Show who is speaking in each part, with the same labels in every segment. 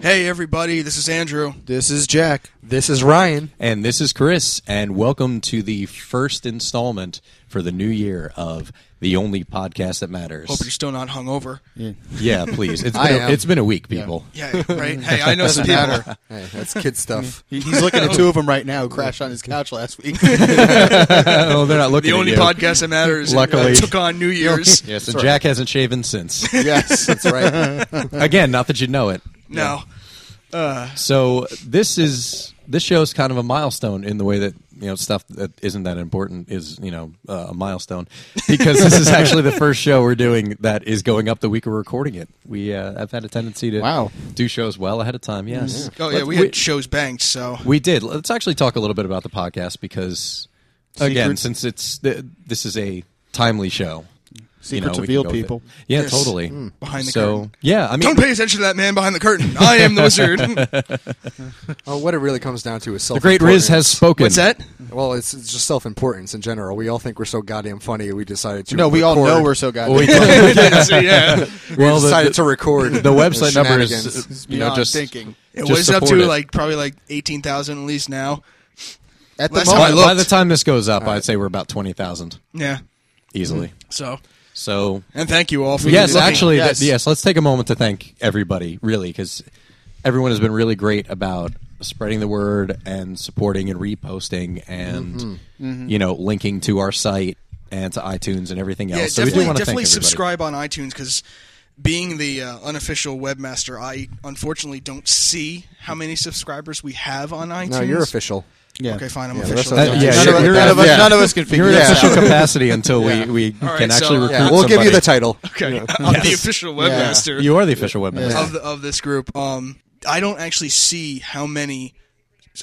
Speaker 1: Hey, everybody, this is Andrew.
Speaker 2: This is Jack.
Speaker 3: This is Ryan.
Speaker 4: And this is Chris, and welcome to the first installment for the new year of the only podcast that matters.
Speaker 1: Hope you're still not hungover.
Speaker 4: yeah, please. It's
Speaker 2: I
Speaker 4: been a,
Speaker 2: am.
Speaker 4: it's been a week, people.
Speaker 1: Yeah, right? hey, I know some
Speaker 2: Doesn't
Speaker 1: people.
Speaker 2: matter. Hey, that's kid stuff.
Speaker 5: He- He's looking at two of them right now. who Crashed on his couch last week.
Speaker 4: oh, they're not looking.
Speaker 1: The
Speaker 4: at
Speaker 1: only
Speaker 4: you.
Speaker 1: podcast that matters
Speaker 4: Luckily.
Speaker 1: uh, took on New Year's.
Speaker 4: Yes, and Jack hasn't shaven since.
Speaker 2: yes, that's right.
Speaker 4: Again, not that you know it.
Speaker 1: No.
Speaker 4: So this is this show is kind of a milestone in the way that you know stuff that isn't that important is you know uh, a milestone because this is actually the first show we're doing that is going up the week we're recording it. We uh, have had a tendency to
Speaker 5: Wow.
Speaker 4: do shows well ahead of time. Yes.
Speaker 1: Oh, yeah,
Speaker 4: But
Speaker 1: we had shows banked, so.
Speaker 4: we did. Let's actually talk a little bit about the podcast because again,
Speaker 5: Secrets.
Speaker 4: since it's th- this is a timely show. you know,
Speaker 5: Secrets
Speaker 4: we can
Speaker 5: revealed,
Speaker 4: go with it.
Speaker 5: people.
Speaker 4: Yeah,
Speaker 1: Yes.
Speaker 4: totally.
Speaker 1: Behind the
Speaker 4: so,
Speaker 1: curtain.
Speaker 4: yeah, I mean,
Speaker 1: Don't pay attention to that man behind the curtain. I am the wizard.
Speaker 2: Oh, what it really comes down to is self.
Speaker 4: the great Riz has spoken.
Speaker 1: What's that?
Speaker 2: Well, it's, it's just self-importance in general. We all think we're so goddamn funny. We decided to.
Speaker 5: No, we all
Speaker 2: record-
Speaker 5: know we're so goddamn.
Speaker 4: We-
Speaker 1: So, yeah.
Speaker 4: well, the-
Speaker 2: decided
Speaker 4: the-
Speaker 2: to record
Speaker 4: the website number
Speaker 2: shenanigans.
Speaker 4: is uh, you know
Speaker 5: beyond
Speaker 4: just
Speaker 5: thinking.
Speaker 1: It
Speaker 4: just
Speaker 1: was up to
Speaker 4: support it.
Speaker 1: like probably like 18,000 at least now.
Speaker 5: At the
Speaker 1: Last time I
Speaker 4: by,
Speaker 5: moment,
Speaker 1: looked.
Speaker 4: by the time this goes up, I'd say we're about twenty thousand
Speaker 1: Yeah.
Speaker 4: easily.
Speaker 1: So,
Speaker 4: So
Speaker 1: and thank you all for
Speaker 4: yes,
Speaker 1: looking.
Speaker 4: actually, th- yes.
Speaker 5: Yes.
Speaker 4: Let's take a moment to thank everybody, really, because everyone has been really great about spreading the word and supporting and reposting and
Speaker 1: Mm-hmm.
Speaker 4: you know linking to our site and to iTunes and everything else.
Speaker 1: Yeah,
Speaker 4: so we
Speaker 1: definitely,
Speaker 4: do want to
Speaker 1: definitely
Speaker 4: thank everybody.
Speaker 1: subscribe on iTunes because being the uh, unofficial webmaster, I unfortunately don't see how many subscribers we have on iTunes.
Speaker 2: No, you're official.
Speaker 5: yeah.
Speaker 1: Okay, fine, I'm
Speaker 2: Yeah, the
Speaker 1: official.
Speaker 2: rest
Speaker 4: Uh,
Speaker 2: of
Speaker 4: yeah,
Speaker 5: none,
Speaker 4: you're-
Speaker 5: of,
Speaker 4: you're-
Speaker 5: none, of us,
Speaker 4: yeah.
Speaker 5: none of us can
Speaker 4: You're
Speaker 5: figure
Speaker 4: in
Speaker 5: it
Speaker 4: official
Speaker 5: out.
Speaker 4: capacity until we, we
Speaker 1: All right,
Speaker 4: can
Speaker 1: so,
Speaker 4: actually
Speaker 1: uh,
Speaker 4: recruit.
Speaker 2: Yeah, we'll give you
Speaker 4: somebody.
Speaker 2: the title.
Speaker 1: Okay, I'm the
Speaker 4: Yes.
Speaker 1: official webmaster
Speaker 4: You are the official webmaster.
Speaker 5: Yeah.
Speaker 1: of the, of this group. Um, I don't actually see how many.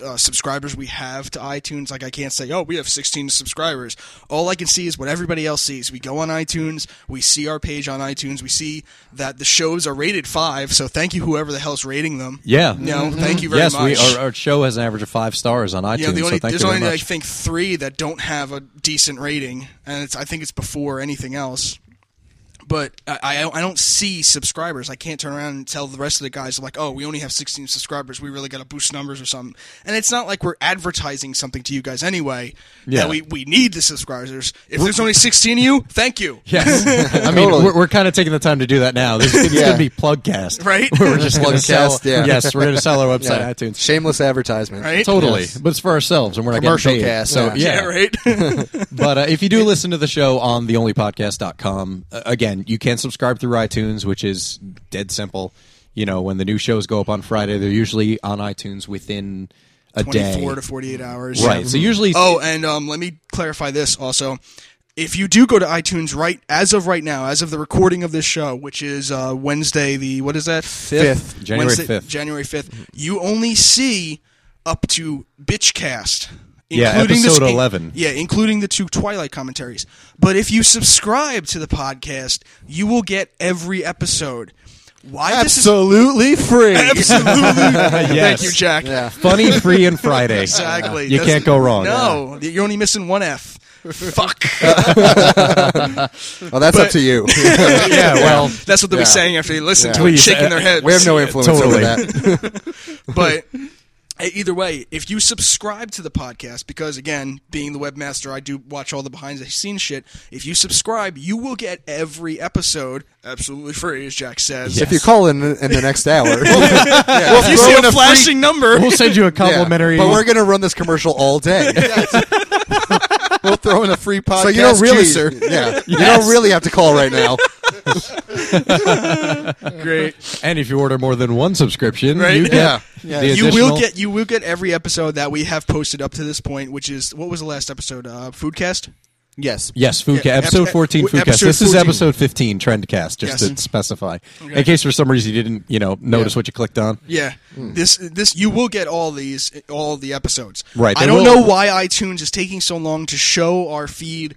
Speaker 1: Uh, subscribers we have to iTunes. Like I can't say, oh, we have 16 subscribers. All I can see is what everybody else sees. We go on iTunes, we see our page on iTunes, we see that the shows are rated five. So thank you, whoever the hell's rating them.
Speaker 4: Yeah. Mm-hmm.
Speaker 1: No, thank you very
Speaker 4: yes,
Speaker 1: much.
Speaker 4: we, our, our show has an average of five stars on iTunes.
Speaker 1: Yeah, the only,
Speaker 4: so thank
Speaker 1: there's
Speaker 4: you very
Speaker 1: only I
Speaker 4: much.
Speaker 1: think three that don't have a decent rating, and it's I think it's before anything else. But I, I don't- I don't see subscribers. I can't turn around and tell the rest of the guys like, oh, we only have 16 subscribers. We really got to boost numbers or something. And it's not like we're advertising something to you guys anyway.
Speaker 4: Yeah.
Speaker 1: that we we need the subscribers. If there's only 16 of you, thank you.
Speaker 4: Yes. I mean,
Speaker 2: Totally.
Speaker 4: we're, we're kind of taking the time to do that now. This is
Speaker 2: Yeah.
Speaker 4: going to be Plugcast.
Speaker 1: Right?
Speaker 4: Where we're just going to sell.
Speaker 2: Plugcast, yeah.
Speaker 4: Yes, we're going to sell our website,
Speaker 2: Yeah.
Speaker 4: iTunes.
Speaker 2: Shameless advertisement.
Speaker 1: Right?
Speaker 4: Totally.
Speaker 2: Yes.
Speaker 4: But it's for ourselves, and we're not
Speaker 5: Commercial
Speaker 4: getting paid.
Speaker 5: cast,
Speaker 4: So,
Speaker 2: yeah.
Speaker 4: yeah.
Speaker 1: yeah right.
Speaker 4: but uh, if you do listen to the show on theonlypodcast.com, uh, again, you can subscribe through iTunes, which is dead simple. You know, when the new shows go up on Friday, they're usually on iTunes within a
Speaker 1: 24
Speaker 4: day.
Speaker 1: to 48 hours.
Speaker 4: Right. So usually
Speaker 1: Oh, and um, let me clarify this also. If you do go to iTunes right as of right now, as of the recording of this show, which is uh, Wednesday, the what is that? Fifth,
Speaker 4: January 5th.
Speaker 1: January fifth. You only see up to Bitchcast,
Speaker 4: Yeah,
Speaker 1: the-
Speaker 4: episode 11.
Speaker 1: Yeah, including the two Twilight commentaries. But if you subscribe to the podcast, you will get every episode. Why
Speaker 5: Absolutely free.
Speaker 1: this is absolutely?
Speaker 4: Yes.
Speaker 1: Thank you, Jack.
Speaker 2: Yeah.
Speaker 4: Funny, free, and Friday.
Speaker 1: Exactly.
Speaker 4: You
Speaker 1: That's-
Speaker 4: can't go wrong.
Speaker 1: No, you're only missing one F. Fuck.
Speaker 2: Well, that's up to you.
Speaker 4: yeah, well,
Speaker 1: That's what they'll be
Speaker 2: Yeah.
Speaker 1: saying after they listen
Speaker 2: Yeah.
Speaker 1: to
Speaker 4: Please,
Speaker 1: it, shaking
Speaker 4: uh,
Speaker 1: their heads.
Speaker 2: we have no influence
Speaker 4: Totally.
Speaker 2: over that.
Speaker 1: But uh, either way, if you subscribe to the podcast, because again, being the webmaster, I do watch all the behind the scenes shit. If you subscribe, you will get every episode absolutely free, as Jack says.
Speaker 2: If you call in in the next hour, yeah.
Speaker 1: Well, if you
Speaker 2: throw
Speaker 1: see
Speaker 2: in
Speaker 1: a
Speaker 2: a free-
Speaker 1: flashing number,
Speaker 4: we'll send you a complimentary.
Speaker 2: but we're gonna run this commercial all day.
Speaker 5: We'll throw in a free podcast
Speaker 2: so you don't really,
Speaker 5: juicer.
Speaker 2: yeah, you don't really have to call right now.
Speaker 1: great.
Speaker 4: and if you order more than one subscription,
Speaker 1: Right?
Speaker 4: you get
Speaker 2: Yeah.
Speaker 4: the
Speaker 1: you will
Speaker 4: additional-
Speaker 1: get you will get every episode that we have posted up to this point, which is what was the last episode? Uh, Foodcast.
Speaker 5: Yes.
Speaker 4: Yes, Foodcast.
Speaker 1: Yeah, ep-
Speaker 4: episode
Speaker 1: ep-
Speaker 4: 14
Speaker 1: w-
Speaker 4: Foodcast.
Speaker 1: episode
Speaker 4: this is
Speaker 1: 14.
Speaker 4: episode 15 Trendcast, just
Speaker 1: Yes. Mm-hmm.
Speaker 4: to specify. In case for some reason you didn't, you know, notice what you clicked on.
Speaker 1: Yeah,
Speaker 4: Hmm.
Speaker 1: this this you will get all these all the episodes.
Speaker 4: Right,
Speaker 1: I
Speaker 4: they
Speaker 1: don't
Speaker 4: will-
Speaker 1: know why iTunes is taking so long to show our feed,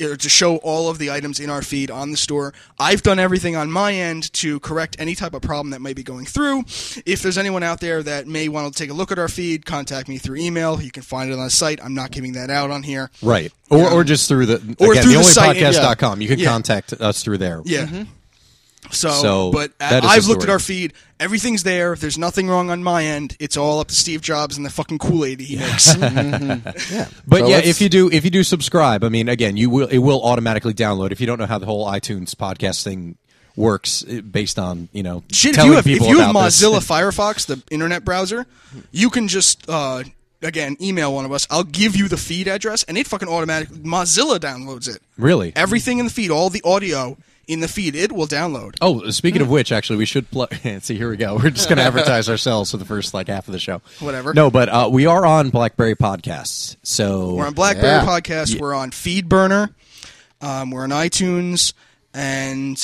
Speaker 1: or to show all of the items in our feed on the store. I've done everything on my end to correct any type of problem that might be going through. If there's anyone out there that may want to take a look at our feed, contact me through email. You can find it on the site. I'm not giving that out on here.
Speaker 4: Right. Or, or just through the,
Speaker 1: Or through
Speaker 4: again, the
Speaker 1: the
Speaker 4: only
Speaker 1: site, yeah.
Speaker 4: podcast.com. You can
Speaker 1: Yeah.
Speaker 4: contact us through there.
Speaker 1: Yeah. So,
Speaker 4: Mm-hmm. So,
Speaker 1: but
Speaker 4: that is the
Speaker 1: I've looked at
Speaker 4: story.
Speaker 1: our feed. Everything's there. There's nothing wrong on my end. It's all up to Steve Jobs and the fucking Kool Aid he makes.
Speaker 4: But
Speaker 2: So
Speaker 4: yeah,
Speaker 2: let's-
Speaker 4: if you do if you do subscribe, I mean, again, you will it will automatically download. If you don't know how the whole iTunes podcast thing works, eh, based on you know
Speaker 1: Shit, if
Speaker 4: telling
Speaker 1: you have, if
Speaker 4: people
Speaker 1: you have
Speaker 4: about this.
Speaker 1: Mozilla Firefox, the internet browser, you can just uh, again email one of us. I'll give you the feed address, and it fucking automatic Mozilla downloads it.
Speaker 4: Really?
Speaker 1: Everything in the feed, all the audio in the feed, it will download.
Speaker 4: Oh, speaking
Speaker 1: Hmm.
Speaker 4: of which, actually, we should plug. See, here we go. We're just going to advertise ourselves for the first like half of the show.
Speaker 1: Whatever.
Speaker 4: No, but uh, we are on BlackBerry podcasts, so
Speaker 1: We're on BlackBerry
Speaker 5: Yeah.
Speaker 1: Podcast. We're on FeedBurner. Um, we're on iTunes, and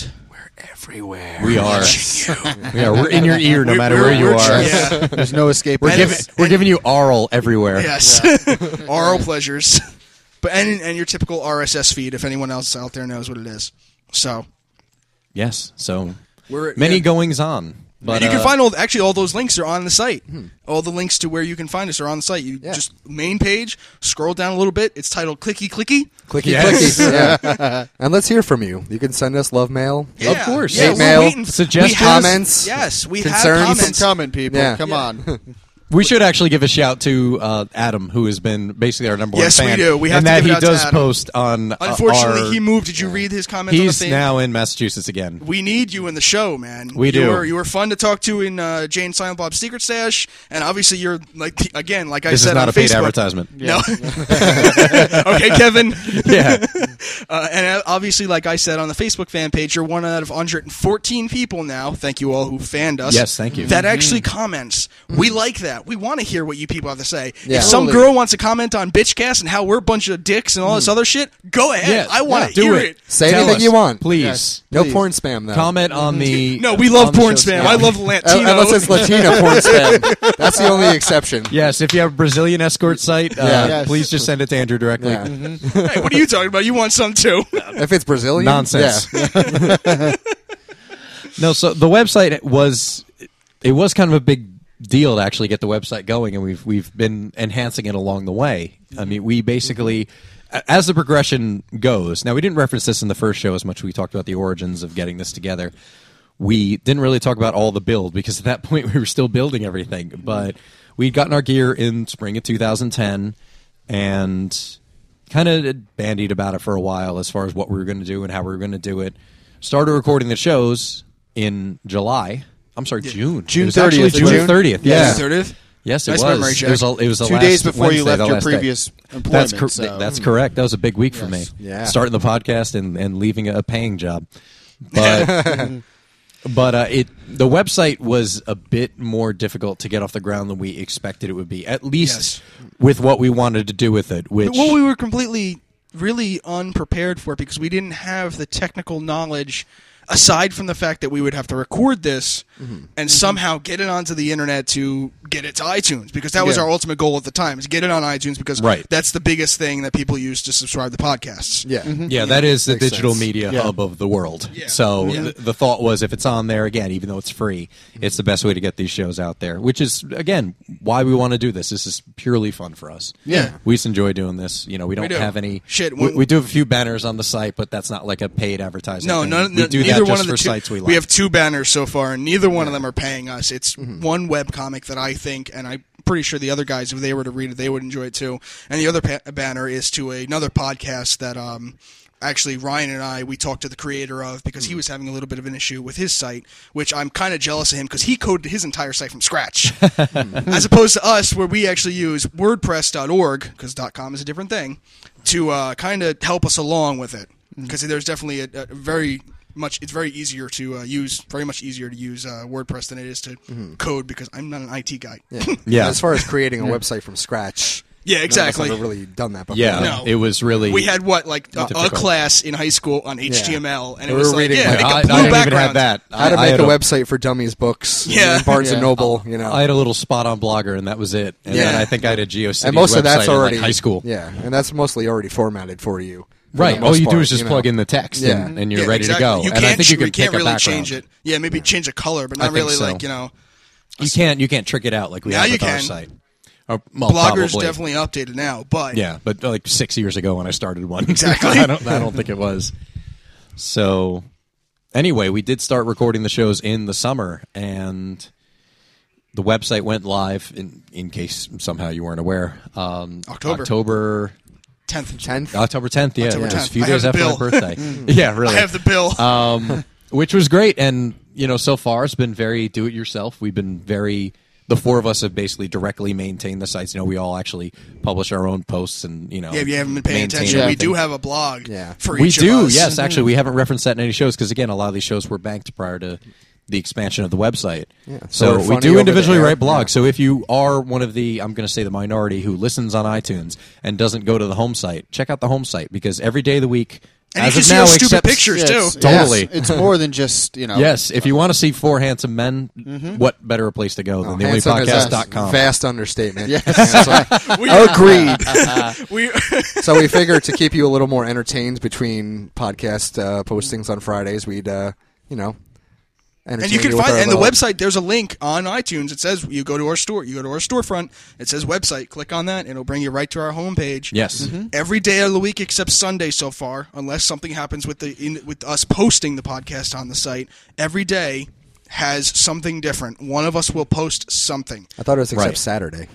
Speaker 4: We are. we are. We're in your ear, no
Speaker 1: We're-
Speaker 4: matter
Speaker 1: we're-
Speaker 4: where you
Speaker 1: we're-
Speaker 4: are.
Speaker 1: yeah.
Speaker 5: There's no escape.
Speaker 4: We're
Speaker 5: from
Speaker 4: giving
Speaker 5: this.
Speaker 4: we're giving you aural everywhere.
Speaker 1: Yes, oral pleasures. But and and your typical RSS feed, if anyone else out there knows what it is. So
Speaker 4: Yes. So
Speaker 1: We're-
Speaker 4: many
Speaker 1: yeah.
Speaker 4: goings on. But
Speaker 1: and you can
Speaker 4: uh, Hmm.
Speaker 1: find all actually all those links are on the site. All the links to where you can find us are on the site. You just main page, scroll down a little bit. It's titled Clicky Clicky.
Speaker 2: Clicky,
Speaker 4: Yes.
Speaker 2: clicky. Yeah. and let's hear from you. You can send us love mail. Oh,
Speaker 1: Yeah.
Speaker 4: Of course.
Speaker 1: yeah,
Speaker 2: Hate
Speaker 1: we're
Speaker 2: mail,
Speaker 1: waiting- we
Speaker 4: suggestions,
Speaker 1: have-
Speaker 2: comments,
Speaker 1: Yes, we
Speaker 2: concerns.
Speaker 1: have
Speaker 5: Keep 'em
Speaker 1: comments.
Speaker 5: coming, people.
Speaker 2: Yeah.
Speaker 5: Come
Speaker 2: Yeah.
Speaker 5: on.
Speaker 4: we should actually give a shout to uh, Adam, who has been basically our number
Speaker 1: Yes, we
Speaker 4: one fan.
Speaker 1: do. We have
Speaker 4: and
Speaker 1: to
Speaker 4: that
Speaker 1: give it
Speaker 4: he
Speaker 1: out to
Speaker 4: does
Speaker 1: Adam.
Speaker 4: post on. uh,
Speaker 1: Unfortunately,
Speaker 4: our-
Speaker 1: he moved. Did you read his comments? on the
Speaker 4: He's
Speaker 1: thing?
Speaker 4: now in Massachusetts again.
Speaker 1: We need you in the show, man.
Speaker 4: We
Speaker 1: you
Speaker 4: do.
Speaker 1: Were, you were fun to talk to in uh, Jane Silent Bob's Secret Stash, and obviously you're like the- again, like I
Speaker 4: This
Speaker 1: said,
Speaker 4: is not
Speaker 1: on
Speaker 4: a paid
Speaker 1: Facebook-
Speaker 4: advertisement.
Speaker 1: No. okay, Kevin.
Speaker 4: yeah.
Speaker 1: Uh, and uh, obviously, like I said on the Facebook fan page, you're one out of 114 people now. Thank you all who fanned us.
Speaker 4: Yes, thank you.
Speaker 1: That actually comments. We like that. We want to hear what you people have to say.
Speaker 2: Yeah.
Speaker 1: If some
Speaker 5: Totally.
Speaker 1: girl wants to comment on Bitchcast and how we're a bunch of dicks and all this other shit, go ahead.
Speaker 4: Mm. Yeah,
Speaker 1: I want
Speaker 4: yeah,
Speaker 1: to
Speaker 4: do
Speaker 1: hear
Speaker 4: it.
Speaker 1: it.
Speaker 2: Say
Speaker 4: Tell
Speaker 2: anything
Speaker 4: us,
Speaker 2: you want.
Speaker 4: Please
Speaker 5: Yes.
Speaker 2: No
Speaker 5: Please.
Speaker 2: porn spam though.
Speaker 4: comment on the.
Speaker 1: No, we
Speaker 4: on
Speaker 1: love
Speaker 4: the
Speaker 1: porn
Speaker 4: show's-
Speaker 1: spam.
Speaker 4: yeah.
Speaker 1: I love
Speaker 2: Uh,
Speaker 1: Latino.
Speaker 2: unless it's Latina porn spam. That's the only exception.
Speaker 4: Yes, if you have a Brazilian escort site, uh,
Speaker 2: Yeah.
Speaker 5: Yes.
Speaker 4: please just send it to Andrew directly.
Speaker 2: Yeah. Mm-hmm.
Speaker 1: hey, what are you talking about? You want some too?
Speaker 2: If it's Brazilian,
Speaker 4: Nonsense.
Speaker 2: Yeah.
Speaker 4: No, so the website was it was kind of a big deal to actually get the website going, and we've we've been enhancing it along the way. I mean, we basically. a- As the progression goes, now we didn't reference this in the first show as much. We talked about the origins of getting this together. We didn't really talk about all the build because at that point we were still building everything. But we'd gotten our gear in spring of 2010 and kind of bandied about it for a while as far as what we were going to do and how we were going to do it. Started recording the shows in July. I'm sorry, June.
Speaker 5: June
Speaker 4: It was actually
Speaker 5: 30th,
Speaker 4: June
Speaker 5: wasn't it?
Speaker 4: 30th. Yeah.
Speaker 5: Yes.
Speaker 4: Yes, it
Speaker 1: Nice
Speaker 4: was.
Speaker 1: memory,
Speaker 4: It
Speaker 1: Jack.
Speaker 4: was, a, it was the
Speaker 5: Two
Speaker 4: last
Speaker 5: days before
Speaker 4: Wednesday,
Speaker 5: you left
Speaker 4: the
Speaker 5: your
Speaker 4: last day.
Speaker 5: previous
Speaker 4: That's
Speaker 5: employment,
Speaker 4: cor-
Speaker 5: so-
Speaker 4: that's correct. That was a big week for me.
Speaker 2: Yeah.
Speaker 4: Starting the podcast and, and leaving a paying job. But but uh, it the website was a bit more difficult to get off the ground than we expected it would be. At least with what we wanted to do with it, which
Speaker 1: Well, we were completely, really unprepared for it because we didn't have the technical knowledge. Aside from the fact that we would have to record this and somehow get it onto the internet to get it to iTunes, because that was
Speaker 5: Yeah.
Speaker 1: our ultimate goal at the time, is get it on iTunes because
Speaker 4: Right.
Speaker 1: that's the biggest thing that people use to subscribe to podcasts.
Speaker 2: Yeah.
Speaker 4: Yeah, that is the
Speaker 2: Makes
Speaker 4: digital
Speaker 2: sense.
Speaker 4: media
Speaker 5: Yeah.
Speaker 4: hub of the world.
Speaker 1: Yeah.
Speaker 4: So
Speaker 1: Yeah. Mm-hmm.
Speaker 4: th- the thought was if it's on there again, even though it's free, it's the best way to get these shows out there, which is, again, why we want to do this. This is purely fun for us.
Speaker 1: Yeah.
Speaker 4: We just enjoy doing this. You know, we don't
Speaker 1: do.
Speaker 4: have any.
Speaker 1: Shit,
Speaker 4: We,
Speaker 1: when-
Speaker 4: we do have a few banners on the site, but that's not like a paid advertising.
Speaker 1: No,
Speaker 4: thing.
Speaker 1: none,
Speaker 4: We
Speaker 1: no-
Speaker 4: do
Speaker 1: neither
Speaker 4: that just
Speaker 1: one of the
Speaker 4: for
Speaker 1: two,
Speaker 4: sites we like. Mm-hmm.
Speaker 1: We have two banners so far, and neither one of them are paying us. It's one web comic that I think, and I'm pretty sure the other guys, if they were to read it, they would enjoy it too. And the other pa- banner is to another podcast that um, actually Ryan and I we talked to the creator of because
Speaker 4: Mm-hmm.
Speaker 1: he was having a little bit of an issue with his site, which I'm kind of jealous of him because he coded his entire site from scratch,
Speaker 4: Hmm.
Speaker 1: as opposed to us where we actually use WordPress.org because .com is a different thing to uh, kind of help us along with it
Speaker 4: Hmm.
Speaker 1: because there's definitely a, a very much it's very easier to uh, use very much easier to use uh, WordPress than it is to code because I'm not an IT guy. Yeah,
Speaker 4: Hmm. Yeah.
Speaker 2: As far as creating a website from scratch,
Speaker 1: exactly.
Speaker 2: None of us have really done that before.
Speaker 4: yeah,
Speaker 1: No.
Speaker 4: it was really.
Speaker 1: we had what like a, a
Speaker 4: Difficult.
Speaker 1: class in high school on HTML, and it
Speaker 2: We
Speaker 1: was
Speaker 2: were
Speaker 1: like
Speaker 2: reading,
Speaker 1: yeah,
Speaker 2: like,
Speaker 1: make
Speaker 4: I, I
Speaker 1: a blue
Speaker 4: didn't
Speaker 1: background.
Speaker 4: even have that.
Speaker 2: How to
Speaker 4: I- I
Speaker 2: make
Speaker 4: had
Speaker 2: a website for dummies books.
Speaker 1: Yeah.
Speaker 2: and Barnes
Speaker 5: Yeah.
Speaker 2: and Noble. You know.
Speaker 4: I had a little spot on Blogger, and that was it. And
Speaker 1: Yeah.
Speaker 4: then I think I had a GeoCities
Speaker 2: and most
Speaker 4: website
Speaker 2: of that's
Speaker 4: in, like,
Speaker 2: already
Speaker 4: high school.
Speaker 2: Yeah, and that's mostly already formatted for you. for
Speaker 4: Right.
Speaker 2: the
Speaker 4: All
Speaker 2: most
Speaker 4: you do
Speaker 2: part,
Speaker 4: is just
Speaker 2: know.
Speaker 4: plug in the text,
Speaker 2: Yeah.
Speaker 4: and, and you're
Speaker 1: Yeah,
Speaker 4: ready
Speaker 1: exactly.
Speaker 4: to go.
Speaker 1: You
Speaker 4: and I
Speaker 1: can't
Speaker 4: think you
Speaker 1: sh-
Speaker 4: can pick
Speaker 1: can't
Speaker 4: a
Speaker 1: really
Speaker 4: background.
Speaker 1: change it. Yeah, maybe change a color, but
Speaker 4: I
Speaker 1: not
Speaker 4: think
Speaker 1: really
Speaker 4: so.
Speaker 1: like you know.
Speaker 4: You can't. You can't trick it out like we
Speaker 1: Now
Speaker 4: have
Speaker 1: you
Speaker 4: with our
Speaker 1: can.
Speaker 4: site. Or, well,
Speaker 1: Bloggers
Speaker 4: probably.
Speaker 1: definitely updated now, but
Speaker 4: Yeah, but like six years ago when I started one,
Speaker 1: Exactly.
Speaker 4: I don't. I don't think it was. So, anyway, we did start recording the shows in the summer, and the website went live. In in case somehow you weren't aware, um,
Speaker 1: October.
Speaker 4: October
Speaker 1: Tenth.
Speaker 5: Tenth.
Speaker 4: October tenth. Yeah,
Speaker 1: October
Speaker 4: it was a
Speaker 1: 10th.
Speaker 4: few
Speaker 1: I have
Speaker 4: days
Speaker 1: the
Speaker 4: after my
Speaker 1: bill.
Speaker 4: birthday. yeah,
Speaker 1: I
Speaker 4: really.
Speaker 1: have the bill.
Speaker 4: um, which was great. And you know, so far it's been very do it yourself. We've been very the four of us have basically directly maintained the sites. You know, we all actually publish our own posts, and you know,
Speaker 1: yeah, if you haven't been paying
Speaker 4: maintain
Speaker 1: attention, we
Speaker 4: everything.
Speaker 1: do have a blog
Speaker 2: Yeah.
Speaker 1: for
Speaker 4: we
Speaker 1: each
Speaker 4: do.
Speaker 1: of us. Mm-hmm.
Speaker 4: Yes, actually, we haven't referenced that in any shows because again, a lot of these shows were banked prior to the expansion of the website. Yeah.
Speaker 2: So
Speaker 4: So,
Speaker 2: we're
Speaker 4: we
Speaker 2: funny
Speaker 4: do
Speaker 2: over
Speaker 4: individually
Speaker 2: there.
Speaker 4: write blogs. So if you are one of the, I'm going to say the minority who listens on iTunes and doesn't go to the home site, check out the home site because every day of the week,
Speaker 1: And you
Speaker 4: as
Speaker 1: can
Speaker 4: of
Speaker 1: see
Speaker 4: now,
Speaker 1: our stupid
Speaker 4: except-
Speaker 1: pictures,
Speaker 5: Yeah,
Speaker 1: too.
Speaker 5: it's-
Speaker 4: Totally.
Speaker 5: It's, it's more than just you know.
Speaker 4: Yes, if you want to see four handsome men, what better place to go than the only
Speaker 2: Oh, Handsome is a
Speaker 4: podcast.com.
Speaker 2: Vast understatement.
Speaker 5: Yes.
Speaker 2: Yes.
Speaker 1: We-
Speaker 2: Agreed.
Speaker 1: we
Speaker 2: so we figured to keep you a little more entertained between podcast uh, postings on Fridays, we'd uh, you know, entertain
Speaker 1: and you can
Speaker 2: with
Speaker 1: find
Speaker 2: our
Speaker 1: and the
Speaker 2: little-
Speaker 1: website. There's a link on iTunes. It says you go to our store. You go to our storefront. It says website. Click on that. and It'll bring you right to our homepage.
Speaker 4: Yes.
Speaker 1: Every day of the week except Sunday so far, unless something happens with the in, with us posting the podcast on the site. Every day has something different. One of us will post something.
Speaker 2: I thought it was except
Speaker 4: Right.
Speaker 2: Saturday.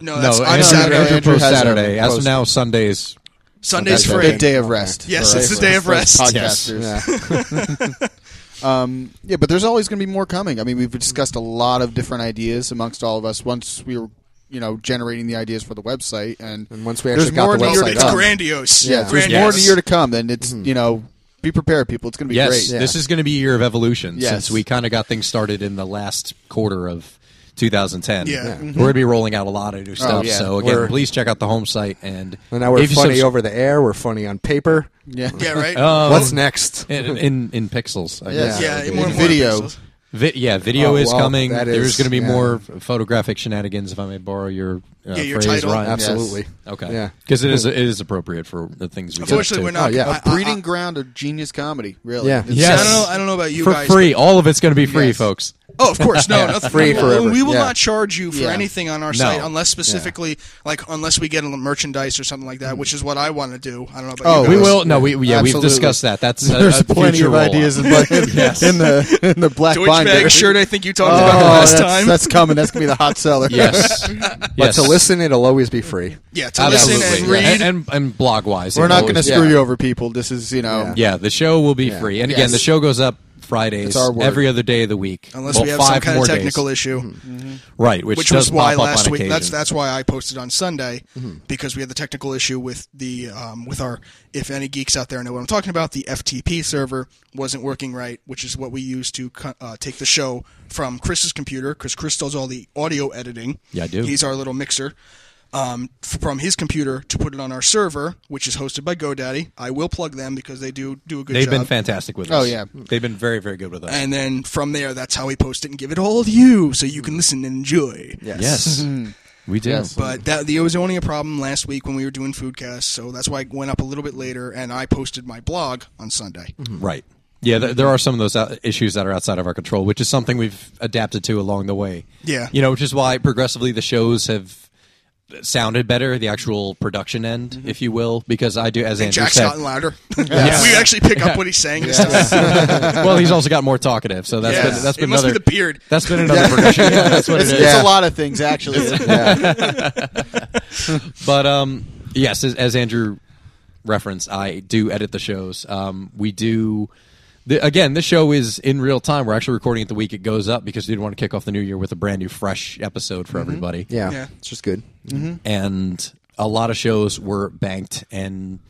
Speaker 1: No,
Speaker 4: No,
Speaker 1: that's
Speaker 4: Andrew,
Speaker 1: on
Speaker 4: Andrew,
Speaker 1: Saturday.
Speaker 5: Andrew
Speaker 4: posts
Speaker 5: has a
Speaker 4: Saturday. As of
Speaker 5: post.
Speaker 4: now, Sundays.
Speaker 1: Sunday's
Speaker 4: Sundays,
Speaker 1: free.
Speaker 5: Big day of rest.
Speaker 1: Yes,
Speaker 5: for
Speaker 1: it's
Speaker 5: us-
Speaker 1: a day of
Speaker 5: for us
Speaker 1: rest.
Speaker 4: Yes.
Speaker 5: Podcasters.
Speaker 2: Yeah.
Speaker 5: Um, yeah, but there's always going to be more coming. I mean, we've discussed a lot of different ideas amongst all of us once we were, you know, generating the ideas for the website, and,
Speaker 2: And once we
Speaker 5: there's
Speaker 2: actually got
Speaker 5: more
Speaker 2: the
Speaker 5: in
Speaker 2: website
Speaker 5: year to
Speaker 1: It's
Speaker 5: come.
Speaker 2: up.
Speaker 1: grandiose.
Speaker 5: Yeah, there's
Speaker 1: Grandiose.
Speaker 5: more in a year to come, and it's
Speaker 1: Mm-hmm.
Speaker 5: you know, be prepared, people. It's going to be
Speaker 4: Yes,
Speaker 5: great.
Speaker 4: this is going to be a year of evolution
Speaker 5: Yes.
Speaker 4: since we kind of got things started in the last quarter of 2010.
Speaker 1: Yeah. Yeah.
Speaker 4: We're going to be rolling out a lot of new stuff.
Speaker 5: yeah.
Speaker 4: So, again,
Speaker 2: We're-
Speaker 4: please check out the home site. And
Speaker 2: And now we're
Speaker 4: if you
Speaker 2: funny
Speaker 4: subs-
Speaker 2: over the air. We're funny on paper.
Speaker 5: Yeah,
Speaker 1: Yeah, right.
Speaker 5: Oh.
Speaker 4: Um,
Speaker 2: What's next?
Speaker 4: In, in, in pixels, I
Speaker 5: Yeah.
Speaker 4: guess.
Speaker 1: yeah,
Speaker 4: Okay.
Speaker 1: more
Speaker 5: In
Speaker 1: more
Speaker 5: video.
Speaker 1: pixels.
Speaker 4: Vi- yeah, video
Speaker 2: Oh,
Speaker 4: is
Speaker 2: well,
Speaker 4: coming.
Speaker 2: that is-
Speaker 4: There's going to be
Speaker 2: yeah.
Speaker 4: more photographic shenanigans, if I may borrow your, uh,
Speaker 1: Yeah, your
Speaker 4: phrase,
Speaker 1: title.
Speaker 4: Ryan.
Speaker 2: Absolutely.
Speaker 4: Okay.
Speaker 2: Yeah.
Speaker 4: Because it is it is appropriate for the things we.
Speaker 1: Unfortunately,
Speaker 4: do,
Speaker 1: we're not.
Speaker 4: too.
Speaker 2: Oh, yeah.
Speaker 1: I- I-
Speaker 5: a breeding ground of genius comedy. Really?
Speaker 2: Yeah.
Speaker 5: It's-
Speaker 4: Yes.
Speaker 1: I don't know. I don't know about you
Speaker 4: for
Speaker 1: guys.
Speaker 4: free. All of it's going to be free,
Speaker 5: Yes.
Speaker 4: folks.
Speaker 1: Oh, of course, no, nothing.
Speaker 2: Free
Speaker 1: we,
Speaker 2: forever,
Speaker 1: We will
Speaker 2: yeah.
Speaker 1: not charge you for
Speaker 5: Yeah.
Speaker 1: anything on our site
Speaker 4: No.
Speaker 1: unless specifically, like, unless we get a merchandise or something like that, which is what I want to do. I don't know about
Speaker 5: Oh,
Speaker 1: you
Speaker 4: We
Speaker 1: guys.
Speaker 4: will. No, we yeah, we've
Speaker 5: Absolutely.
Speaker 4: discussed that. That's a-
Speaker 5: There's
Speaker 4: a
Speaker 5: plenty
Speaker 4: future
Speaker 5: of
Speaker 4: rollout.
Speaker 5: ideas in, in- in the in the black
Speaker 1: Deutsche
Speaker 5: binder.
Speaker 1: Bank shirt. I think you talked
Speaker 5: Oh,
Speaker 1: about the last
Speaker 5: that's,
Speaker 1: time.
Speaker 5: that's coming. That's gonna be the hot seller.
Speaker 4: Yes.
Speaker 2: But
Speaker 4: yes.
Speaker 2: to listen, it'll always be free.
Speaker 1: yeah, to
Speaker 4: Absolutely.
Speaker 1: listen and
Speaker 4: Yeah.
Speaker 1: read.
Speaker 4: and, and, blog wise.
Speaker 5: we're not going to
Speaker 2: Yeah.
Speaker 5: screw you over, people. This is you know.
Speaker 4: Yeah, the show will be
Speaker 2: Yeah.
Speaker 4: free, and again,
Speaker 5: Yes.
Speaker 4: the show goes up Fridays
Speaker 5: It's our word.
Speaker 4: every other day of the week,
Speaker 1: Unless
Speaker 4: Well,
Speaker 1: we have
Speaker 4: five
Speaker 1: some kind
Speaker 4: more
Speaker 1: of
Speaker 4: days.
Speaker 1: technical issue,
Speaker 4: right? Which,
Speaker 1: which
Speaker 4: does
Speaker 1: was why
Speaker 4: pop up
Speaker 1: last
Speaker 4: on
Speaker 1: week. That's
Speaker 4: occasion. Mm-hmm.
Speaker 1: that's why I posted on Sunday because we had the technical issue with the um, with our. If any geeks out there know what I'm talking about, the FTP server wasn't working right, which is what we use to co- uh, take the show from Chris's computer because Chris does all the audio editing.
Speaker 4: Yeah, I do.
Speaker 1: He's our little mixer. Um, f- from his computer to put it on our server, which is hosted by GoDaddy. I will plug them because they do do a good
Speaker 4: They've
Speaker 1: job.
Speaker 4: been fantastic with us.
Speaker 5: Oh, yeah.
Speaker 4: they've been very very good with us.
Speaker 1: and then from there, that's how we post it and give it all to you, so you can listen and enjoy. Yeah.
Speaker 4: Mm-hmm. yes, we do.
Speaker 5: Yes.
Speaker 1: But that the it was only a problem last week when we were doing foodcasts, so that's why I went up a little bit later and I posted my blog on Sunday.
Speaker 4: Right. Yeah, there, there are some of those out- issues that are outside of our control, which is something we've adapted to along the way.
Speaker 1: Yeah.
Speaker 4: You know, which is why progressively the shows have sounded better, the actual production end, if you will, because I do, as Andrew
Speaker 1: Mm-hmm. Jack's
Speaker 4: said.
Speaker 1: gotten louder. we actually pick up what he's saying this time.
Speaker 4: well, he's also got more talkative, so that's
Speaker 1: Yes.
Speaker 4: been, that's
Speaker 1: it
Speaker 4: been
Speaker 1: must
Speaker 4: another
Speaker 1: be the beard.
Speaker 4: that's been another progression. that's what it
Speaker 5: It's,
Speaker 4: is.
Speaker 5: it's a lot of things actually.
Speaker 4: But um, yes, as, as Andrew referenced, I do edit the shows. Um, we do. The, again, this show is in real time. We're actually recording it the week it goes up because we didn't want to kick off the new year with a brand new, fresh episode for everybody.
Speaker 2: Yeah,
Speaker 1: Mm-hmm. Yeah. Mm-hmm.
Speaker 2: it's just good. Mm-hmm.
Speaker 4: and a lot of shows were banked and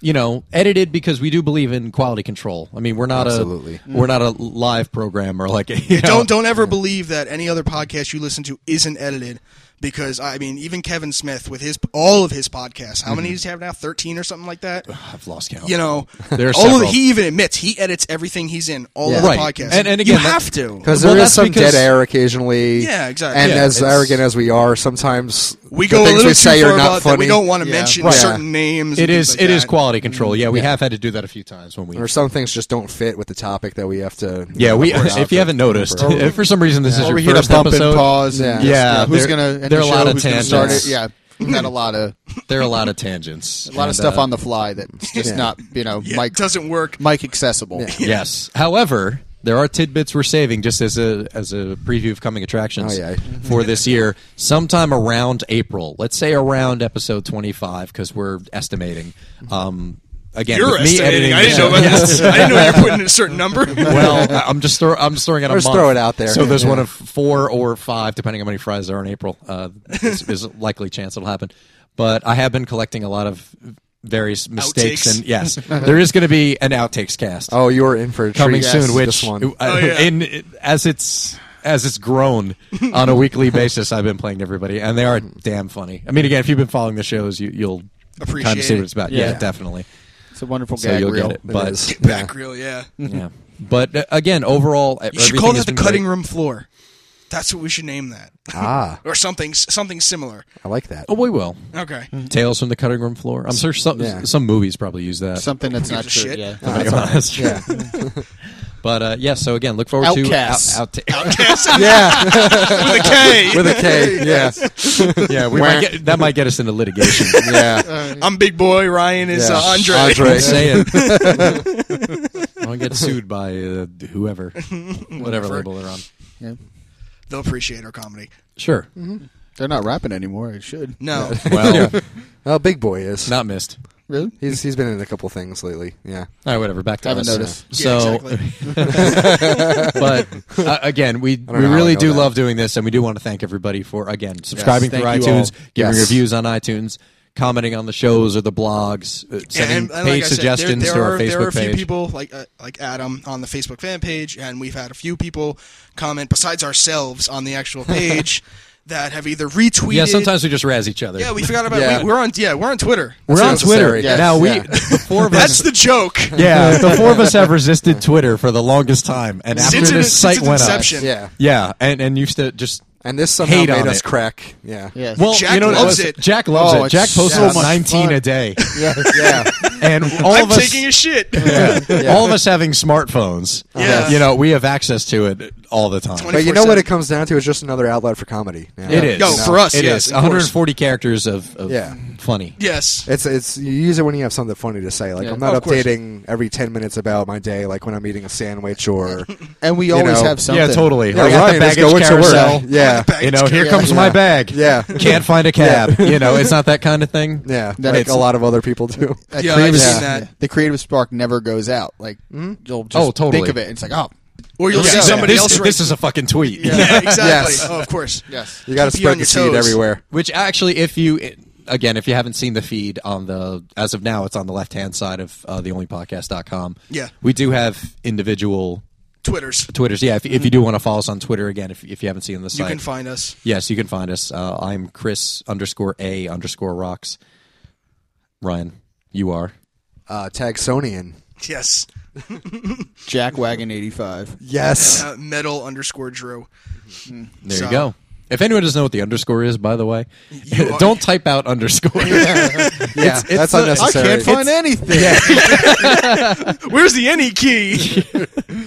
Speaker 4: you know edited because we do believe in quality control. I mean, we're not
Speaker 2: Absolutely.
Speaker 4: a we're not a live program or like a, you know,
Speaker 1: Don't don't ever believe that any other podcast you listen to isn't edited because I mean even Kevin Smith with his all of his podcasts, how
Speaker 4: Mm-hmm.
Speaker 1: many does he have now? Thirteen or something like that?
Speaker 4: I've lost count.
Speaker 1: You know,
Speaker 4: There are
Speaker 1: all of the,
Speaker 4: several.
Speaker 1: he even admits he edits everything he's in, all
Speaker 2: Yeah.
Speaker 1: of the
Speaker 4: Right.
Speaker 1: podcasts.
Speaker 4: And- and
Speaker 1: you
Speaker 4: again, that-
Speaker 1: have to.
Speaker 2: Because
Speaker 4: Well,
Speaker 2: there is
Speaker 4: that's
Speaker 2: some
Speaker 4: because-
Speaker 2: dead air occasionally.
Speaker 1: Yeah, exactly.
Speaker 2: And
Speaker 1: Yeah,
Speaker 2: as
Speaker 4: it's-
Speaker 2: arrogant as we are, sometimes
Speaker 1: We
Speaker 2: the
Speaker 1: go a
Speaker 2: things
Speaker 1: little
Speaker 2: we say
Speaker 1: too far
Speaker 2: are not
Speaker 1: about that.
Speaker 2: funny.
Speaker 1: We don't want to
Speaker 5: Yeah.
Speaker 1: mention
Speaker 2: Right.
Speaker 1: certain names.
Speaker 4: it
Speaker 1: and
Speaker 4: is
Speaker 1: things like
Speaker 4: it is
Speaker 1: that. Mm-hmm.
Speaker 4: quality control. Yeah, we have had to do that a few times when we
Speaker 2: or some things just don't fit with the topic that we have to.
Speaker 4: Yeah, we
Speaker 2: work out
Speaker 4: if you
Speaker 2: for-
Speaker 4: haven't noticed,
Speaker 2: Oh,
Speaker 4: if for some reason this is
Speaker 5: Or
Speaker 4: your
Speaker 5: we hit a
Speaker 4: first
Speaker 5: bump
Speaker 4: episode
Speaker 5: and pause. and
Speaker 2: Yeah.
Speaker 5: just,
Speaker 4: Yeah,
Speaker 5: you know, who's
Speaker 4: there-
Speaker 5: gonna end
Speaker 4: there are a
Speaker 5: the show?
Speaker 4: lot of
Speaker 5: who's gonna start
Speaker 4: tangents.
Speaker 5: it? Yeah, We've had a lot of
Speaker 4: There are a lot of tangents.
Speaker 5: a lot of
Speaker 4: uh,
Speaker 5: stuff on the fly that's just not you know
Speaker 1: Mike
Speaker 5: Mike
Speaker 1: doesn't work.
Speaker 5: Mike accessible.
Speaker 4: Yes. However, there are tidbits we're saving just as a as a preview of coming attractions
Speaker 2: Oh, yeah.
Speaker 4: for this year. Sometime around April, let's say around episode twenty five, because we're estimating. Um, again,
Speaker 1: You're
Speaker 4: with me
Speaker 1: estimating.
Speaker 4: editing
Speaker 1: I didn't know
Speaker 4: down-
Speaker 1: about this. I didn't know you were putting in a certain number.
Speaker 4: well, I- I'm just throw, I'm just throwing out a
Speaker 2: Just
Speaker 4: month.
Speaker 2: throw it out there.
Speaker 4: So there's
Speaker 2: Yeah.
Speaker 4: one of four or five, depending on how many fries there are in April. Uh, is, is a likely chance it'll happen. But I have been collecting a lot of various mistakes,
Speaker 1: Outtakes.
Speaker 4: and yes, there is going to be an outtakes cast
Speaker 2: Oh, you're in for a treat.
Speaker 4: coming
Speaker 2: Yes,
Speaker 4: soon. Which uh,
Speaker 2: this one.
Speaker 1: Oh, yeah.
Speaker 4: in, as it's as it's grown on a weekly basis, I've been playing to everybody, and they are damn funny. I mean, again, if you've been following the shows, you, you'll kind
Speaker 1: Appreciate
Speaker 4: of see
Speaker 1: it.
Speaker 4: what it's about. Yeah,
Speaker 5: Yeah.
Speaker 4: definitely.
Speaker 5: It's a wonderful
Speaker 4: So
Speaker 5: gag
Speaker 4: you'll
Speaker 5: reel.
Speaker 4: get it.
Speaker 2: It
Speaker 4: But
Speaker 2: is.
Speaker 1: Back reel, yeah. You
Speaker 4: yeah, but uh, again, overall, you
Speaker 1: should call that the cutting room floor. That's what we should name that,
Speaker 2: Ah,
Speaker 1: or something something similar.
Speaker 2: I like that.
Speaker 4: Oh, we will.
Speaker 1: Okay.
Speaker 2: Mm.
Speaker 4: Tales from the cutting room floor. I'm sure some
Speaker 2: Yeah.
Speaker 4: some movies probably use that.
Speaker 5: Something that's not
Speaker 1: a
Speaker 5: true.
Speaker 1: shit.
Speaker 5: Yeah.
Speaker 4: Somebody honest. but uh, yeah, so again, look forward
Speaker 5: Outcasts.
Speaker 4: to out,
Speaker 1: Yes,
Speaker 2: Yeah,
Speaker 1: with a K.
Speaker 2: with a K. Yeah,
Speaker 4: yeah, we might get, that might get us into litigation.
Speaker 2: yeah.
Speaker 1: I'm big boy. Ryan is
Speaker 2: Yeah.
Speaker 1: uh, Andre.
Speaker 2: Andre.
Speaker 4: I'm saying. I don't get sued by uh, whoever, whatever label they're on.
Speaker 5: Yeah.
Speaker 1: They'll appreciate our comedy.
Speaker 4: Sure.
Speaker 5: They're not rapping anymore. It should.
Speaker 1: No,
Speaker 5: Mm-hmm.
Speaker 4: Well,
Speaker 2: Oh, big boy is.
Speaker 4: not missed.
Speaker 5: Really?
Speaker 2: He's he's been in a couple things lately. Yeah.
Speaker 4: All right, whatever. Back to
Speaker 5: Haven't
Speaker 4: us.
Speaker 5: noticed.
Speaker 1: Yeah,
Speaker 4: So, but uh, again, we we
Speaker 2: know how I
Speaker 4: really
Speaker 2: know
Speaker 4: do
Speaker 2: that.
Speaker 4: love doing this, and we do want to thank everybody for again subscribing
Speaker 5: Yes,
Speaker 4: through
Speaker 5: thank you all.
Speaker 4: iTunes, giving
Speaker 2: Yes.
Speaker 4: reviews on iTunes, commenting on the shows or the blogs, uh, sending
Speaker 1: and, and like
Speaker 4: page
Speaker 1: I said, there-
Speaker 4: suggestions
Speaker 1: there,
Speaker 4: to
Speaker 1: are,
Speaker 4: our
Speaker 1: There are a
Speaker 4: Facebook
Speaker 1: few
Speaker 4: page.
Speaker 1: people like uh, like Adam on the Facebook fan page, and we've had a few people comment besides ourselves on the actual page that have either retweeted.
Speaker 4: yeah, sometimes we just razz each other.
Speaker 1: Yeah, we forgot about.
Speaker 2: Yeah.
Speaker 1: We, we're on. Yeah, we're on Twitter.
Speaker 4: we're on
Speaker 2: That's
Speaker 4: Twitter
Speaker 2: necessary. Yes.
Speaker 4: now. We
Speaker 2: Yeah.
Speaker 4: the four of us
Speaker 1: That's the joke.
Speaker 4: Yeah, the four of us have resisted Twitter for the longest time, and after
Speaker 1: Since, it,
Speaker 4: this site
Speaker 1: since its
Speaker 4: went
Speaker 1: inception,
Speaker 2: Yeah.
Speaker 4: up, yeah, and and used to just
Speaker 2: And this somehow
Speaker 4: Hate
Speaker 2: made
Speaker 4: on
Speaker 2: us
Speaker 4: it.
Speaker 2: crack. Yeah.
Speaker 5: Yeah.
Speaker 4: well,
Speaker 1: Jack
Speaker 4: you know what
Speaker 1: loves
Speaker 4: was?
Speaker 1: it.
Speaker 4: Jack loves
Speaker 5: Oh,
Speaker 4: it. Jack
Speaker 5: it's
Speaker 4: posts
Speaker 5: so
Speaker 4: about
Speaker 5: much
Speaker 4: nineteen
Speaker 5: fun.
Speaker 4: a day,
Speaker 2: Yeah. Yeah.
Speaker 4: and all
Speaker 1: I'm
Speaker 4: of us,
Speaker 1: taking a shit.
Speaker 2: Yeah.
Speaker 4: all of us having smartphones,
Speaker 1: Yeah.
Speaker 4: you know, we have access to it all the time.
Speaker 2: But you know what it comes down to? It's just another outlet for comedy. now.
Speaker 4: It is
Speaker 1: Yo,
Speaker 2: You know?
Speaker 1: for us,
Speaker 4: It
Speaker 1: yes,
Speaker 4: is.
Speaker 1: of course.
Speaker 4: 140 characters of, of
Speaker 2: Yeah.
Speaker 4: funny.
Speaker 1: Yes.
Speaker 2: It's it's you use it when you have something funny to say. Like
Speaker 5: Yeah.
Speaker 2: I'm
Speaker 4: Oh,
Speaker 2: not
Speaker 1: Of course.
Speaker 2: updating every ten minutes about my day, like when I'm eating a sandwich or
Speaker 5: And we
Speaker 2: You
Speaker 5: always
Speaker 2: know.
Speaker 5: have something.
Speaker 4: Yeah, totally.
Speaker 2: Yeah,
Speaker 4: Like at the
Speaker 2: Ryan, let's
Speaker 4: baggage
Speaker 2: go into work.
Speaker 4: carousel.
Speaker 2: Yeah.
Speaker 1: Baggage
Speaker 4: you know, here
Speaker 1: carousel.
Speaker 4: comes my
Speaker 5: Yeah.
Speaker 4: bag.
Speaker 2: Yeah.
Speaker 4: can't find a cab. You know, it's not that kind of thing.
Speaker 2: yeah,
Speaker 5: That
Speaker 2: like
Speaker 5: it's-
Speaker 2: a lot of other people do.
Speaker 5: That
Speaker 1: Yeah,
Speaker 5: creative-
Speaker 1: I've seen Yeah. that.
Speaker 5: The creative spark never goes out. Like you'll just
Speaker 4: Oh, totally.
Speaker 5: think of it. And it's like, oh,
Speaker 1: Or you'll
Speaker 4: Yeah.
Speaker 1: see somebody
Speaker 4: this,
Speaker 1: else.
Speaker 4: This
Speaker 1: right-
Speaker 4: is a fucking tweet.
Speaker 1: yeah, exactly.
Speaker 2: Yes.
Speaker 1: Oh, of course.
Speaker 5: yes.
Speaker 2: You got to
Speaker 1: Keep you on your
Speaker 2: spread the seed
Speaker 1: toes.
Speaker 2: everywhere.
Speaker 4: Which actually, if you again, if you haven't seen the feed on the as of now, it's on the left hand side of uh, theonlypodcast.com.
Speaker 1: Yeah.
Speaker 4: we do have individual
Speaker 1: Twitters.
Speaker 4: Twitters. Yeah, if, if you do want to follow us on Twitter again, if, if you haven't seen the
Speaker 1: Mm-hmm. You
Speaker 4: site,
Speaker 1: can find us.
Speaker 4: yes, you can find us. Uh, I'm Chris underscore a underscore rocks. Ryan, you are.
Speaker 2: Uh, Tagsonian.
Speaker 1: Yes.
Speaker 5: Jack Wagon eighty five.
Speaker 2: Yes.
Speaker 1: Uh, metal underscore Drew.
Speaker 4: There
Speaker 1: So-
Speaker 4: you go. If anyone doesn't know what the underscore is, by the way,
Speaker 1: You are-
Speaker 4: don't type out underscore.
Speaker 2: Yeah, that's
Speaker 4: the- I
Speaker 5: I
Speaker 2: unnecessary.
Speaker 5: can't find anything.
Speaker 1: Where's the any key?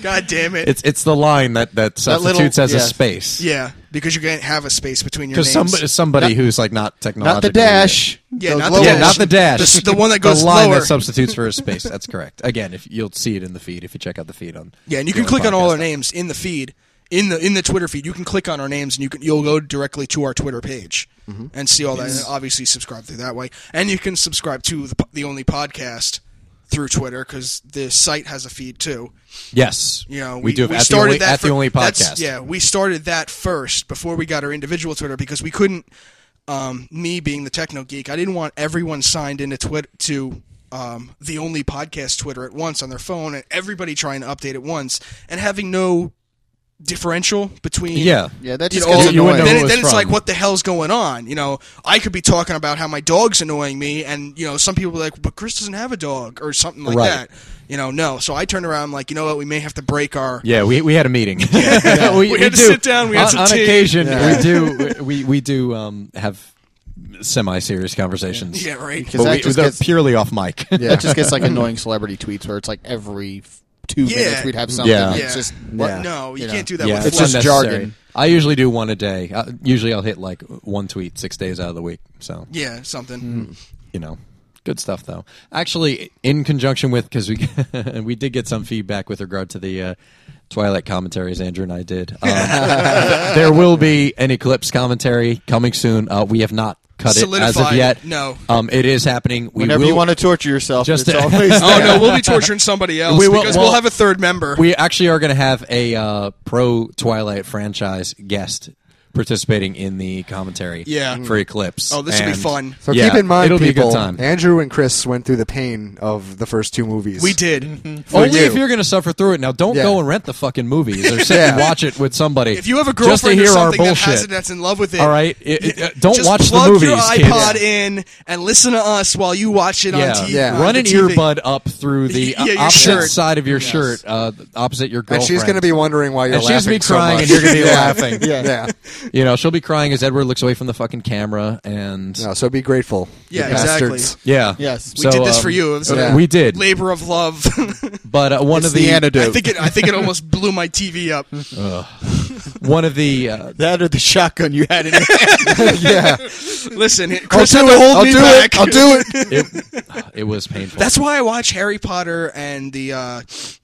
Speaker 1: God damn it.
Speaker 4: It's it's the line that that substitutes as
Speaker 5: yeah.
Speaker 4: a space.
Speaker 1: yeah, because you can't have a space between your
Speaker 4: Because
Speaker 1: names.
Speaker 4: somebody, somebody who's like not technological,
Speaker 5: Not the dash.
Speaker 1: Yeah,
Speaker 5: The
Speaker 1: not
Speaker 5: lower
Speaker 1: the
Speaker 4: Yeah,
Speaker 1: dash.
Speaker 4: not the dash.
Speaker 1: The s- the one that goes
Speaker 4: the line
Speaker 1: lower.
Speaker 4: that substitutes for a space. That's correct. Again, if you'll see it in the feed if you check out the feed on.
Speaker 1: yeah, and you can
Speaker 4: the
Speaker 1: click on all our
Speaker 4: podcast.
Speaker 1: names in the feed. In the in the Twitter feed, you can click on our names and you can you'll go directly to our Twitter page and see all that. And obviously, subscribe through that way, and you can subscribe to the, po- the only podcast through Twitter because the site has a feed too.
Speaker 4: Yes,
Speaker 1: You know, we,
Speaker 4: we, do.
Speaker 1: We
Speaker 4: at
Speaker 1: started
Speaker 4: the only,
Speaker 1: that
Speaker 4: at the
Speaker 1: fir-
Speaker 4: only
Speaker 1: that's-
Speaker 4: podcast.
Speaker 1: Yeah, we started that first before we got our individual Twitter because we couldn't. Um, me being the techno geek, I didn't want everyone signed into Twitter to um, the only podcast Twitter at once on their phone, and everybody trying to update at once and having no differential between
Speaker 4: yeah,
Speaker 5: Yeah, that
Speaker 1: you
Speaker 5: just
Speaker 1: know,
Speaker 5: gets
Speaker 1: all-
Speaker 4: you wouldn't
Speaker 1: then, it-
Speaker 4: know who it
Speaker 5: annoying.
Speaker 4: was
Speaker 1: then it's
Speaker 4: from.
Speaker 1: like, what the hell's going on? You know, I could be talking about how my dog's annoying me, and you know, some people be like, but Chris doesn't have a dog or something like
Speaker 4: Right.
Speaker 1: that. You know, no. So I turned around, I'm like, you know what? We may have to break our.
Speaker 4: Yeah, we, we had a meeting.
Speaker 1: We had to sit down, we had
Speaker 4: on,
Speaker 1: some
Speaker 4: on
Speaker 1: tea.
Speaker 4: occasion, we do we we do um, have semi-serious conversations.
Speaker 1: Yeah, right.
Speaker 5: Because
Speaker 4: but
Speaker 5: that
Speaker 4: we,
Speaker 5: just
Speaker 4: they're
Speaker 5: gets-
Speaker 4: purely off mic.
Speaker 2: Yeah.
Speaker 5: That just gets like annoying celebrity tweets where it's like every f- two
Speaker 1: Yeah.
Speaker 5: minutes we'd have something.
Speaker 4: Yeah.
Speaker 5: It's just
Speaker 1: What?
Speaker 2: Yeah.
Speaker 1: No, you,
Speaker 5: You know.
Speaker 1: can't do that
Speaker 4: Yeah,
Speaker 1: with
Speaker 5: it's
Speaker 4: It's
Speaker 1: one.
Speaker 5: just
Speaker 4: unnecessary.
Speaker 5: jargon.
Speaker 4: I usually do one a day. Uh usually I'll hit like one tweet six days out of the week. So
Speaker 1: Yeah, something.
Speaker 4: Mm. you know, good stuff though. Actually, in conjunction with because we we did get some feedback with regard to the uh, Twilight commentaries Andrew and I did. Um, there will be an Eclipse commentary coming soon. Uh, we have not cut it as
Speaker 1: Solidified,
Speaker 4: of yet.
Speaker 1: no.
Speaker 4: um, it is happening. We
Speaker 5: Whenever
Speaker 4: will,
Speaker 5: you want to torture yourself,
Speaker 4: Just
Speaker 5: it's
Speaker 4: to-
Speaker 5: always
Speaker 1: Oh no, we'll be torturing somebody else
Speaker 4: We will-
Speaker 1: because we'll,
Speaker 4: well-
Speaker 1: have a third member.
Speaker 4: We actually are going to have a uh, pro Twilight franchise guest participating in the commentary.
Speaker 1: Yeah.
Speaker 4: for Eclipse.
Speaker 1: Oh, this will be fun.
Speaker 2: So
Speaker 4: yeah,
Speaker 2: keep in mind,
Speaker 4: it'll be a
Speaker 2: people.
Speaker 4: good time.
Speaker 2: Andrew and Chris went through the pain of the first two movies.
Speaker 1: we did.
Speaker 2: for
Speaker 4: Only
Speaker 2: you.
Speaker 4: if you're going to suffer through it. Now, don't
Speaker 2: Yeah.
Speaker 4: go and rent the fucking movies or sit and
Speaker 2: Yeah.
Speaker 4: watch it with somebody.
Speaker 1: If you have a
Speaker 4: just to
Speaker 1: girlfriend or
Speaker 4: hear our
Speaker 1: something that
Speaker 4: bullshit,
Speaker 1: has it that's in love with it,
Speaker 4: all right, It- it- uh, don't
Speaker 1: just
Speaker 4: watch the
Speaker 1: plug
Speaker 4: movies.
Speaker 1: your
Speaker 4: kids.
Speaker 1: iPod in and listen to us while you watch it
Speaker 4: Yeah,
Speaker 1: on TV.
Speaker 2: Yeah.
Speaker 1: on
Speaker 4: run
Speaker 1: the
Speaker 4: an
Speaker 1: TV.
Speaker 4: earbud up through the
Speaker 1: Yeah, your
Speaker 4: opposite
Speaker 1: shirt.
Speaker 4: side of your shirt, uh, opposite your
Speaker 2: And
Speaker 4: girlfriend.
Speaker 2: she's going to be wondering why you're
Speaker 4: and
Speaker 2: laughing
Speaker 4: she's gonna be
Speaker 2: so
Speaker 4: crying,
Speaker 2: much.
Speaker 4: and you're going to be
Speaker 2: Yeah.
Speaker 4: laughing.
Speaker 5: Yeah.
Speaker 2: Yeah.
Speaker 4: You know, she'll be crying as Edward looks away from the fucking camera, and
Speaker 2: No, so be grateful.
Speaker 1: Yeah,
Speaker 2: you
Speaker 1: exactly.
Speaker 2: bastards.
Speaker 4: yeah,
Speaker 5: Yes. We
Speaker 1: We did this
Speaker 4: um,
Speaker 1: for you. It was
Speaker 2: Yeah.
Speaker 1: a
Speaker 4: We did,
Speaker 1: labor of love.
Speaker 4: but uh, one
Speaker 5: It's
Speaker 4: of the,
Speaker 5: the antidote.
Speaker 1: I think it. I think it almost blew my TV up.
Speaker 4: one of the uh,
Speaker 5: that or the shotgun you had in your hand.
Speaker 2: yeah.
Speaker 1: Listen, it- Chris
Speaker 2: I'll
Speaker 1: had
Speaker 2: do
Speaker 1: to
Speaker 2: it.
Speaker 1: hold
Speaker 2: I'll
Speaker 1: me
Speaker 2: do
Speaker 1: back.
Speaker 2: it. I'll do it.
Speaker 4: it, it was painful.
Speaker 1: That's why I watch Harry Potter and the uh,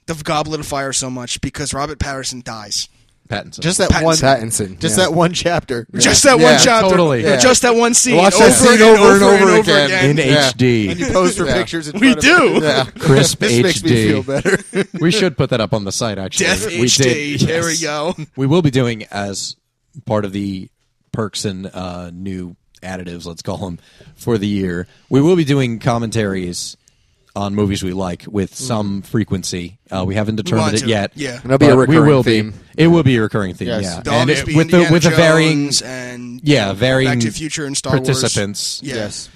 Speaker 1: the Goblet of Fire so much because Robert Patterson dies.
Speaker 4: Pattinson.
Speaker 5: Just that
Speaker 1: Pattinson.
Speaker 5: one.
Speaker 2: Pattinson.
Speaker 5: Just
Speaker 2: yeah.
Speaker 5: that one chapter.
Speaker 1: Just that
Speaker 2: Yeah,
Speaker 1: one chapter,
Speaker 4: totally.
Speaker 1: or
Speaker 2: Yeah.
Speaker 1: just that one scene,
Speaker 2: Watch that
Speaker 1: over,
Speaker 2: scene
Speaker 1: and over and over, again.
Speaker 4: in
Speaker 2: Yeah.
Speaker 5: And
Speaker 4: HD.
Speaker 5: you pose for
Speaker 2: Yeah.
Speaker 5: pictures. In
Speaker 1: We
Speaker 5: front
Speaker 1: do.
Speaker 5: Of it.
Speaker 2: Yeah.
Speaker 4: Crisp
Speaker 5: This
Speaker 4: HD.
Speaker 5: makes me feel better.
Speaker 4: we should put that up on the site. Actually,
Speaker 1: Death
Speaker 4: we
Speaker 1: HD.
Speaker 4: did.
Speaker 1: There we
Speaker 4: yes.
Speaker 1: go.
Speaker 4: We will be doing as part of the perks and uh, new additives, let's call them, for the year. We will be doing commentaries on movies we like with some frequency. Uh, we haven't
Speaker 1: Mm.
Speaker 4: determined
Speaker 1: want
Speaker 4: it
Speaker 1: to,
Speaker 4: yet.
Speaker 1: yeah. And
Speaker 2: it'll be a
Speaker 4: but
Speaker 2: recurring
Speaker 4: we will
Speaker 2: theme.
Speaker 4: Be, it will be a recurring theme.
Speaker 5: Yes.
Speaker 4: Yeah,
Speaker 1: They'll always
Speaker 4: it-
Speaker 1: be
Speaker 4: with the
Speaker 1: Indiana
Speaker 4: with the varying
Speaker 1: Jones and
Speaker 4: yeah varying
Speaker 1: Back to the Future and Star Wars.
Speaker 4: participants.
Speaker 1: Yeah.
Speaker 5: Yes.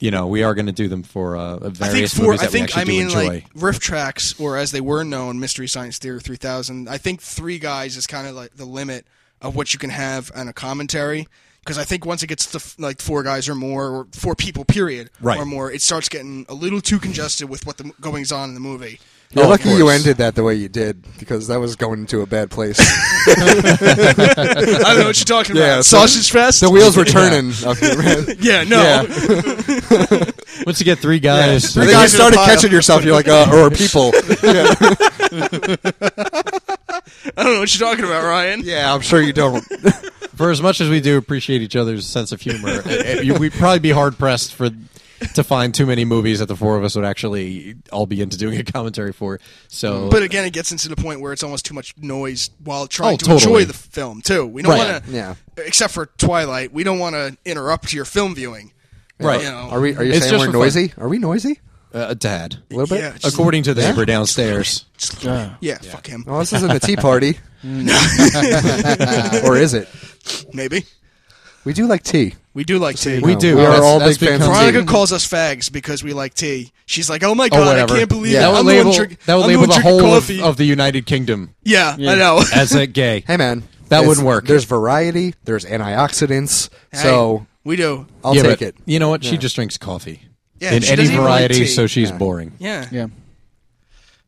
Speaker 4: You know, we are going to do them for uh,
Speaker 1: I think
Speaker 4: various
Speaker 1: four.
Speaker 4: movies
Speaker 1: I
Speaker 4: that we
Speaker 1: think
Speaker 4: actually
Speaker 1: I mean
Speaker 4: do enjoy.
Speaker 1: like riff tracks, or as they were known, Mystery Science Theater three thousand. I think three guys is kind of like the limit of what you can have on a commentary. Because I think once it gets to f- like four guys or more, or four people, period,
Speaker 4: Right.
Speaker 1: or more, it starts getting a little too congested with what the m- goings on in the movie.
Speaker 2: You're
Speaker 4: Oh, of
Speaker 2: lucky you
Speaker 4: course.
Speaker 2: ended that the way you did because that was going into a bad place.
Speaker 1: I don't know what you're talking
Speaker 2: Yeah,
Speaker 1: about.
Speaker 2: so-
Speaker 1: Sausage Fest.
Speaker 2: the wheels were turning. Okay, man.
Speaker 1: yeah, no.
Speaker 2: Yeah.
Speaker 4: Once you get three guys,
Speaker 2: And
Speaker 5: Three
Speaker 2: then you
Speaker 5: guys in a
Speaker 2: started
Speaker 5: pile.
Speaker 2: catching yourself. You're like, uh, or people. Yeah.
Speaker 1: I don't know what you're talking about, Ryan.
Speaker 2: yeah, I'm sure you don't.
Speaker 4: for as much as we do appreciate each other's sense of humor, eh, eh, we'd probably be hard pressed for to find too many movies that the four of us would actually all be into doing a commentary for. So,
Speaker 1: But again, it gets into the point where it's almost too much noise while trying
Speaker 4: Oh,
Speaker 1: to
Speaker 4: totally.
Speaker 1: enjoy the film too. We don't
Speaker 4: Right.
Speaker 1: want to,
Speaker 2: Yeah.
Speaker 1: except for Twilight, we don't want to interrupt your film viewing.
Speaker 4: Right.
Speaker 1: You know.
Speaker 2: Are we? Are you
Speaker 4: It's
Speaker 2: saying
Speaker 4: just
Speaker 2: we're
Speaker 4: for fun.
Speaker 2: noisy? Are we noisy?
Speaker 4: uh, a tad,
Speaker 2: A little bit.
Speaker 1: Yeah. just-
Speaker 4: according to the neighbor downstairs.
Speaker 1: Yeah, fuck him.
Speaker 4: Oh.
Speaker 2: Well, Oh, this isn't a tea party. or is it?
Speaker 1: Maybe
Speaker 2: We do like tea.
Speaker 1: we do like tea.
Speaker 4: We
Speaker 2: No,
Speaker 4: do.
Speaker 2: We are
Speaker 4: That's-
Speaker 2: all
Speaker 4: that's
Speaker 2: big fans.
Speaker 4: become-
Speaker 2: of
Speaker 1: Veronica
Speaker 2: tea.
Speaker 1: calls us fags because we like tea. She's like, "Oh my god, I
Speaker 4: whatever.
Speaker 1: can't believe
Speaker 2: Yeah.
Speaker 1: it.
Speaker 4: That
Speaker 1: I'm
Speaker 4: would
Speaker 1: the one
Speaker 4: label,
Speaker 1: drink-
Speaker 4: that would
Speaker 1: I'm the
Speaker 4: label
Speaker 1: one
Speaker 4: the
Speaker 1: drinking
Speaker 4: whole of,
Speaker 1: coffee."
Speaker 4: of the United Kingdom
Speaker 1: yeah, I know.
Speaker 4: as a gay.
Speaker 2: Hey, man.
Speaker 4: That
Speaker 2: It's-
Speaker 4: wouldn't work.
Speaker 2: There's variety. There's antioxidants. So
Speaker 1: Hey, we do.
Speaker 2: I'll
Speaker 4: Yeah,
Speaker 2: take
Speaker 4: but
Speaker 2: it.
Speaker 4: You know what? She just drinks coffee
Speaker 1: Yeah,
Speaker 4: in
Speaker 1: she
Speaker 4: any
Speaker 1: doesn't even like
Speaker 4: variety,
Speaker 1: tea.
Speaker 4: so she's boring.
Speaker 1: Yeah.
Speaker 5: Yeah.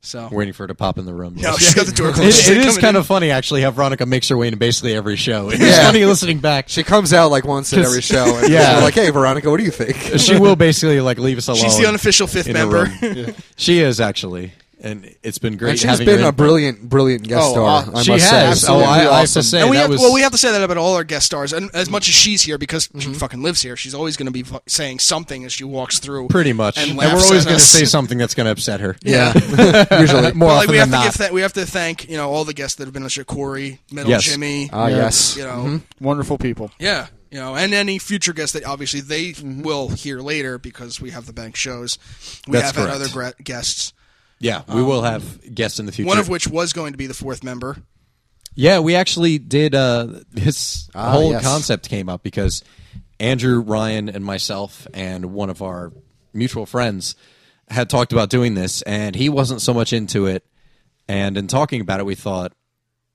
Speaker 1: So
Speaker 4: Waiting for her to pop in the room.
Speaker 1: no, she's got the door closed.
Speaker 4: It,
Speaker 1: She's
Speaker 4: it is
Speaker 1: coming
Speaker 4: kind
Speaker 1: in.
Speaker 4: of funny, actually, how Veronica makes her way into basically every show. It's
Speaker 2: Yeah.
Speaker 4: funny listening back.
Speaker 2: She comes out like once at every show. And
Speaker 4: Yeah.
Speaker 2: we're like, hey, Veronica, what do you think?
Speaker 4: she will basically like leave us alone.
Speaker 1: She's the unofficial fifth
Speaker 4: in a
Speaker 1: member.
Speaker 4: room. She is actually, and it's been great.
Speaker 2: And she's
Speaker 4: having
Speaker 2: been
Speaker 4: her
Speaker 2: a
Speaker 4: in.
Speaker 2: brilliant, brilliant guest
Speaker 5: Oh,
Speaker 2: star.
Speaker 5: uh,
Speaker 2: I
Speaker 4: She
Speaker 2: must say.
Speaker 4: has. Oh,
Speaker 5: Absolutely
Speaker 4: I, I have
Speaker 5: awesome.
Speaker 4: to say
Speaker 1: and we
Speaker 4: that
Speaker 1: have,
Speaker 4: was
Speaker 1: well, we have to say that about all our guest stars, and as much as she's here because
Speaker 4: Mm-hmm.
Speaker 1: she fucking lives here, she's always going to be fu- saying something as she walks through.
Speaker 4: pretty much.
Speaker 1: and
Speaker 4: And,
Speaker 1: laughs
Speaker 4: we're always
Speaker 1: at
Speaker 4: going to
Speaker 1: us.
Speaker 4: say something that's going to upset her.
Speaker 2: Yeah, usually.
Speaker 4: more
Speaker 1: But,
Speaker 4: often
Speaker 1: like, we have
Speaker 4: than
Speaker 1: to
Speaker 4: not.
Speaker 1: give that. We have to thank you know all the guests that have been on the show: Corey, Middle,
Speaker 4: Yes. Uh, mm-hmm.
Speaker 1: Jimmy.
Speaker 2: Ah, yes.
Speaker 1: you know,
Speaker 5: Wonderful people.
Speaker 1: yeah, you know, and any future guests that obviously they
Speaker 4: Mm-hmm.
Speaker 1: will hear later because we have the bank shows. We
Speaker 4: That's
Speaker 1: have had
Speaker 4: correct.
Speaker 1: other gra- guests,
Speaker 4: yeah, we will have guests in the future.
Speaker 1: Um, one of which was going to be the fourth member.
Speaker 4: Yeah, we actually did. Uh, this
Speaker 2: Ah,
Speaker 4: whole
Speaker 2: yes.
Speaker 4: concept came up because Andrew, Ryan, and myself, and one of our mutual friends had talked about doing this, and he wasn't so much into it. And in talking about it, we thought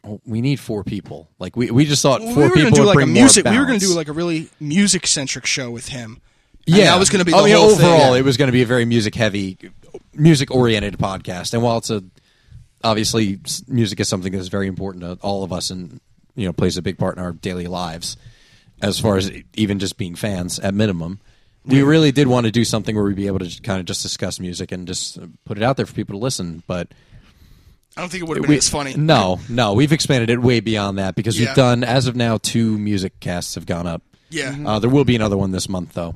Speaker 4: oh, we need four people. Like we, we just thought
Speaker 1: Well,
Speaker 4: four
Speaker 1: we were
Speaker 4: people
Speaker 1: going to do
Speaker 4: would
Speaker 1: like a
Speaker 4: bring more
Speaker 1: music. We were going
Speaker 4: balance.
Speaker 1: to do like a really music centric show with him. And
Speaker 4: Yeah,
Speaker 1: that was going to be the
Speaker 4: I mean,
Speaker 1: whole thing.
Speaker 4: overall, it was going to be a very music heavy, music oriented podcast. And while it's a obviously s- music is something that's very important to all of us, and you know plays a big part in our daily lives, as far as even just being fans at minimum. We really did want to do something where we'd be able to kind of just discuss music and just uh, put it out there for people to listen, but
Speaker 1: I don't think it would have been
Speaker 4: we-
Speaker 1: as funny.
Speaker 4: No, no, we've expanded it way beyond that because
Speaker 1: Yeah.
Speaker 4: we've done as of now two music casts have gone up.
Speaker 1: Yeah.
Speaker 4: uh, there will be another one this month though.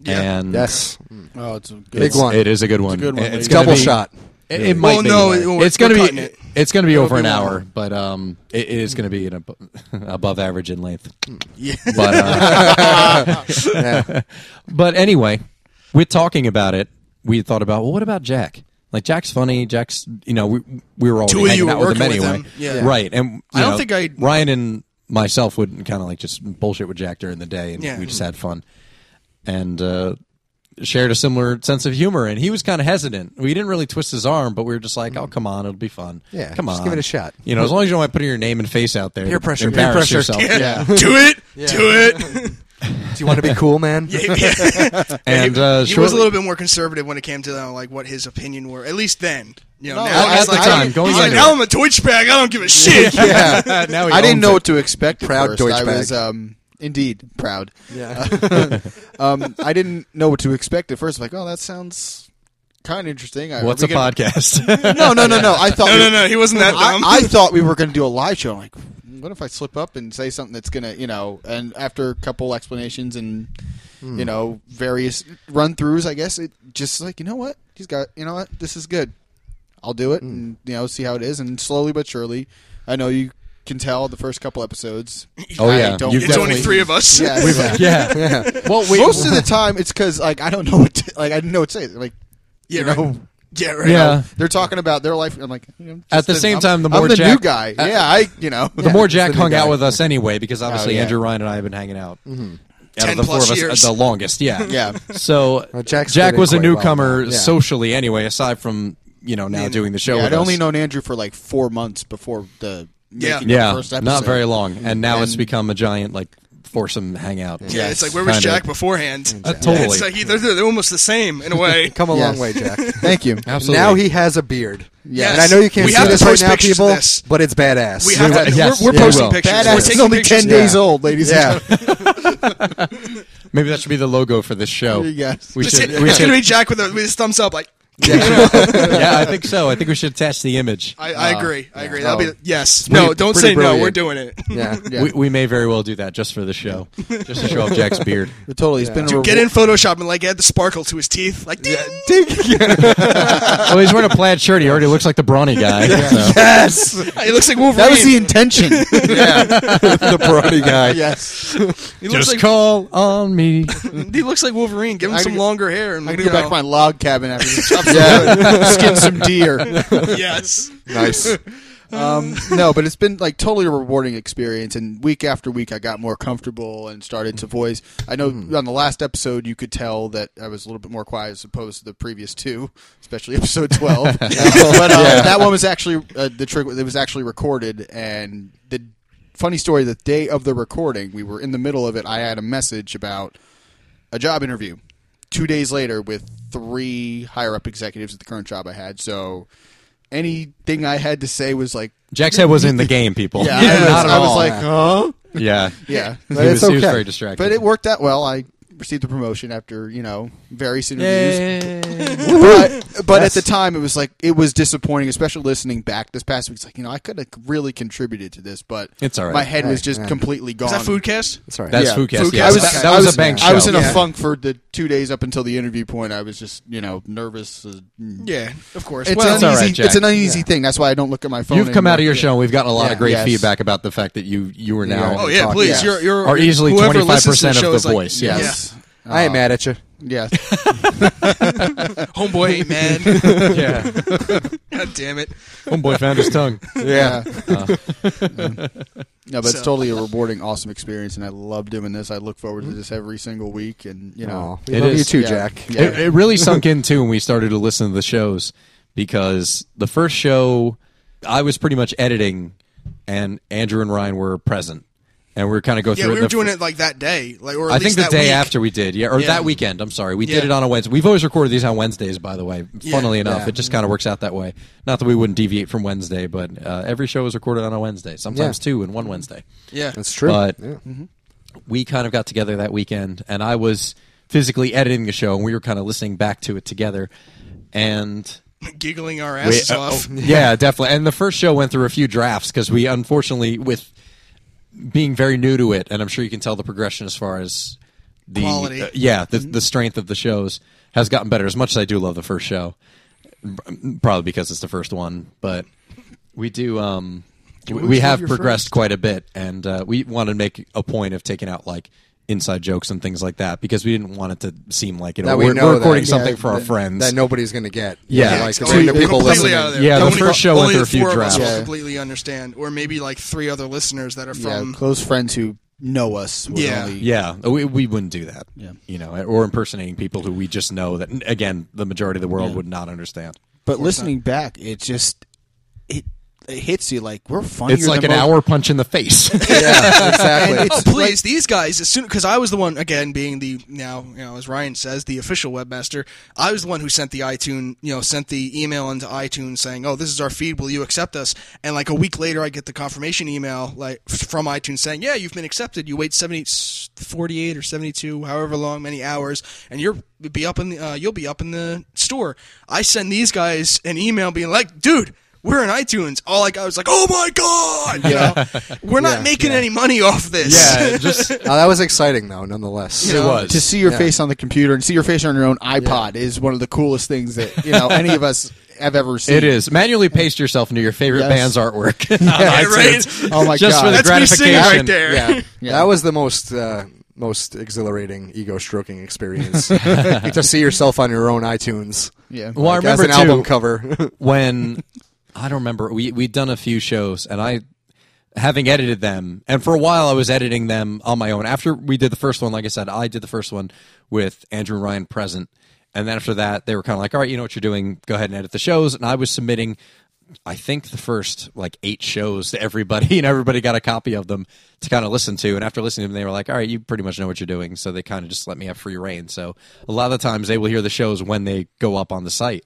Speaker 1: Yeah.
Speaker 4: And
Speaker 2: Yes,
Speaker 5: Oh, it's a good
Speaker 2: Big
Speaker 4: it's-
Speaker 2: one.
Speaker 4: It is a good one.
Speaker 5: good one,
Speaker 4: It- It's
Speaker 5: ladies.
Speaker 4: gonna
Speaker 2: double
Speaker 4: be-
Speaker 2: shot.
Speaker 4: It, it might
Speaker 1: Well,
Speaker 4: be.
Speaker 1: no,
Speaker 4: but
Speaker 1: it- we're-
Speaker 4: it's going
Speaker 1: we're
Speaker 4: to
Speaker 1: cutting
Speaker 4: be.
Speaker 1: it.
Speaker 4: It's going to be over
Speaker 5: be
Speaker 4: an
Speaker 5: long.
Speaker 4: hour, but um, it, it is going to be an ab- above average in length.
Speaker 1: Yeah.
Speaker 4: But uh,
Speaker 2: Yeah.
Speaker 4: but anyway, with talking about it, we thought about well, what about Jack? Like Jack's funny. Jack's you know we we were already
Speaker 1: Two of you
Speaker 4: hanging
Speaker 1: were
Speaker 4: out with him
Speaker 1: working with
Speaker 4: anyway,
Speaker 1: him. Yeah.
Speaker 4: right? And you
Speaker 1: I don't
Speaker 4: know,
Speaker 1: think I-
Speaker 4: Ryan and myself would kind of like just bullshit with Jack during the day, and
Speaker 1: Yeah. Mm-hmm.
Speaker 4: we just had fun and uh, shared a similar sense of humor. And he was kind of hesitant. We didn't really twist his arm, but we were just like,
Speaker 1: Mm.
Speaker 4: oh come on, it'll be fun.
Speaker 2: Yeah,
Speaker 4: come on,
Speaker 2: just give it a shot.
Speaker 4: You know, as long as you don't mind putting your name and face out there,
Speaker 2: Peer
Speaker 4: to
Speaker 2: pressure, peer
Speaker 4: embarrass
Speaker 2: pressure.
Speaker 4: yourself.
Speaker 5: Yeah.
Speaker 1: do it. Do
Speaker 2: Do you want to be cool, man?
Speaker 1: it.
Speaker 4: And uh,
Speaker 1: he
Speaker 4: shortly-
Speaker 1: was a little bit more conservative when it came to uh, like what his opinion were. At least then, you know.
Speaker 5: No,
Speaker 1: now
Speaker 5: at
Speaker 1: he's
Speaker 5: the
Speaker 1: like,
Speaker 5: time,
Speaker 1: he's
Speaker 4: going
Speaker 1: like,
Speaker 4: into
Speaker 1: now
Speaker 4: it.
Speaker 1: I'm a Deutsch bag. I don't give a shit.
Speaker 5: Yeah.
Speaker 4: now he
Speaker 5: I didn't
Speaker 4: owns
Speaker 5: know
Speaker 4: it.
Speaker 5: what to expect. at
Speaker 2: Proud
Speaker 5: first. I
Speaker 2: Deutschbag.
Speaker 5: was um, indeed proud.
Speaker 2: Yeah.
Speaker 5: Um, I didn't know what to expect at first. Like, oh, that sounds kind of interesting. I-
Speaker 4: What's
Speaker 5: are
Speaker 4: a
Speaker 5: we gonna-
Speaker 4: podcast?
Speaker 5: No, no, no, no. I thought
Speaker 1: No,
Speaker 5: we-
Speaker 1: no, no. He wasn't that
Speaker 5: I,
Speaker 1: dumb.
Speaker 5: I thought we were going to do a live show. I'm like, what if I slip up and say something that's going to, you know, and after a couple explanations and,
Speaker 4: Hmm.
Speaker 5: you know, various run throughs, I guess, it just like, you know what? He's got, you know what? This is good. I'll do
Speaker 4: Hmm.
Speaker 5: it and, you know, see how it is. And slowly but surely, I know you can tell the first couple episodes.
Speaker 4: Oh,
Speaker 5: I
Speaker 4: yeah.
Speaker 5: Don't
Speaker 4: You've
Speaker 1: it's only
Speaker 4: definitely-
Speaker 1: three of us.
Speaker 5: Yes.
Speaker 4: yeah.
Speaker 2: yeah.
Speaker 4: Well, wait.
Speaker 5: Most of the time, it's because, like, I don't know what to, like, I didn't know what to say. Like,
Speaker 1: Yeah,
Speaker 5: you
Speaker 1: right.
Speaker 5: know,
Speaker 1: yeah, right.
Speaker 4: yeah.
Speaker 5: they're talking about their life. I'm like, I'm
Speaker 4: At
Speaker 5: just
Speaker 4: the
Speaker 5: a-
Speaker 4: same
Speaker 5: I'm-
Speaker 4: time, the
Speaker 5: I'm
Speaker 4: more
Speaker 5: the new
Speaker 4: Jack- Uh,
Speaker 5: guy. Yeah, I, you know,
Speaker 4: The more
Speaker 5: Just
Speaker 4: Jack
Speaker 5: the new
Speaker 4: hung
Speaker 5: guy.
Speaker 4: out with us anyway, because obviously
Speaker 5: Oh, yeah.
Speaker 4: Andrew Ryan and I have been hanging out. Out
Speaker 1: Ten
Speaker 4: of the
Speaker 1: plus
Speaker 4: four of
Speaker 1: years.
Speaker 4: us, uh, the longest, yeah,
Speaker 5: Yeah.
Speaker 4: So
Speaker 2: Well, Jack's fit
Speaker 4: Jack
Speaker 2: in
Speaker 4: was a
Speaker 2: quite well.
Speaker 4: newcomer
Speaker 2: Yeah.
Speaker 4: socially, anyway. Aside from you know now doing the show,
Speaker 5: Yeah,
Speaker 4: with
Speaker 5: I'd only
Speaker 4: us.
Speaker 5: known Andrew for like four months before the
Speaker 1: Yeah.
Speaker 5: making
Speaker 4: yeah,
Speaker 5: the first episode.
Speaker 4: not very long, and now it's
Speaker 5: And-
Speaker 4: become a giant like foursome hangout.
Speaker 1: Yeah, it's like where was
Speaker 4: Kinda.
Speaker 1: Jack beforehand?
Speaker 4: Uh, totally.
Speaker 1: It's like they're, they're almost the same in a way.
Speaker 2: Come a long
Speaker 5: Yes.
Speaker 2: way, Jack.
Speaker 5: Thank you.
Speaker 4: Absolutely.
Speaker 2: Now he has a beard.
Speaker 5: Yes.
Speaker 2: And I know you can't
Speaker 1: We
Speaker 2: see
Speaker 1: have to
Speaker 2: this right
Speaker 1: post
Speaker 2: now,
Speaker 1: pictures of
Speaker 2: people,
Speaker 1: this.
Speaker 2: but it's badass.
Speaker 1: We have
Speaker 4: Yeah,
Speaker 1: to,
Speaker 4: yes,
Speaker 1: we're, we're
Speaker 4: yeah, we
Speaker 1: posting
Speaker 4: will.
Speaker 1: pictures.
Speaker 5: Badass
Speaker 1: We're
Speaker 5: is
Speaker 1: taking
Speaker 5: only
Speaker 1: pictures.
Speaker 5: ten days old, ladies.
Speaker 2: Yeah.
Speaker 4: Maybe that should be the logo for this show.
Speaker 5: Yes.
Speaker 4: we
Speaker 1: It's,
Speaker 4: should. we
Speaker 1: it's
Speaker 4: should
Speaker 1: gonna be Jack with, a, with his thumbs up. Like
Speaker 4: yeah, I think so. I think we should attach the image.
Speaker 1: I, I agree. I agree. That'll
Speaker 5: No.
Speaker 1: be yes. No,
Speaker 2: pretty-
Speaker 1: don't
Speaker 2: pretty
Speaker 1: say no.
Speaker 2: brilliant.
Speaker 1: We're doing it.
Speaker 2: yeah.
Speaker 5: Yeah.
Speaker 4: We, we may very well do that just for the show, just to show off Jack's beard.
Speaker 5: But totally. It's been a
Speaker 1: Get
Speaker 5: reward-
Speaker 1: in Photoshop and like add the sparkle to his teeth. Like ding.
Speaker 4: Well, he's wearing a plaid shirt. He already looks like the brawny guy. so.
Speaker 5: Yes,
Speaker 1: He looks like Wolverine.
Speaker 5: that was the intention.
Speaker 2: the party guy.
Speaker 5: yes.
Speaker 1: he looks
Speaker 4: Just
Speaker 1: like
Speaker 4: call on me.
Speaker 1: he looks like Wolverine. Give him
Speaker 5: I
Speaker 1: some
Speaker 5: gotta-
Speaker 1: longer hair and
Speaker 5: I'm gonna
Speaker 1: you
Speaker 5: go back
Speaker 1: know.
Speaker 5: to my log cabin after this. Chop some wood, skin some deer.
Speaker 1: yes.
Speaker 2: Nice.
Speaker 5: Um, no, but it's been like totally a rewarding experience, and week after week, I got more comfortable and started to voice. I know on the last episode, you could tell that I was a little bit more quiet as opposed to the previous two, especially episode twelve. but uh, that one was actually uh, the trick. It was actually recorded, and the funny story: the day of the recording, we were in the middle of it. I had a message about a job interview two days later with three higher up executives at the current job I had. So anything I had to say was like,
Speaker 4: Jack's head was in the game, people.
Speaker 5: yeah, I, was,
Speaker 4: not at
Speaker 5: I was
Speaker 4: all.
Speaker 5: like, huh?
Speaker 4: yeah,
Speaker 5: Yeah.
Speaker 4: He
Speaker 2: But it's
Speaker 4: was, he was
Speaker 2: okay.
Speaker 4: very distracted.
Speaker 5: But it worked out well. I received the promotion after, you know, various interviews.
Speaker 4: Yay.
Speaker 5: But, but at the time, it was like, it was disappointing, especially listening back this past week. It's like, you know, I could have really contributed to this, but
Speaker 4: It's all right.
Speaker 5: my head was
Speaker 2: Hey,
Speaker 5: just
Speaker 2: yeah.
Speaker 5: completely gone.
Speaker 1: Is that Foodcast?
Speaker 2: That's all right.
Speaker 4: That's
Speaker 5: Yeah.
Speaker 4: Foodcast.
Speaker 1: Foodcast.
Speaker 4: yes.
Speaker 5: I was,
Speaker 4: that,
Speaker 5: I
Speaker 4: that was, a bank show.
Speaker 5: I was in
Speaker 1: Yeah.
Speaker 5: a funk for the two days up until the interview point. I was just, you know, nervous. as-
Speaker 1: Yeah, of course.
Speaker 5: It's,
Speaker 1: well,
Speaker 5: an
Speaker 4: That's all
Speaker 5: uneasy,
Speaker 4: right, Jack.
Speaker 5: it's an uneasy thing. That's why I don't look at my phone.
Speaker 4: You've come out of
Speaker 5: anymore.
Speaker 4: your show, and we've gotten a lot
Speaker 5: Yeah.
Speaker 4: of great
Speaker 5: Yes.
Speaker 4: feedback about the fact that you you are now.
Speaker 1: oh yeah,
Speaker 2: Talk,
Speaker 1: please.
Speaker 5: yes.
Speaker 1: You're, you're
Speaker 4: Or easily
Speaker 1: whoever
Speaker 4: 25%
Speaker 1: listens to
Speaker 4: of
Speaker 1: show
Speaker 4: the
Speaker 1: is like,
Speaker 4: voice, yes.
Speaker 5: Yes. Uh,
Speaker 2: I ain't mad at you.
Speaker 5: Yes.
Speaker 1: Yeah. Homeboy, ain't mad.
Speaker 4: yeah.
Speaker 1: God damn it.
Speaker 4: Homeboy found his tongue.
Speaker 5: Yeah. Uh. no, but it's
Speaker 1: So-
Speaker 5: totally a rewarding, awesome experience, and I love doing this. I look forward to this every single week, and you know,
Speaker 2: Aw, we
Speaker 4: It
Speaker 2: love
Speaker 4: is.
Speaker 2: you too,
Speaker 5: Yeah.
Speaker 2: Jack.
Speaker 5: Yeah.
Speaker 4: It, it really sunk in too when we started to listen to the shows because the first show I was pretty much editing and Andrew and Ryan were present. and we were kind of go
Speaker 1: Yeah,
Speaker 4: through.
Speaker 1: we
Speaker 4: it
Speaker 1: were
Speaker 4: the
Speaker 1: doing
Speaker 4: fir-
Speaker 1: it like that day, like or at
Speaker 4: I
Speaker 1: least
Speaker 4: think the
Speaker 1: that
Speaker 4: day
Speaker 1: week.
Speaker 4: after we did, yeah, or
Speaker 1: Yeah.
Speaker 4: that weekend. I'm sorry, we
Speaker 1: Yeah.
Speaker 4: did it on a Wednesday. We've always recorded these on Wednesdays, by the way.
Speaker 1: Yeah.
Speaker 4: Funnily enough,
Speaker 2: Yeah.
Speaker 4: it just kind of works out that way. Not that we wouldn't deviate from Wednesday, but uh, every show is recorded on a Wednesday. Sometimes
Speaker 2: Yeah.
Speaker 4: two in one Wednesday.
Speaker 1: Yeah,
Speaker 2: That's true.
Speaker 4: But-
Speaker 2: yeah.
Speaker 4: we kind of got together that weekend and I was physically editing the show and we were kind of listening back to it together and
Speaker 1: giggling our
Speaker 4: we-
Speaker 1: asses
Speaker 4: uh,
Speaker 1: off.
Speaker 4: oh, yeah definitely and the first show went through a few drafts because we unfortunately with being very new to it and I'm sure you can tell the progression as far as the
Speaker 1: Quality.
Speaker 4: uh, yeah the,
Speaker 2: Mm-hmm.
Speaker 4: the strength of the shows has gotten better as much as I do love the first show probably because it's the first one, but we do. Um, we, we
Speaker 1: was
Speaker 4: have
Speaker 1: your
Speaker 4: progressed quite a bit, and uh, we want to make a point of taking out like inside jokes and things like that because we didn't want it to seem like you know
Speaker 2: That we
Speaker 4: we're,
Speaker 2: know
Speaker 4: we're recording
Speaker 2: that-
Speaker 4: something
Speaker 2: yeah,
Speaker 4: for our
Speaker 2: that-
Speaker 4: friends.
Speaker 2: that nobody's going to get.
Speaker 4: Yeah. oh,
Speaker 2: like
Speaker 1: it's
Speaker 2: the
Speaker 1: going
Speaker 2: people
Speaker 1: completely
Speaker 2: listening.
Speaker 1: out of there.
Speaker 4: Yeah, the
Speaker 1: Only-
Speaker 4: first show
Speaker 1: only
Speaker 4: went through
Speaker 1: the
Speaker 4: a few
Speaker 1: four of us
Speaker 4: drafts.
Speaker 1: will
Speaker 5: Yeah.
Speaker 1: completely understand, or maybe like three other listeners that are
Speaker 5: yeah,
Speaker 1: from.
Speaker 5: close friends who know us. would
Speaker 1: Yeah.
Speaker 5: only-
Speaker 4: yeah, we, we wouldn't do that.
Speaker 5: Yeah.
Speaker 4: you know, or impersonating people who we just know that again the majority of the world would not understand.
Speaker 5: But listening back, it just it, it hits you like we're funnier.
Speaker 4: It's like an
Speaker 5: than most-
Speaker 4: hour punch in the face.
Speaker 2: yeah, exactly.
Speaker 1: Oh, please, these guys as soon because I was the one again being the now you know as Ryan says the official webmaster. I was the one who sent the iTunes you know sent the email into iTunes saying oh this is our feed will you accept us and like a week later I get the confirmation email like f- from iTunes saying yeah you've been accepted you wait 70, 48 or seventy two however long many hours and you're be up in the uh, you'll be up in the store. I send these guys an email being like dude. We're in iTunes. All like I was like, oh my god, you know, we're not
Speaker 2: Yeah,
Speaker 1: making any money off this.
Speaker 4: yeah, just
Speaker 2: Oh, that was exciting, though, nonetheless.
Speaker 4: it was
Speaker 5: to see your
Speaker 2: Yeah.
Speaker 5: face on the computer and see your face on your own iPod is one of the coolest things that you know any of us have ever seen.
Speaker 4: It is manually paste yourself into your favorite band's
Speaker 5: Yes.
Speaker 4: artwork. on
Speaker 1: Yeah,
Speaker 4: iTunes.
Speaker 1: right?
Speaker 5: Oh my
Speaker 4: just
Speaker 5: God.
Speaker 4: for the
Speaker 5: That's
Speaker 1: me singing
Speaker 4: gratification
Speaker 1: right there.
Speaker 2: Yeah.
Speaker 5: Yeah.
Speaker 2: that was the most uh, most exhilarating ego stroking experience to see yourself on your own iTunes.
Speaker 5: Yeah.
Speaker 4: Well, I
Speaker 2: Like, as
Speaker 4: remember
Speaker 2: an
Speaker 4: too
Speaker 2: album cover.
Speaker 4: when I don't remember we we'd done a few shows and I having edited them and for a while I was editing them on my own. After we did the first one, like I said, I did the first one with Andrew and Ryan present, and then after that they were kind of like, all right, you know what you're doing, go ahead and edit the shows, and I was submitting. I think the first like eight shows to everybody, and everybody got a copy of them to kind of listen to. And after listening to them, they were like, "All right, you pretty much know what you're doing." So they kind of just let me have free reign. So a lot of the times they will hear the shows when they go up on the site,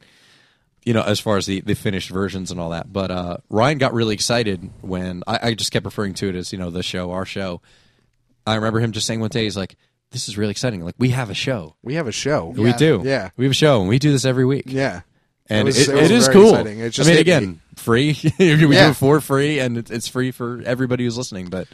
Speaker 4: you know, as far as the, the finished versions and all that. But uh, Ryan got really excited when I, I just kept referring to it as, you know, the show, our show. I remember him just saying one day, he's like, this is really exciting. Like, we have a show.
Speaker 2: we have a show.
Speaker 4: We do.
Speaker 2: Yeah.
Speaker 4: We have a show, and we do this every week.
Speaker 2: Yeah.
Speaker 4: And
Speaker 2: was-
Speaker 4: it-
Speaker 2: it was
Speaker 4: it is
Speaker 2: very
Speaker 4: cool.
Speaker 2: exciting. It just
Speaker 4: I mean,
Speaker 2: hit me.
Speaker 4: again, free. we do
Speaker 2: Yeah.
Speaker 4: it for free, and it, it's free for everybody who's listening. But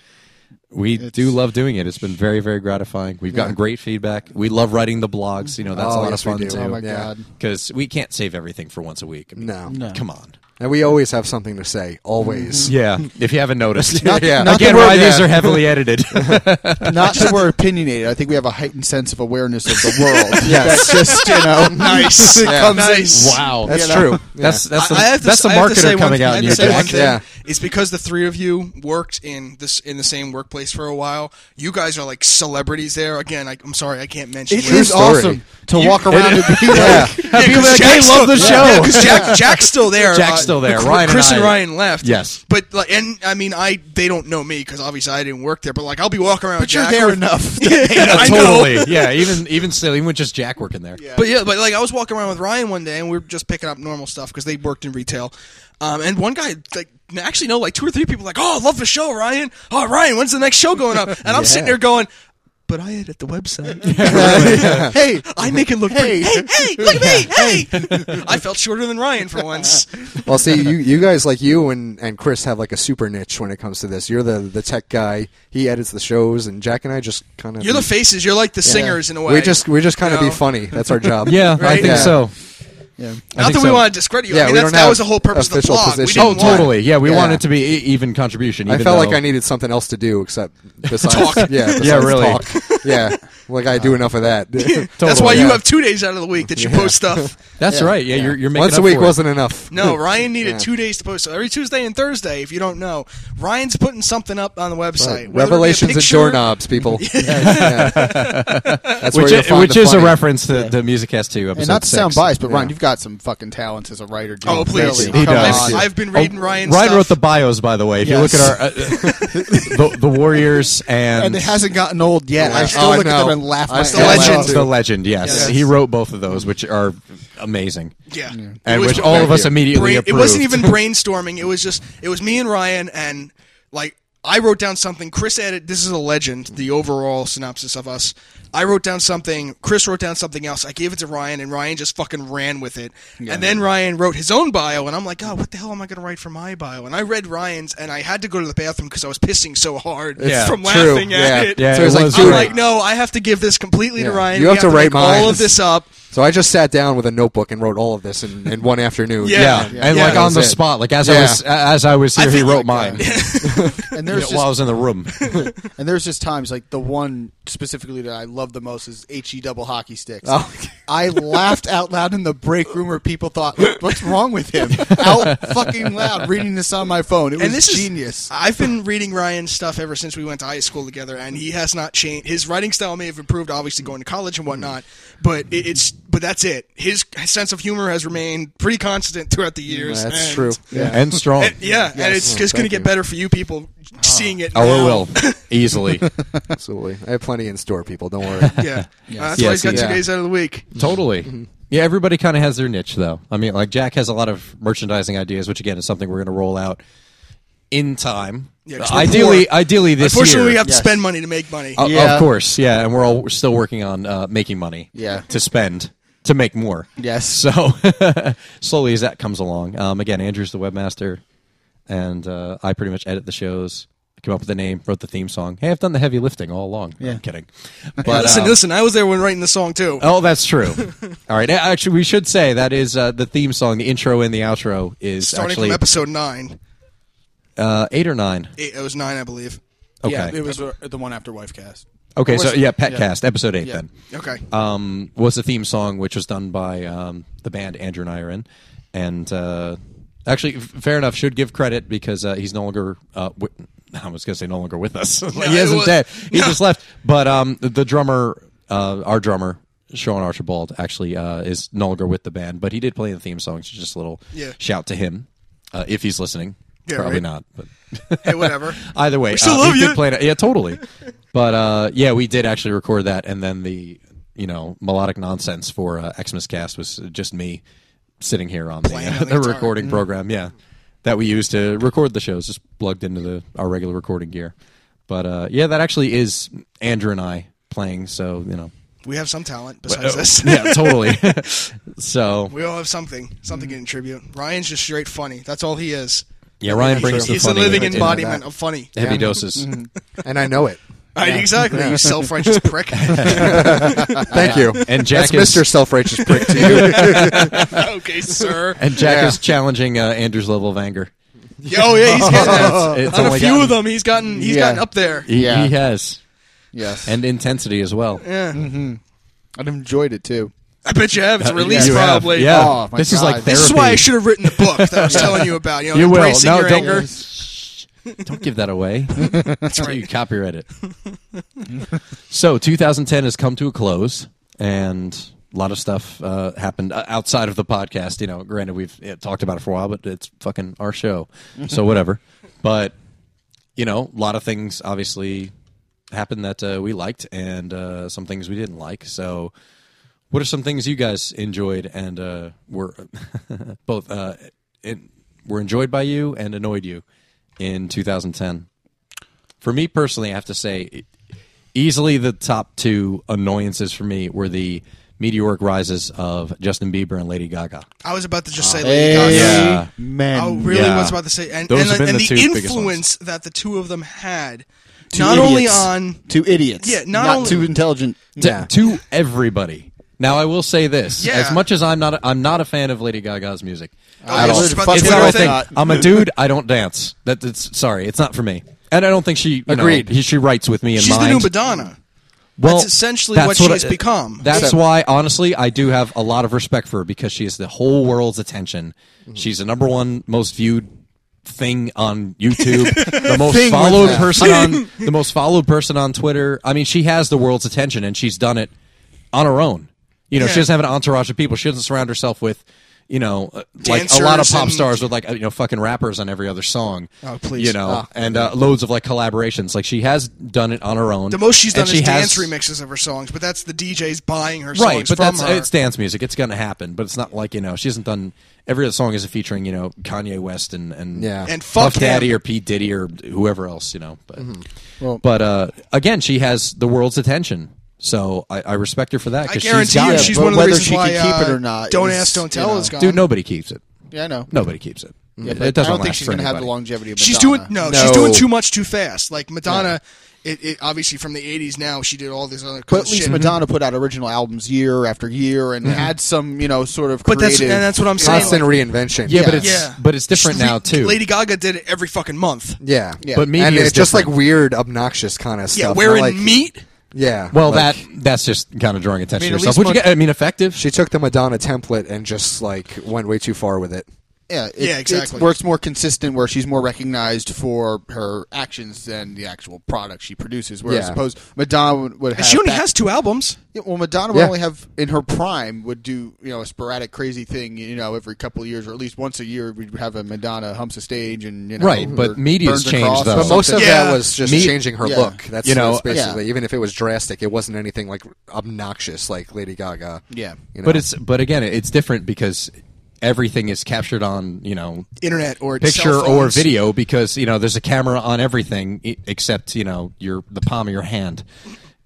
Speaker 4: we do love doing it. It's been very, very gratifying. We've gotten great feedback. We love writing the blogs. You know, that's
Speaker 2: Oh,
Speaker 4: a lot
Speaker 2: yes,
Speaker 4: of
Speaker 2: we
Speaker 4: fun,
Speaker 2: do.
Speaker 4: too.
Speaker 5: Oh my
Speaker 2: Yeah.
Speaker 5: god.
Speaker 4: Because we can't save everything for once a week. I mean,
Speaker 2: No.
Speaker 4: Come on.
Speaker 2: And we always have something to say. Always.
Speaker 4: Yeah, if you haven't noticed.
Speaker 2: Not- Yeah. not
Speaker 4: Again,
Speaker 5: the word-
Speaker 4: why these
Speaker 2: yeah.
Speaker 4: are heavily edited.
Speaker 5: Not that we're opinionated. I think we have a heightened sense of awareness of the world.
Speaker 2: Yes.
Speaker 5: That's just you know.
Speaker 1: Nice.
Speaker 2: Yeah.
Speaker 1: nice.
Speaker 4: wow,
Speaker 2: That's
Speaker 5: You know?
Speaker 2: true.
Speaker 4: That's that's the,
Speaker 1: I- I have to
Speaker 4: that's
Speaker 1: s-
Speaker 4: the
Speaker 1: I have to say
Speaker 4: marketer
Speaker 1: one
Speaker 4: coming
Speaker 1: thing- I
Speaker 4: out
Speaker 1: have
Speaker 4: in
Speaker 1: to
Speaker 4: your
Speaker 1: say one
Speaker 4: deck.
Speaker 1: thing.
Speaker 2: Yeah.
Speaker 1: It's because the three of you worked in this in the same workplace for a while. You guys are like celebrities there. Again, I, I'm sorry I can't mention.
Speaker 5: It
Speaker 1: where-
Speaker 5: is
Speaker 2: story.
Speaker 5: awesome to walk around and be like,
Speaker 2: Yeah.
Speaker 1: Yeah, 'cause Jack's
Speaker 4: love the
Speaker 1: still-
Speaker 4: show.
Speaker 1: Yeah, 'cause Jack, Jack's still there. uh,
Speaker 4: Jack's still there.
Speaker 1: Chris-
Speaker 4: Ryan and
Speaker 1: Chris and,
Speaker 4: I-
Speaker 1: Ryan left.
Speaker 4: Yes.
Speaker 1: but like, and I mean, I they don't know me because obviously I didn't work there. But like, I'll be walking around.
Speaker 5: but you're
Speaker 1: Jack
Speaker 5: there
Speaker 1: or-
Speaker 5: enough.
Speaker 1: Yeah, I know.
Speaker 4: totally. Yeah, even even still, even with just Jack working there.
Speaker 1: But yeah, but like I was walking around with Ryan one day, and we were just picking up normal stuff because they worked in retail. Um, and one guy, like, actually, no, like two or three people, like, "Oh, I love the show, Ryan. Oh, Ryan, when's the next show going up?" And I'm sitting there going, "But I edit the website.
Speaker 5: hey,
Speaker 1: I make it look hey, hey, hey, look at me, hey." I felt shorter than Ryan for once.
Speaker 2: Well, see, you, you guys like you and, and Chris have like a super niche when it comes to this. You're the, the tech guy. He edits the shows, and Jack and I just kind of
Speaker 1: You're the faces. You're like the singers in a way.
Speaker 2: We just we just kind of
Speaker 1: You know?
Speaker 2: be funny. That's our job.
Speaker 4: Yeah, I
Speaker 1: Right?
Speaker 4: think
Speaker 2: Yeah.
Speaker 4: so.
Speaker 5: yeah.
Speaker 4: I
Speaker 1: Not
Speaker 4: think
Speaker 1: that we
Speaker 4: so.
Speaker 1: want to discredit you.
Speaker 2: Yeah,
Speaker 1: I mean,
Speaker 2: we
Speaker 1: that's,
Speaker 2: don't
Speaker 1: that
Speaker 2: have
Speaker 1: was the whole purpose of the
Speaker 2: official
Speaker 1: blog.
Speaker 2: position.
Speaker 1: We
Speaker 4: Oh,
Speaker 1: didn't want-
Speaker 4: totally. Yeah, we
Speaker 2: Yeah.
Speaker 4: want it to be e- even contribution.
Speaker 2: I
Speaker 4: even
Speaker 2: felt
Speaker 4: though-
Speaker 2: like I needed something else to do except besides
Speaker 1: Talk.
Speaker 2: Yeah, besides
Speaker 4: really. Uh,
Speaker 2: Talk. Yeah, like I do enough of that.
Speaker 1: That's
Speaker 4: Totally.
Speaker 1: why you
Speaker 2: Yeah.
Speaker 1: have two days out of the week that you post stuff.
Speaker 4: That's right. Yeah, you're you're making
Speaker 2: Once a
Speaker 4: up
Speaker 2: week
Speaker 4: for it.
Speaker 2: wasn't enough.
Speaker 1: No, Ryan needed
Speaker 2: Yeah.
Speaker 1: two days to post. So every Tuesday and Thursday, if you don't know, Ryan's putting something up on the website. Whether it be a
Speaker 2: Revelations and
Speaker 1: picture-
Speaker 2: doorknobs, people. Yeah. That's where
Speaker 4: which
Speaker 2: you'll
Speaker 4: is,
Speaker 2: find
Speaker 4: which
Speaker 2: the
Speaker 4: is a
Speaker 2: funny.
Speaker 4: reference to the Musicast two episode.
Speaker 5: And not to sound
Speaker 4: six.
Speaker 5: biased, but
Speaker 2: Yeah.
Speaker 5: Ryan, you've got got some fucking talents as a writer. Dude.
Speaker 1: Oh, please.
Speaker 5: Really,
Speaker 1: He
Speaker 5: come
Speaker 1: does.
Speaker 5: on.
Speaker 1: I've been reading Ryan
Speaker 4: Oh, Ryan
Speaker 1: stuff.
Speaker 4: wrote the bios, by the way. If
Speaker 5: Yes.
Speaker 4: you look at our uh, the, the Warriors and,
Speaker 5: and it hasn't gotten old yet. I
Speaker 2: Yeah.
Speaker 5: still
Speaker 2: Oh, I
Speaker 5: look at
Speaker 2: know.
Speaker 5: them and laugh.
Speaker 2: I
Speaker 5: my
Speaker 1: still
Speaker 5: ass
Speaker 1: laugh.
Speaker 5: off.
Speaker 1: Legend.
Speaker 4: the Legend, yes.
Speaker 1: Yes.
Speaker 4: he wrote both of those, which are amazing,
Speaker 1: yeah. It
Speaker 4: and
Speaker 1: was
Speaker 4: which all of us
Speaker 5: you.
Speaker 4: immediately
Speaker 1: brain- it
Speaker 4: approved.
Speaker 1: wasn't even brainstorming. It was just it was me and Ryan and like I wrote down something. Chris added this is a legend, the overall synopsis of us. I wrote down something. Chris wrote down something else. I gave it to Ryan, and Ryan just fucking ran with it. And then Ryan wrote his own bio, and I'm like, oh, what the hell am I going to write for my bio? And I read Ryan's, and I had to go to the bathroom because I was pissing so hard
Speaker 4: Yeah,
Speaker 1: from
Speaker 2: true.
Speaker 1: laughing
Speaker 2: yeah.
Speaker 1: at it.
Speaker 4: Yeah,
Speaker 2: so
Speaker 4: it
Speaker 2: it's like,
Speaker 4: was
Speaker 1: I'm
Speaker 2: dude,
Speaker 4: great.
Speaker 1: like, no, I have to give this completely to
Speaker 2: Yeah.
Speaker 1: Ryan.
Speaker 2: You
Speaker 1: We
Speaker 2: have to write
Speaker 1: make all
Speaker 2: mine.
Speaker 1: of this up.
Speaker 2: So I just sat down with a notebook and wrote all of this in, in one afternoon.
Speaker 1: Yeah.
Speaker 4: yeah.
Speaker 1: Yeah.
Speaker 4: and
Speaker 1: Yeah.
Speaker 4: like on the
Speaker 2: That's it.
Speaker 4: spot, like as I
Speaker 2: Yeah.
Speaker 4: was as I was here, he
Speaker 1: feel
Speaker 4: wrote
Speaker 1: like uh,
Speaker 4: mine
Speaker 5: And
Speaker 4: you know,
Speaker 5: there's
Speaker 4: while I was
Speaker 5: just,
Speaker 4: in the room.
Speaker 5: and there's just times like the one specifically that I love the most is he double hockey sticks.
Speaker 2: Oh, okay.
Speaker 5: I laughed out loud in the break room where people thought, "What's wrong with him?" Out fucking loud, reading this on my phone. It was
Speaker 1: and this
Speaker 5: genius.
Speaker 1: Is, I've been reading Ryan's stuff ever since we went to high school together, and he has not changed. His writing style may have improved, obviously going to college and whatnot,
Speaker 4: Hmm.
Speaker 1: but it, it's but that's it. His sense of humor has remained pretty constant throughout the years.
Speaker 2: That's
Speaker 1: and-
Speaker 2: true.
Speaker 4: and strong.
Speaker 1: and- yeah, and
Speaker 4: Hmm,
Speaker 1: it's just going to
Speaker 2: thank
Speaker 1: get
Speaker 2: you.
Speaker 1: better for you people seeing it. now.
Speaker 4: Ah. Oh, it will easily.
Speaker 2: Absolutely. I have plenty in store, people. Don't worry.
Speaker 1: Yeah, Uh, that's
Speaker 4: Yes,
Speaker 1: why he's got
Speaker 4: yeah.
Speaker 1: two days out of the week. Mm-hmm.
Speaker 4: Totally. Yeah, everybody kind of has their niche, though. I mean, like Jack has a lot of merchandising ideas, which again is something we're going to roll out in time.
Speaker 1: Yeah, 'cause we're
Speaker 4: ideally,
Speaker 1: poor.
Speaker 4: ideally this
Speaker 1: Unfortunately,
Speaker 4: year. Oh,
Speaker 1: we have to
Speaker 5: Yes.
Speaker 1: spend money to make money.
Speaker 4: O-
Speaker 5: Yeah.
Speaker 4: Uh, Of course, yeah, and we're all we're still working on uh, making money.
Speaker 5: Yeah.
Speaker 4: to spend to make more.
Speaker 5: Yes.
Speaker 4: So slowly as that comes along. Um, again, Andrew's the webmaster, and uh, I pretty much edit the shows. I came up with the name, wrote the theme song. Hey, I've done the heavy lifting all along. No,
Speaker 5: Yeah.
Speaker 4: I'm kidding. But
Speaker 1: listen,
Speaker 4: um,
Speaker 1: listen, I was there when writing the song too.
Speaker 4: Oh, that's true. All right. Actually, we should say that is uh, the theme song, the intro and the outro is
Speaker 1: starting
Speaker 4: actually
Speaker 1: from episode nine,
Speaker 4: uh, eight or nine.
Speaker 1: it, it was nine, I believe.
Speaker 4: Okay.
Speaker 5: Yeah, it was uh, the one after Wifecast.
Speaker 4: okay. So
Speaker 1: was-
Speaker 4: yeah, Petcast episode eight
Speaker 5: Yeah.
Speaker 4: then
Speaker 1: Okay,
Speaker 4: um, was the theme song, which was done by um, the band Andrew and I are in. And uh, actually, f- fair enough, should give credit because uh, he's no longer. Uh, wi- I was going to say no longer with us. Like, he
Speaker 1: it
Speaker 4: isn't
Speaker 1: was-
Speaker 4: dead. He
Speaker 1: No.
Speaker 4: just left. But um, the, the drummer, uh, our drummer. Sean Archibald actually uh, is no longer with the band, but he did play the theme song. So just a little
Speaker 1: Yeah.
Speaker 4: shout to him uh, if he's listening.
Speaker 1: Yeah,
Speaker 4: Probably
Speaker 1: right.
Speaker 4: not, but
Speaker 1: hey, whatever.
Speaker 4: Either way,
Speaker 1: still
Speaker 4: uh,
Speaker 1: love
Speaker 4: he
Speaker 1: you.
Speaker 4: Did play it. Yeah, totally. but uh, yeah, we did actually record that, and then the you know melodic nonsense for uh, Xmas Cast was just me sitting here on the,
Speaker 1: Playing
Speaker 4: uh,
Speaker 1: on the
Speaker 4: the
Speaker 1: guitar. Mm-hmm.
Speaker 4: recording program. Yeah, that we use to record the shows, just plugged into the our regular recording gear. But uh, yeah, that actually is Andrew and I playing. So you know,
Speaker 1: We have some talent besides
Speaker 4: uh,
Speaker 1: this.
Speaker 4: yeah, totally. so
Speaker 1: We all have something, something to contribute. Ryan's just straight funny. That's all he is.
Speaker 4: yeah, Ryan brings
Speaker 1: He's,
Speaker 4: the
Speaker 1: he's a
Speaker 4: funny uh,
Speaker 1: living
Speaker 4: in- in
Speaker 1: embodiment of funny.
Speaker 4: heavy doses.
Speaker 1: Mm-hmm.
Speaker 2: And I know it.
Speaker 1: Right, exactly. You self-righteous prick.
Speaker 2: Thank you.
Speaker 4: And Jack
Speaker 2: That's
Speaker 4: is-
Speaker 2: Mr. Self Righteous Prick to you.
Speaker 1: okay, sir.
Speaker 4: And Jack
Speaker 2: Yeah.
Speaker 4: is challenging uh, Andrew's level of anger.
Speaker 1: Oh yeah, he's getting that.
Speaker 4: It's
Speaker 1: On a
Speaker 4: only
Speaker 1: few
Speaker 4: gotten-
Speaker 1: of them, he's gotten he's
Speaker 5: Yeah.
Speaker 1: gotten up there.
Speaker 4: He,
Speaker 5: Yeah.
Speaker 4: he has.
Speaker 5: Yes, and
Speaker 4: and intensity as well.
Speaker 1: Yeah,
Speaker 5: I enjoyed it too.
Speaker 1: I bet you have. It's released
Speaker 4: Uh, You have,
Speaker 1: probably.
Speaker 4: Yeah,
Speaker 5: Oh, my
Speaker 4: this is like
Speaker 5: God.
Speaker 4: therapy.
Speaker 1: This is why I should have written the book that I was telling you about. You know,
Speaker 4: You will.
Speaker 1: embracing
Speaker 4: No,
Speaker 1: your
Speaker 4: don't-
Speaker 1: anger.
Speaker 4: Shh. Don't give that away. That's right. You copyright it. so 2010 has come to a close, and a lot of stuff uh, happened uh, outside of the podcast. You know, granted we've uh, talked about it for a while, but it's fucking our show, so whatever. But you know, a lot of things obviously happened that uh, we liked, and uh, some things we didn't like. So. What are some things you guys enjoyed and uh, were both uh, in, were enjoyed by you and annoyed you in 2010? For me personally, I have to say, e- easily the top two annoyances for me were the meteoric rises of Justin Bieber and Lady Gaga.
Speaker 1: I was about to just say Lady Gaga.
Speaker 4: Ah. Yeah.
Speaker 5: man.
Speaker 1: I really
Speaker 4: Yeah.
Speaker 1: was about to say, and
Speaker 4: Those
Speaker 1: and,
Speaker 4: have been
Speaker 1: and
Speaker 4: the
Speaker 1: the,
Speaker 4: two biggest
Speaker 1: influence that the two of them had, not only on
Speaker 5: two idiots.
Speaker 1: Yeah, not only-
Speaker 5: too intelligent.
Speaker 4: to,
Speaker 2: Yeah.
Speaker 4: to everybody. Now I will say this:
Speaker 1: Yeah.
Speaker 4: as much as I'm not, a, I'm not a fan of Lady Gaga's music.
Speaker 1: Oh, I
Speaker 4: at
Speaker 1: was
Speaker 4: all.
Speaker 1: just about to
Speaker 4: It's
Speaker 1: say
Speaker 4: not my
Speaker 1: that.
Speaker 4: thing.
Speaker 5: Not.
Speaker 4: I'm a dude. I don't dance. That, it's sorry. It's not for me. And I don't think she you know,
Speaker 2: Agreed.
Speaker 4: he- she writes with me in
Speaker 1: she's the
Speaker 4: mind.
Speaker 1: new Madonna.
Speaker 4: Well,
Speaker 1: That's essentially what she has become.
Speaker 4: That's
Speaker 2: So-
Speaker 4: why, honestly, I do have a lot of respect for her because she is the whole world's attention.
Speaker 1: Mm-hmm.
Speaker 4: She's the number one most viewed thing on YouTube, the most
Speaker 2: Thing with
Speaker 4: followed
Speaker 2: that.
Speaker 4: person on the most followed person on Twitter. I mean, she has the world's attention, and she's done it on her own. You know,
Speaker 1: Yeah.
Speaker 4: she doesn't have an entourage of people. She doesn't surround herself with, you know, uh, like a lot of
Speaker 1: Dancers
Speaker 4: pop
Speaker 1: and-
Speaker 4: stars with like uh, you know fucking rappers on every other song.
Speaker 1: Oh, please.
Speaker 4: You know,
Speaker 1: Ah.
Speaker 4: and uh, loads of like collaborations. Like she has done it on her own.
Speaker 1: The most she's done
Speaker 4: and
Speaker 1: is
Speaker 4: she has-
Speaker 1: dance remixes of her songs, but that's the DJs buying her
Speaker 4: Right,
Speaker 1: songs
Speaker 4: but
Speaker 1: from
Speaker 4: that's
Speaker 1: her.
Speaker 4: it's dance music. It's gonna happen, but it's not like you know she hasn't done every other song is featuring you know Kanye West and and
Speaker 2: Yeah.
Speaker 1: And fuck
Speaker 4: Puff Daddy
Speaker 1: him.
Speaker 4: or Pete Diddy or whoever else you know. But
Speaker 5: Mm-hmm. Well-
Speaker 4: but uh, again, she has the world's attention, so I, I respect her for that.
Speaker 1: I
Speaker 4: 'cause
Speaker 1: guarantee
Speaker 4: got
Speaker 1: you,
Speaker 4: it.
Speaker 1: she's
Speaker 5: but
Speaker 1: one of the
Speaker 5: whether
Speaker 1: reasons
Speaker 5: she
Speaker 1: why
Speaker 5: can keep it
Speaker 1: uh,
Speaker 5: or not
Speaker 1: Don't
Speaker 5: is,
Speaker 1: ask, don't
Speaker 5: you
Speaker 1: tell
Speaker 5: know.
Speaker 1: is gone.
Speaker 4: dude. Nobody keeps it.
Speaker 5: Yeah, I know.
Speaker 4: Nobody keeps it.
Speaker 5: Yeah,
Speaker 4: it,
Speaker 5: but
Speaker 4: it doesn't
Speaker 5: I don't think
Speaker 4: last
Speaker 5: she's
Speaker 4: for
Speaker 5: going to have the
Speaker 4: anybody.
Speaker 5: longevity of
Speaker 1: She's
Speaker 5: Madonna.
Speaker 1: doing no,
Speaker 2: No.
Speaker 1: she's doing too much too fast. Like Madonna, it, it obviously from the '80s. Now she did all this other cool
Speaker 5: But at least
Speaker 1: shit.
Speaker 5: Madonna put out original albums year after year and had some, you know, sort of
Speaker 1: But that's
Speaker 5: creative.
Speaker 1: and that's what I'm saying.
Speaker 2: Constant
Speaker 1: like,
Speaker 2: reinvention.
Speaker 4: Yeah, but
Speaker 5: Yeah.
Speaker 4: it's
Speaker 1: Yeah.
Speaker 4: but it's different now too.
Speaker 1: Lady Gaga did it every fucking month.
Speaker 2: yeah,
Speaker 5: Yeah.
Speaker 4: But media
Speaker 2: and
Speaker 4: is
Speaker 2: it's just like
Speaker 4: different.
Speaker 2: weird, obnoxious kind of
Speaker 1: Yeah,
Speaker 2: stuff.
Speaker 1: wearing
Speaker 2: Not like,
Speaker 1: meat.
Speaker 2: Yeah,
Speaker 4: well,
Speaker 2: like,
Speaker 4: that that's just kind of drawing attention
Speaker 1: I mean,
Speaker 4: to
Speaker 1: at
Speaker 4: yourself.
Speaker 1: least
Speaker 4: Which you
Speaker 1: Mon-
Speaker 4: get- I mean, effective.
Speaker 2: she took the Madonna template and just like went way too far with it.
Speaker 5: yeah, it,
Speaker 1: Yeah,
Speaker 5: it
Speaker 1: exactly.
Speaker 5: works more consistent where she's more recognized for her actions than the actual product she produces. Whereas
Speaker 2: Yeah.
Speaker 5: I suppose Madonna would, would have
Speaker 1: She only
Speaker 5: Uh, back-
Speaker 1: has two albums.
Speaker 5: Yeah, well, Madonna would
Speaker 2: Yeah.
Speaker 5: only have in her prime would do you know a sporadic crazy thing you know every couple of years or at least once a year we'd have a Madonna humps a stage and you know
Speaker 4: Right, but
Speaker 5: or
Speaker 4: media's
Speaker 5: Burns
Speaker 4: changed,
Speaker 5: Across or
Speaker 4: though.
Speaker 2: But most of
Speaker 5: something.
Speaker 1: Yeah.
Speaker 2: that was just
Speaker 4: Me-
Speaker 2: changing her
Speaker 5: Yeah.
Speaker 2: look. That's
Speaker 4: You know,
Speaker 2: that's basically
Speaker 5: yeah.
Speaker 2: even if it was drastic, it wasn't anything like obnoxious like Lady Gaga.
Speaker 5: Yeah.
Speaker 2: you know?
Speaker 4: But it's but again, it's different because everything is captured on you know
Speaker 1: Internet or
Speaker 4: picture
Speaker 1: cell
Speaker 4: or
Speaker 1: phones.
Speaker 4: video because you know there's a camera on everything e- except you know your the palm of your hand.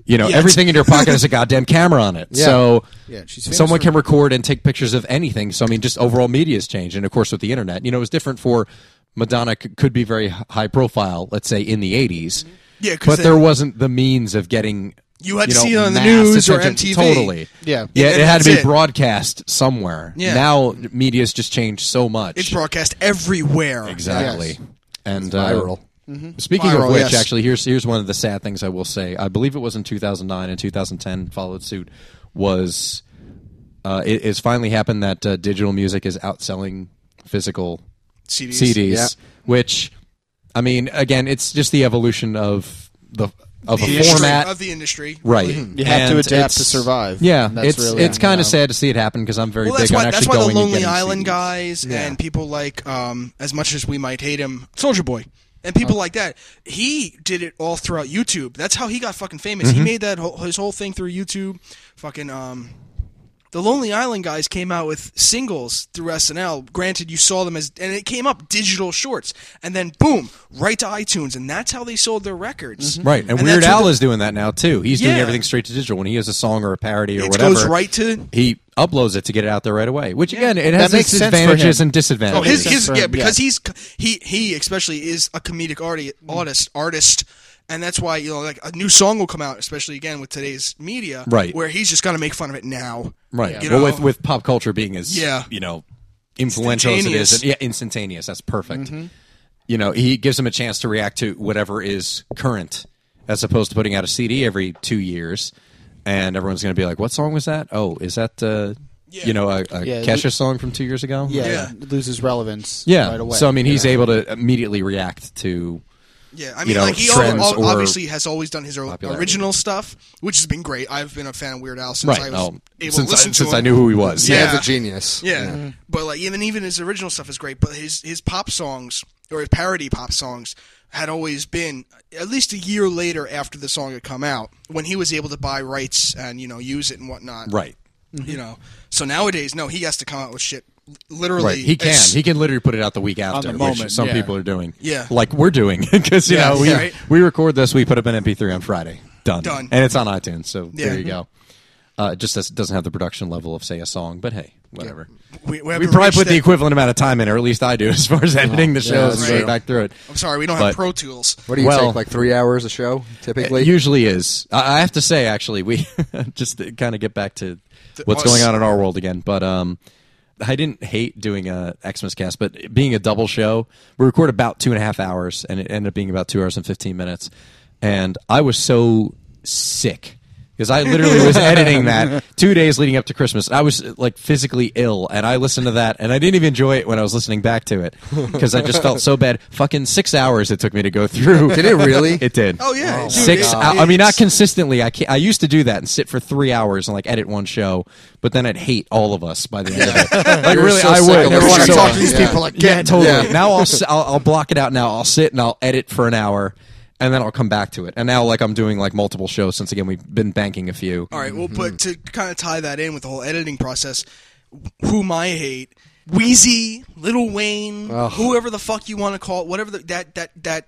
Speaker 4: You know
Speaker 1: Yeah,
Speaker 4: everything in your pocket has a goddamn camera on it. So
Speaker 5: Yeah, she's famous
Speaker 4: someone
Speaker 5: for-
Speaker 4: can record and take pictures of anything. So I mean, just overall media has changed, and of course with the internet, you know, it was different for. Madonna c- could be very h- high profile, let's say in the 80s.
Speaker 1: Mm-hmm. Yeah, 'cause
Speaker 4: but
Speaker 1: they-
Speaker 4: there wasn't the means of getting
Speaker 1: You had to
Speaker 4: know,
Speaker 1: see it on the
Speaker 4: mass
Speaker 1: news or
Speaker 4: attention.
Speaker 1: MTV.
Speaker 4: Totally.
Speaker 5: Yeah.
Speaker 4: Yeah,
Speaker 1: And
Speaker 4: it had to be
Speaker 1: that's it.
Speaker 4: broadcast somewhere.
Speaker 1: Yeah.
Speaker 4: Now media's just changed so much.
Speaker 1: It's broadcast everywhere.
Speaker 4: Exactly.
Speaker 5: Yes.
Speaker 4: And
Speaker 2: viral.
Speaker 4: Uh, Speaking
Speaker 1: Viral,
Speaker 4: of which,
Speaker 1: yes.
Speaker 4: actually, here's here's one of the sad things I will say. I believe it was in 2009 and 2010 followed suit. Was uh, it has finally happened that uh, digital music is outselling physical
Speaker 1: CDs.
Speaker 4: CDs,
Speaker 2: Yeah.
Speaker 4: which I mean, again, it's just the evolution of the of
Speaker 1: The
Speaker 4: a
Speaker 1: industry-
Speaker 4: format
Speaker 1: of the industry,
Speaker 4: Right.
Speaker 5: You have to
Speaker 4: And
Speaker 5: adapt to
Speaker 4: it's-
Speaker 5: survive.
Speaker 4: Yeah,
Speaker 5: And that's
Speaker 4: it's
Speaker 5: really-
Speaker 4: it's kind
Speaker 5: Yeah.
Speaker 4: of sad to see it happen because I'm very
Speaker 1: Well, that's
Speaker 4: big on
Speaker 1: why
Speaker 4: actually
Speaker 1: that's why the
Speaker 4: going and
Speaker 1: Lonely
Speaker 4: getting
Speaker 1: Island
Speaker 4: CDs.
Speaker 1: guys and people like, um, as much as we might hate him, Soldier Boy, and people
Speaker 4: Uh,
Speaker 1: like that. He did it all throughout YouTube. That's how he got fucking famous.
Speaker 4: Mm-hmm.
Speaker 1: He made that whole, his whole thing through YouTube. Fucking um, the Lonely Island guys came out with singles through SNL. Granted, you saw them as, and it came up digital shorts, and then boom, right to iTunes, and that's how they sold their records.
Speaker 4: Mm-hmm. Right, and, Weird
Speaker 1: that's what
Speaker 4: Al
Speaker 1: the-
Speaker 4: is doing that now too. He's doing
Speaker 1: Yeah.
Speaker 4: everything straight to digital. When he has a song or a parody or
Speaker 1: It
Speaker 4: whatever,
Speaker 1: goes right to-
Speaker 4: he uploads it to get it out there right away. Which again, it
Speaker 5: That
Speaker 4: has
Speaker 5: makes
Speaker 4: its
Speaker 5: sense for
Speaker 4: advantages
Speaker 5: him.
Speaker 4: and disadvantages.
Speaker 1: Oh, his, his
Speaker 5: Different,
Speaker 1: yeah, because
Speaker 5: yeah.
Speaker 1: he's he he especially is a comedic arti- artist artist, and that's why you know like a new song will come out, especially again with today's media,
Speaker 4: Right.
Speaker 1: Where he's just got to make fun of it now,
Speaker 4: right.
Speaker 1: you
Speaker 4: Well,
Speaker 1: know?
Speaker 4: with with pop culture being as
Speaker 1: Yeah.
Speaker 4: you know influential as it
Speaker 1: Instantaneous. Mm-hmm.
Speaker 4: is, and- yeah, instantaneous. That's perfect. You know, he gives him a chance to react to whatever is current, as opposed to putting out a CD every two years, and everyone's going to be like, "What song was that? Oh, is that uh, you know a, a
Speaker 5: Yeah,
Speaker 4: Kesha
Speaker 5: we-
Speaker 4: song from two years ago?
Speaker 5: yeah,
Speaker 1: Yeah.
Speaker 5: it loses relevance
Speaker 4: Yeah.
Speaker 5: right away
Speaker 4: so I mean,
Speaker 5: you
Speaker 4: he's
Speaker 5: know.
Speaker 4: able to immediately react to.
Speaker 1: Yeah, I mean,
Speaker 4: You know,
Speaker 1: like he
Speaker 4: trends
Speaker 1: al- al-
Speaker 4: or
Speaker 1: obviously has always done his own
Speaker 4: popularity.
Speaker 1: original stuff, which has been great. I've been a fan of Weird Al since I was
Speaker 4: oh,
Speaker 1: able
Speaker 4: since
Speaker 1: to listen
Speaker 4: I,
Speaker 1: to
Speaker 4: since
Speaker 1: him.
Speaker 4: I knew who he was.
Speaker 1: Yeah.
Speaker 2: Man's a genius.
Speaker 1: Yeah. But like even even his original stuff is great, but his his pop songs or his parody pop songs had always been at least a year later after the song had come out when he was able to buy rights and you know use it and whatnot.
Speaker 4: Right.
Speaker 1: You know. So nowadays, no, he has to come out with shit l- literally.
Speaker 4: Right. He can.
Speaker 1: as-
Speaker 4: He can literally put it out the week after,
Speaker 5: the
Speaker 4: which
Speaker 5: moment,
Speaker 4: some
Speaker 5: yeah.
Speaker 4: people are doing.
Speaker 1: Yeah.
Speaker 4: Like we're doing because you
Speaker 1: Yeah,
Speaker 4: know we
Speaker 1: yeah, right.
Speaker 4: we record this, we put up an MP3 on Friday. Done.
Speaker 1: Done.
Speaker 4: And it's on iTunes. So
Speaker 1: Yeah. Mm-hmm.
Speaker 4: there you go. Uh, it just does, doesn't have the production level of say a song, but hey, whatever.
Speaker 1: we, we,
Speaker 4: We
Speaker 1: haven't
Speaker 4: probably
Speaker 1: reached
Speaker 4: put the
Speaker 1: that-
Speaker 4: equivalent amount of time in, or at least I do, as far as editing the shows and
Speaker 1: that's
Speaker 4: going
Speaker 1: true.
Speaker 4: back through it.
Speaker 1: I'm sorry, we don't
Speaker 4: But-
Speaker 1: have Pro Tools.
Speaker 2: What do you
Speaker 4: Well-
Speaker 2: take? Like three hours a show typically.
Speaker 4: It usually is. I I have to say, actually, we just to kind of get back to what's
Speaker 1: us.
Speaker 4: going on in our world again. But um, I didn't hate doing a Xmas cast, but it being a double show, we record about two and a half hours, and it ended up being about two hours and fifteen minutes. And I was so sick because I literally was editing that two days leading up to Christmas. I was like physically ill, and I listened to that, and I didn't even enjoy it when I was listening back to it because I just felt so bad. Fucking six hours it took me to go through.
Speaker 2: Did it really?
Speaker 4: It did.
Speaker 1: Oh, yeah. Dude,
Speaker 4: six.
Speaker 1: it-
Speaker 4: hou- I mean,
Speaker 1: it's-
Speaker 4: not consistently. I can't, I used to do that and sit for three hours and like edit one show, but then I'd hate all of us by the end of it. Like
Speaker 2: You're
Speaker 4: really,
Speaker 2: so
Speaker 4: I
Speaker 2: sick of
Speaker 4: would. I
Speaker 5: Never
Speaker 2: Everyone
Speaker 5: want
Speaker 2: listening
Speaker 5: to
Speaker 4: so
Speaker 5: talk
Speaker 2: much.
Speaker 5: to these
Speaker 2: Yeah.
Speaker 5: people
Speaker 4: yeah,
Speaker 5: again.
Speaker 4: totally.
Speaker 2: Yeah.
Speaker 4: Now I'll, s- I'll I'll block it out. Now I'll sit and I'll edit for an hour, and then I'll come back to it. And now like I'm doing like multiple shows since again we've been banking a few.
Speaker 1: All right. Well, but to kind of tie that in with the whole editing process, whom I hate, Wheezy, Little Wayne, whoever the fuck you want to call, it, whatever the, that that that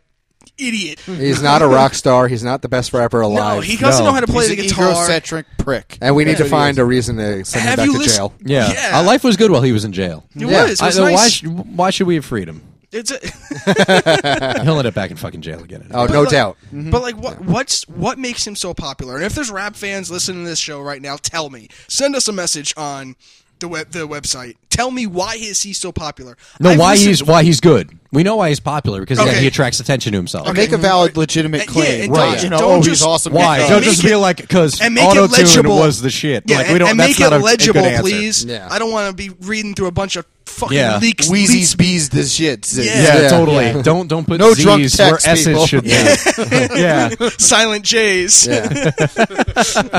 Speaker 1: idiot.
Speaker 2: He's not a rock star. He's not the best rapper alive.
Speaker 1: No, he doesn't
Speaker 4: No.
Speaker 1: know how to play
Speaker 5: He's
Speaker 1: the
Speaker 5: an
Speaker 1: guitar.
Speaker 5: egocentric prick.
Speaker 2: and we need
Speaker 5: That's
Speaker 2: to
Speaker 5: what he
Speaker 2: find
Speaker 5: is.
Speaker 2: a reason to send
Speaker 1: Have
Speaker 2: him
Speaker 1: you
Speaker 2: back to
Speaker 1: listen-
Speaker 2: jail.
Speaker 4: Yeah.
Speaker 1: Yeah.
Speaker 4: Our life was good while he was in jail.
Speaker 1: It
Speaker 2: Yeah.
Speaker 1: was. It was
Speaker 4: I- why,
Speaker 1: nice.
Speaker 4: sh- why should we have freedom?
Speaker 1: it's a,
Speaker 4: He'll end up back in fucking jail again.
Speaker 2: Oh,
Speaker 1: but
Speaker 2: no
Speaker 1: like-
Speaker 2: doubt.
Speaker 1: But like, what what's what makes him so popular? And if there's rap fans listening to this show right now, tell me. Send us a message on the web the website. Tell me why is he so popular?
Speaker 4: no,
Speaker 1: I've
Speaker 4: why
Speaker 1: listened-
Speaker 4: he's why he's good. We know why he's popular because again,
Speaker 1: Okay.
Speaker 4: he attracts attention to himself.
Speaker 5: Make a valid, legitimate
Speaker 1: And- Uh, yeah,
Speaker 5: claim.
Speaker 1: and
Speaker 5: right.
Speaker 1: don't-
Speaker 5: you know,
Speaker 1: don't
Speaker 5: oh, he's
Speaker 1: just-
Speaker 5: awesome.
Speaker 4: Why?
Speaker 1: And
Speaker 4: Don't
Speaker 1: make
Speaker 4: just
Speaker 1: it-
Speaker 4: be like because
Speaker 1: and make it
Speaker 4: autotune
Speaker 1: legible.
Speaker 4: was the shit.
Speaker 1: Yeah,
Speaker 4: like
Speaker 1: and-
Speaker 4: we don't.
Speaker 1: and make
Speaker 4: that's not
Speaker 1: it
Speaker 4: a- a good
Speaker 1: legible,
Speaker 4: answer.
Speaker 1: please.
Speaker 2: Yeah.
Speaker 1: I don't want to be reading through a bunch of fucking
Speaker 4: Yeah.
Speaker 1: leaks.
Speaker 5: Wheezy's
Speaker 1: leaks.
Speaker 5: bees the shit.
Speaker 4: Yeah,
Speaker 2: Yeah.
Speaker 4: totally. Don't don't put
Speaker 5: No
Speaker 4: Z's
Speaker 5: drunk
Speaker 4: where
Speaker 5: text,
Speaker 4: S's
Speaker 5: people.
Speaker 4: should be. yeah.
Speaker 1: silent J's.
Speaker 2: You're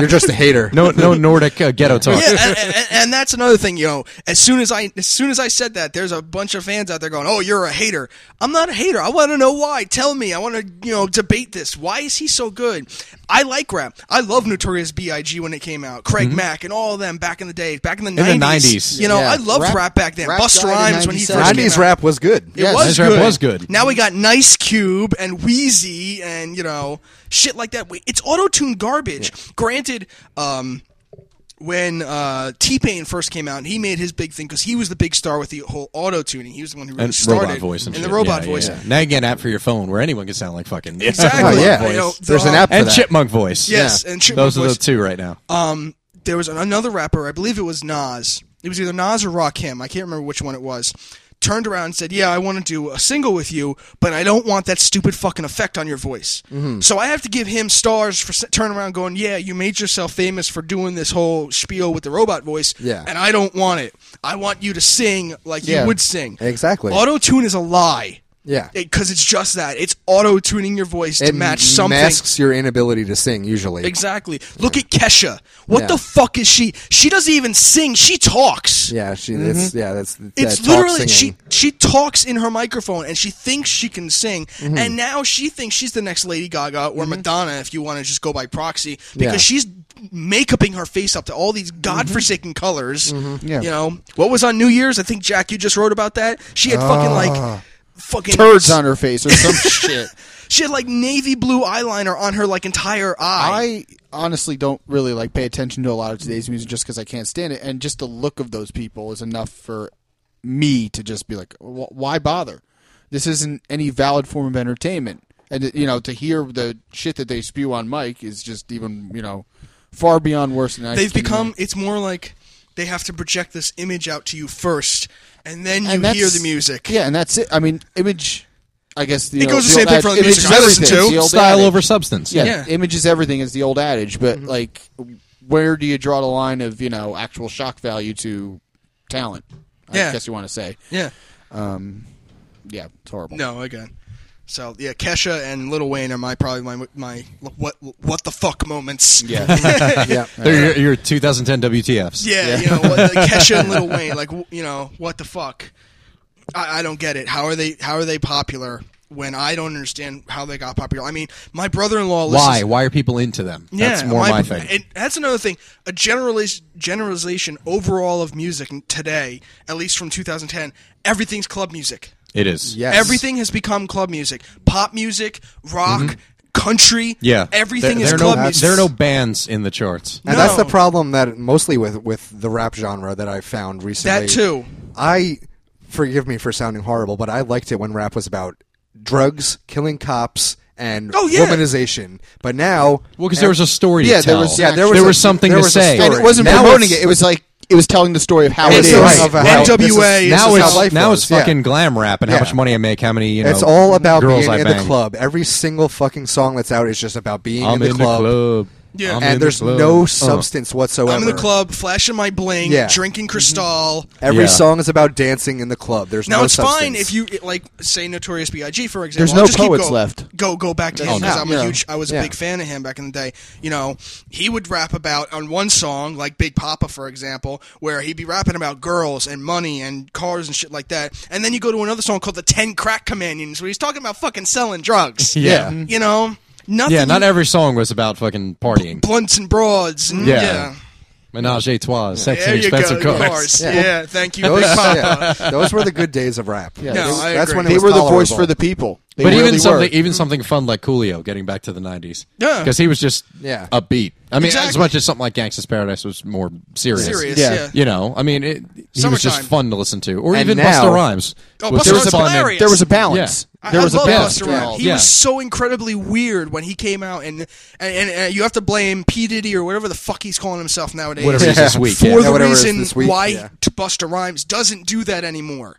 Speaker 2: just a hater.
Speaker 4: No no Nordic uh, ghetto talk.
Speaker 1: Yeah, and, and, and that's another thing, yo. As soon as I, as soon as I said that, there's a bunch of fans out there going, "Oh, you're a hater." I'm not a hater. I want to know why. Tell me. I want to, you know, debate this. Why is he so good? I like rap. I love Notorious B.I.G. when it came out, Craig
Speaker 4: Mm-hmm.
Speaker 1: Mack, and all of them back in the day, back in the 90s.
Speaker 4: 90s.
Speaker 1: you know,
Speaker 5: Yeah.
Speaker 1: I loved rap,
Speaker 5: Rap-
Speaker 1: back then.
Speaker 5: rap
Speaker 1: Busta
Speaker 5: died in
Speaker 1: Rhymes when he first
Speaker 5: 97.
Speaker 1: came
Speaker 2: 90s
Speaker 1: out.
Speaker 2: rap was good.
Speaker 1: It was
Speaker 4: Nice rap
Speaker 1: good.
Speaker 4: was good.
Speaker 1: Now we got Nice Cube and Wheezy and you know shit like that. We- It's auto tune garbage. Granted, um, when uh, T Pain first came out, he made his big thing because he was the big star with the whole auto tuning. He was the one who really
Speaker 4: and
Speaker 1: started
Speaker 4: robot voice and,
Speaker 1: and
Speaker 4: shit.
Speaker 1: the robot
Speaker 4: Yeah,
Speaker 1: voice.
Speaker 4: yeah, yeah. Now you get an app for your phone where anyone can sound like fucking
Speaker 1: Exactly.
Speaker 2: Oh, yeah.
Speaker 1: You know,
Speaker 2: There's an
Speaker 1: the-
Speaker 2: app for
Speaker 4: and
Speaker 2: that.
Speaker 4: chipmunk voice.
Speaker 1: Yes, and chipmunk
Speaker 4: those are the
Speaker 1: voice.
Speaker 4: two right now.
Speaker 1: Um, there was an- another rapper, I believe it was Nas. It was either Nas or Rakim. I can't remember which one it was. Turned around and said, "Yeah, I want to do a single with you, but I don't want that stupid fucking effect on your voice."
Speaker 2: Mm-hmm.
Speaker 1: So I have to give him stars for s- turning around, going, "Yeah, you made yourself famous for doing this whole spiel with the robot voice,
Speaker 2: Yeah.
Speaker 1: and I don't want it. I want you to sing like
Speaker 5: Yeah,
Speaker 1: you would sing.
Speaker 2: exactly.
Speaker 1: Auto tune is a lie.
Speaker 2: Yeah.
Speaker 1: because it's just that it's auto tuning your voice to
Speaker 2: It
Speaker 1: match something.
Speaker 2: masks your inability to sing usually.
Speaker 1: Exactly. Look at Kesha. What
Speaker 2: Yeah.
Speaker 1: the fuck is she? She doesn't even sing. She talks.
Speaker 2: Yeah, she. It's, yeah, that's.
Speaker 1: Mm-hmm. It's
Speaker 2: that talk
Speaker 1: literally
Speaker 2: singing.
Speaker 1: she she talks in her microphone and she thinks she can sing
Speaker 2: Mm-hmm.
Speaker 1: and now she thinks she's the next Lady Gaga or Madonna if you want to just go by proxy because
Speaker 2: Yeah. Mm-hmm.
Speaker 1: she's makeuping her face up to all these godforsaken colors.
Speaker 5: Yeah.
Speaker 1: You know what was on New Year's? I think Jack, you just wrote about that. She had fucking
Speaker 2: Ah.
Speaker 1: like fucking
Speaker 5: Turds on her face or some shit.
Speaker 1: She had like navy blue eyeliner on her like entire eye.
Speaker 5: I honestly don't really like pay attention to a lot of today's music just because I can't stand it, and just the look of those people is enough for me to just be like, "Wh- why bother? This isn't any valid form of entertainment, and you know, to hear the shit that they spew on mic is just even you know far beyond worse than I.
Speaker 1: they've
Speaker 5: can-
Speaker 1: become it's more like they have to project this image out to you first and then you
Speaker 5: And
Speaker 1: hear
Speaker 5: that's-
Speaker 1: the music
Speaker 5: Yeah, and that's it. I mean, image. I guess the
Speaker 1: It
Speaker 5: know,
Speaker 1: goes the
Speaker 5: the
Speaker 1: same
Speaker 5: old
Speaker 1: thing
Speaker 5: ad-
Speaker 1: for the
Speaker 5: image
Speaker 1: music
Speaker 5: is
Speaker 1: I listen
Speaker 5: everything.
Speaker 1: to.
Speaker 5: It's the old
Speaker 4: Style
Speaker 5: adage.
Speaker 4: over substance.
Speaker 5: yeah,
Speaker 1: Yeah.
Speaker 5: image is everything is the old adage, but like, where do you draw the line of you know actual shock value to talent? I
Speaker 1: Yeah.
Speaker 5: guess you want to say,
Speaker 1: yeah
Speaker 5: yeah, it's horrible.
Speaker 1: no again so yeah kesha and little wayne are my probably my my what what the fuck moments
Speaker 5: Yeah,
Speaker 2: Yeah.
Speaker 4: They're your, your 2010 WTFs.
Speaker 1: yeah, you know what, like kesha and little wayne like w- you know what the fuck I, I don't get it how are they how are they popular when I don't understand how they got popular, I mean, my brother-in-law. Listens,
Speaker 4: Why? Why are people into them? that's more my, thing.
Speaker 1: And that's another thing. A generalization, generalization overall of music today, at least from 2010, everything's club music.
Speaker 4: it is.
Speaker 2: Yes.
Speaker 1: Everything has become club music. Pop music, rock, country.
Speaker 4: Mm-hmm. Yeah.
Speaker 1: everything
Speaker 4: there,
Speaker 1: is
Speaker 4: there are
Speaker 1: club
Speaker 4: no,
Speaker 1: music.
Speaker 4: There are no bands in the charts.
Speaker 2: And that's
Speaker 1: No.
Speaker 2: the problem that mostly with with the rap genre that I've found recently.
Speaker 1: That too.
Speaker 2: I forgive me for sounding horrible, but I liked it when rap was about drugs, killing cops, and
Speaker 1: Oh, yeah.
Speaker 2: womanization. But now,
Speaker 4: Well, because there was a story.
Speaker 5: Yeah,
Speaker 4: to
Speaker 5: there
Speaker 4: tell.
Speaker 5: was- yeah,
Speaker 2: there was
Speaker 4: there
Speaker 2: a-
Speaker 4: was something
Speaker 2: there
Speaker 4: to
Speaker 2: was a
Speaker 4: say.
Speaker 2: story.
Speaker 5: and it wasn't
Speaker 2: Now
Speaker 5: promoting
Speaker 2: it's-
Speaker 5: it; it was like it was telling the story of how
Speaker 1: It's
Speaker 5: it
Speaker 2: It's
Speaker 5: is.
Speaker 1: right.
Speaker 2: of how-
Speaker 1: NWA
Speaker 2: this
Speaker 1: is
Speaker 4: now
Speaker 1: how
Speaker 4: it's
Speaker 2: life
Speaker 4: now
Speaker 2: is,
Speaker 4: it's
Speaker 2: yeah.
Speaker 4: fucking glam rap and
Speaker 2: Yeah.
Speaker 4: how much money I make, how many you know.
Speaker 2: It's all about
Speaker 4: girls
Speaker 2: being
Speaker 4: I
Speaker 2: in
Speaker 4: bang.
Speaker 2: the club. Every single fucking song that's out is just about being
Speaker 4: I'm
Speaker 2: in the club.
Speaker 4: club.
Speaker 1: Yeah.
Speaker 4: I'm
Speaker 1: And
Speaker 4: in
Speaker 2: and
Speaker 4: the
Speaker 2: there's
Speaker 4: club.
Speaker 2: no
Speaker 4: Uh.
Speaker 2: substance whatsoever.
Speaker 1: I'm in the club, flashing my bling,
Speaker 2: Yeah.
Speaker 1: drinking
Speaker 4: Mm-hmm.
Speaker 1: Cristal.
Speaker 2: Every
Speaker 4: Yeah.
Speaker 2: song is about dancing in the club. There's
Speaker 1: Now
Speaker 2: no
Speaker 1: it's
Speaker 2: substance.
Speaker 1: fine if you it, like say Notorious B.I.G. for example.
Speaker 5: There's
Speaker 1: I'll
Speaker 5: no
Speaker 1: just keep
Speaker 5: poets
Speaker 1: go-
Speaker 5: left.
Speaker 1: Go go back to him
Speaker 4: no.
Speaker 1: because I'm a
Speaker 2: Yeah.
Speaker 1: huge. I was a
Speaker 2: Yeah.
Speaker 1: big fan of him back in the day. You know, he would rap about on one song like Big Papa for example, where he'd be rapping about girls and money and cars and shit like that. And then you go to another song called the Ten Crack Companions, where he's talking about fucking selling drugs.
Speaker 4: Yeah.
Speaker 1: you know, nothing.
Speaker 4: Yeah, not every song was about fucking partying.
Speaker 1: blunts and broads. And, yeah.
Speaker 4: Yeah. Menage a trois, sex
Speaker 1: There
Speaker 4: and
Speaker 1: you go.
Speaker 4: expensive
Speaker 1: Cars.
Speaker 4: cars.
Speaker 1: Yeah.
Speaker 2: Yeah.
Speaker 1: thank you,
Speaker 2: those,
Speaker 1: Big Papa.
Speaker 2: yeah, those were the good days of rap.
Speaker 5: Yeah.
Speaker 1: No,
Speaker 2: That's-
Speaker 1: I
Speaker 2: that's
Speaker 1: agree.
Speaker 2: when it
Speaker 5: They
Speaker 2: was
Speaker 5: were the voice
Speaker 2: tolerable.
Speaker 5: for the people. They
Speaker 4: But
Speaker 5: really
Speaker 4: even
Speaker 5: were.
Speaker 4: something, even something fun like Coolio, getting back to the '90s,
Speaker 1: Yeah.
Speaker 4: because he was just
Speaker 2: Yeah.
Speaker 4: upbeat. I mean, as
Speaker 1: Exactly.
Speaker 4: much as something like Gangsta's Paradise was more serious.
Speaker 1: Serious,
Speaker 5: Yeah.
Speaker 1: yeah.
Speaker 4: You know, I mean, it, he was
Speaker 1: Summertime.
Speaker 4: just fun to listen to, or
Speaker 2: And
Speaker 4: even
Speaker 2: now-
Speaker 4: Busta Rhymes.
Speaker 1: Oh,
Speaker 4: was
Speaker 1: Busta
Speaker 4: just
Speaker 1: Rhymes is
Speaker 4: fun and-
Speaker 1: hilarious.
Speaker 5: there was a balance.
Speaker 1: I-
Speaker 5: There was
Speaker 1: I
Speaker 5: a
Speaker 1: love
Speaker 5: balance.
Speaker 1: Busta Rhymes. He
Speaker 4: Yeah.
Speaker 1: was so incredibly weird when he came out, and and, and, and you have to blame P Diddy or whatever the fuck he's calling himself nowadays
Speaker 4: Whatever it is this week,
Speaker 1: for
Speaker 4: yeah.
Speaker 1: the
Speaker 2: Yeah, whatever it is
Speaker 1: reason
Speaker 2: this week,
Speaker 1: why
Speaker 2: yeah.
Speaker 1: t- Busta Rhymes doesn't do that anymore.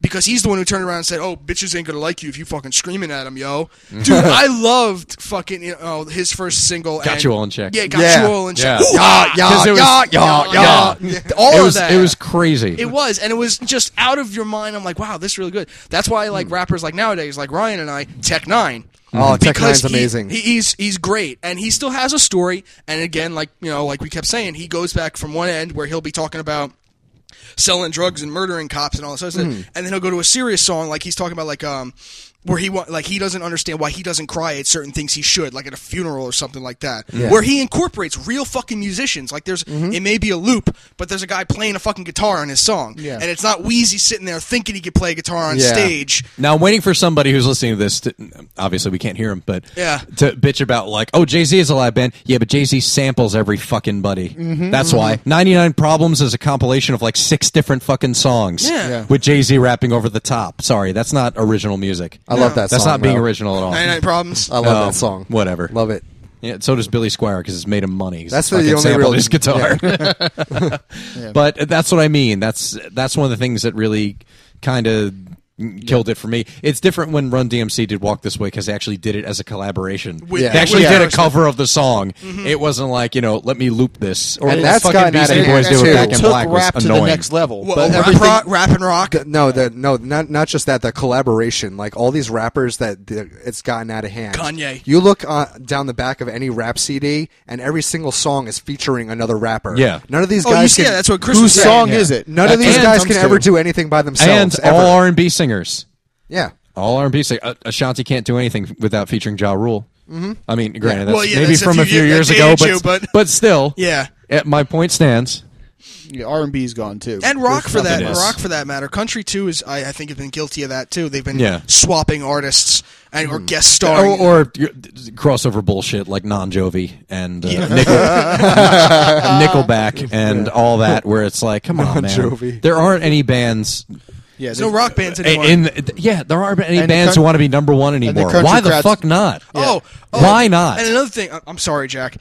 Speaker 1: Because he's the one who turned around and said, "Oh, bitches ain't gonna like you if you fucking screaming at them, yo."
Speaker 4: Mm-hmm.
Speaker 1: Dude, I loved fucking you know, his first single.
Speaker 4: Got
Speaker 1: and-
Speaker 4: you all in check.
Speaker 1: Yeah, got
Speaker 2: Yeah.
Speaker 1: you all in check.
Speaker 4: Yeah.
Speaker 1: Ooh, ah,
Speaker 2: Yeah, Ah, yeah,
Speaker 4: 'Cause it was-
Speaker 2: yeah, yeah, yeah, All
Speaker 4: it
Speaker 2: of
Speaker 4: was,
Speaker 2: that.
Speaker 4: It was crazy.
Speaker 1: It was, and it was just out of your mind. I'm like, wow, this is really good. That's why I
Speaker 2: Hmm.
Speaker 1: like rappers like nowadays, like Ryan and I, Tech Nine.
Speaker 2: Oh, Tech
Speaker 1: Because
Speaker 2: Nine's
Speaker 1: he-
Speaker 2: amazing.
Speaker 1: he- he's he's great, and he still has a story. And again, like you know, like we kept saying, he goes back from one end where he'll be talking about selling drugs and murdering cops and all this other stuff, and then he'll go to a serious song like he's talking about like um where he wa- like he doesn't understand why he doesn't cry at certain things he should, like at a funeral or something like that. Where he incorporates real fucking musicians. Like there's it may be a loop, but there's a guy playing a fucking guitar on his song, and it's not Wheezy sitting there thinking he could play guitar on
Speaker 2: Yeah.
Speaker 1: stage.
Speaker 4: Now I'm waiting for somebody who's listening to this. To, obviously, we can't hear him, but
Speaker 1: Yeah.
Speaker 4: to bitch about like, oh, Jay Z is a live band. Yeah, but Jay Z samples every fucking buddy.
Speaker 2: Mm-hmm,
Speaker 4: That's why 99 Problems is a compilation of like six different fucking songs.
Speaker 1: Yeah. Yeah.
Speaker 4: with Jay Z rapping over the top. Sorry, that's not original music.
Speaker 2: I love that
Speaker 4: That's
Speaker 2: song,
Speaker 4: not being
Speaker 2: though.
Speaker 4: original at all.
Speaker 1: Ninety nine problems.
Speaker 2: I love
Speaker 4: Oh,
Speaker 2: that song.
Speaker 4: whatever.
Speaker 2: Love it.
Speaker 4: Yeah, so does Billy Squire because it's made him money. 'cause
Speaker 2: That's
Speaker 4: he
Speaker 2: the
Speaker 4: fucking
Speaker 2: only
Speaker 4: sampled
Speaker 2: real-
Speaker 4: his guitar. But that's what I mean. That's that's one of the things that really kind of killed it for me. It's different when Run DMC did Walk This Way because they actually did it as a collaboration.
Speaker 1: With-
Speaker 2: Yeah.
Speaker 4: They actually
Speaker 1: with
Speaker 4: did a
Speaker 1: Aerosmith.
Speaker 4: cover of the song. It wasn't like you know, let me loop this or
Speaker 2: And
Speaker 4: let's
Speaker 2: that's
Speaker 4: fucking
Speaker 2: gotten out of
Speaker 4: Beastie
Speaker 2: hand,
Speaker 4: Boys do it
Speaker 2: too.
Speaker 4: back in
Speaker 5: took
Speaker 4: black
Speaker 5: rap
Speaker 4: was
Speaker 5: to
Speaker 4: annoying.
Speaker 5: the next level.
Speaker 1: Well,
Speaker 5: but
Speaker 1: rap,
Speaker 5: everything,
Speaker 1: rock, rap and rock.
Speaker 2: Th- No, the no, not not just that. The collaboration, like all these rappers that the, it's gotten out of hand.
Speaker 1: Kanye.
Speaker 2: You look uh, down the back of any rap CD, and every single song is featuring another rapper.
Speaker 4: Yeah.
Speaker 2: none of these
Speaker 1: Oh, you
Speaker 2: guys
Speaker 1: see,
Speaker 2: can.
Speaker 1: yeah, that's what Chris
Speaker 5: whose
Speaker 1: was saying.
Speaker 5: song
Speaker 1: Yeah.
Speaker 5: is it?
Speaker 2: none of these
Speaker 4: and
Speaker 2: guys
Speaker 4: comes
Speaker 2: can
Speaker 4: to-
Speaker 2: ever do anything by
Speaker 4: and
Speaker 2: themselves.
Speaker 4: all
Speaker 2: ever.
Speaker 4: R and B singers.
Speaker 2: yeah.
Speaker 4: All R and B singers. Ashanti can't do anything without featuring Ja Rule. Mm-hmm. I mean, granted, that's
Speaker 1: Well, yeah,
Speaker 4: maybe
Speaker 1: that's a
Speaker 4: from a
Speaker 1: few
Speaker 4: few
Speaker 1: years-
Speaker 4: years
Speaker 1: that
Speaker 4: ago,
Speaker 1: dated
Speaker 4: but,
Speaker 1: you, but-
Speaker 4: but still,
Speaker 1: Yeah.
Speaker 4: eh, my point stands.
Speaker 5: Yeah, R&B's gone too.
Speaker 1: and rock
Speaker 5: There's
Speaker 1: for that
Speaker 5: nothing
Speaker 4: It
Speaker 5: else.
Speaker 4: is.
Speaker 1: rock for that matter country too is i, I think have been guilty of that too they've been
Speaker 4: Yeah.
Speaker 1: swapping artists and or guest starring
Speaker 4: or, or your- crossover bullshit like Non Jovi and uh, Nickel, Nickelback and all that, where it's like, come on,
Speaker 2: Bon
Speaker 4: man,
Speaker 2: Jovi.
Speaker 4: there aren't any bands.
Speaker 5: Yeah,
Speaker 1: there's no rock bands anymore
Speaker 4: In, in- yeah, there aren't any
Speaker 5: And the
Speaker 4: bands
Speaker 5: coun-
Speaker 4: who want to be number one
Speaker 5: the
Speaker 4: anymore.
Speaker 5: country
Speaker 4: Why the
Speaker 5: crowds-
Speaker 4: fuck not?
Speaker 1: oh, oh,
Speaker 4: Why not?
Speaker 1: and another thing I- i'm sorry jack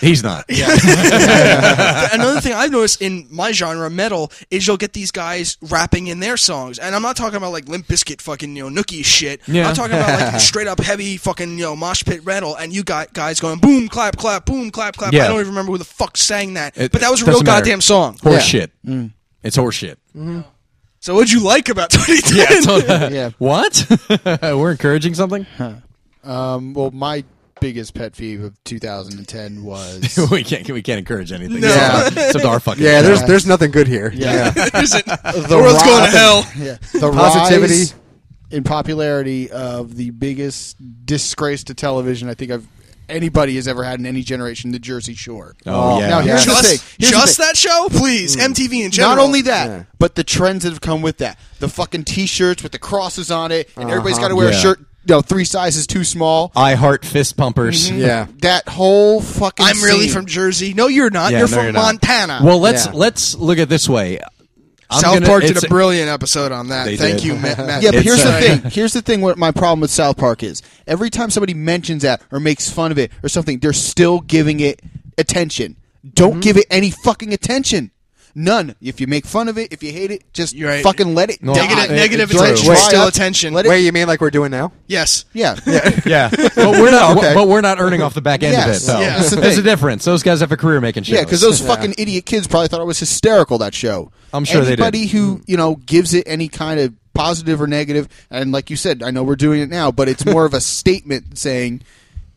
Speaker 4: He's not.
Speaker 1: another thing i've noticed in my genre metal is you'll get these guys rapping in their songs and i'm not talking about like limp biscuit fucking you know nookie shit
Speaker 4: Yeah.
Speaker 1: i'm talking about like straight up heavy fucking you know mosh pit metal and you got guys going boom clap clap boom clap clap
Speaker 4: Yeah.
Speaker 1: i don't even remember who the fuck sang that
Speaker 4: It-
Speaker 1: but that was a
Speaker 4: doesn't
Speaker 1: real
Speaker 4: matter.
Speaker 1: goddamn song Mm.
Speaker 4: Horseshit. It's horseshit.
Speaker 1: so what'd you like about 2010
Speaker 5: Yeah.
Speaker 4: What? We're encouraging something?
Speaker 5: Um, well, my biggest pet peeve of 2010 was
Speaker 4: we can't. We can't encourage anything.
Speaker 1: No.
Speaker 4: Yeah. Except our fucking.
Speaker 2: Yeah, there's
Speaker 5: Yeah.
Speaker 2: there's nothing good here.
Speaker 5: Yeah.
Speaker 1: isn't. The,
Speaker 5: The
Speaker 1: world's
Speaker 5: rise-
Speaker 1: going to hell.
Speaker 5: Yeah, the
Speaker 2: Positivity.
Speaker 5: rise in popularity of the biggest disgrace to television I think I've anybody has ever had in any generation, the Jersey Shore.
Speaker 4: Oh, yeah.
Speaker 5: Now here's the thing.
Speaker 1: Just,
Speaker 5: Here's the
Speaker 1: just
Speaker 5: thing.
Speaker 1: that show, please. MTV in general.
Speaker 5: Not only that,
Speaker 2: Yeah.
Speaker 5: but the trends that have come with that. The fucking T-shirts with the crosses on it, and everybody's got to wear
Speaker 4: Uh-huh. Yeah.
Speaker 5: a shirt, you know, three sizes too small.
Speaker 4: I heart fist pumpers.
Speaker 5: Mm-hmm.
Speaker 2: Yeah.
Speaker 5: That whole fucking.
Speaker 1: I'm really
Speaker 5: scene.
Speaker 1: from Jersey. No, you're not.
Speaker 4: Yeah,
Speaker 1: you're
Speaker 4: no,
Speaker 1: from
Speaker 4: you're not.
Speaker 1: Montana.
Speaker 4: Well, let's
Speaker 2: Yeah.
Speaker 4: let's look at this way. I'm
Speaker 1: South
Speaker 4: gonna-
Speaker 1: Park did
Speaker 4: it's-
Speaker 1: a brilliant episode on that.
Speaker 4: They
Speaker 1: Thank
Speaker 4: did.
Speaker 1: you, Matt. Matt
Speaker 5: Yeah, but
Speaker 1: It's,
Speaker 5: here's the
Speaker 1: uh,
Speaker 5: thing. Here's the thing. What my problem with South Park is, every time somebody mentions that or makes fun of it
Speaker 1: Mm-hmm.
Speaker 5: or something, they're still giving it attention. Don't give it any fucking attention. None. If you make fun of it, if you hate it, just
Speaker 1: You're right.
Speaker 5: fucking let it.
Speaker 4: No,
Speaker 5: die.
Speaker 4: Negative-
Speaker 1: Negati- negative
Speaker 5: Let it
Speaker 1: attention
Speaker 5: dry
Speaker 1: is still
Speaker 5: up.
Speaker 1: attention.
Speaker 5: Let it-
Speaker 2: Wait, you mean like we're doing now?
Speaker 1: yes.
Speaker 5: Yeah.
Speaker 4: Yeah, but we're not.
Speaker 2: Okay.
Speaker 4: But we're not earning off the back end of
Speaker 5: Yes.
Speaker 4: it. Though.
Speaker 1: Yeah. That's the
Speaker 4: There's a
Speaker 5: thing.
Speaker 4: difference. Those guys have a career making shows.
Speaker 5: Yeah, because those fucking idiot kids probably thought it was hysterical that show.
Speaker 4: I'm sure they did.
Speaker 5: Anybody who you know gives it any kind of positive or negative, and like you said, I know we're doing it now, but it's more of a statement saying,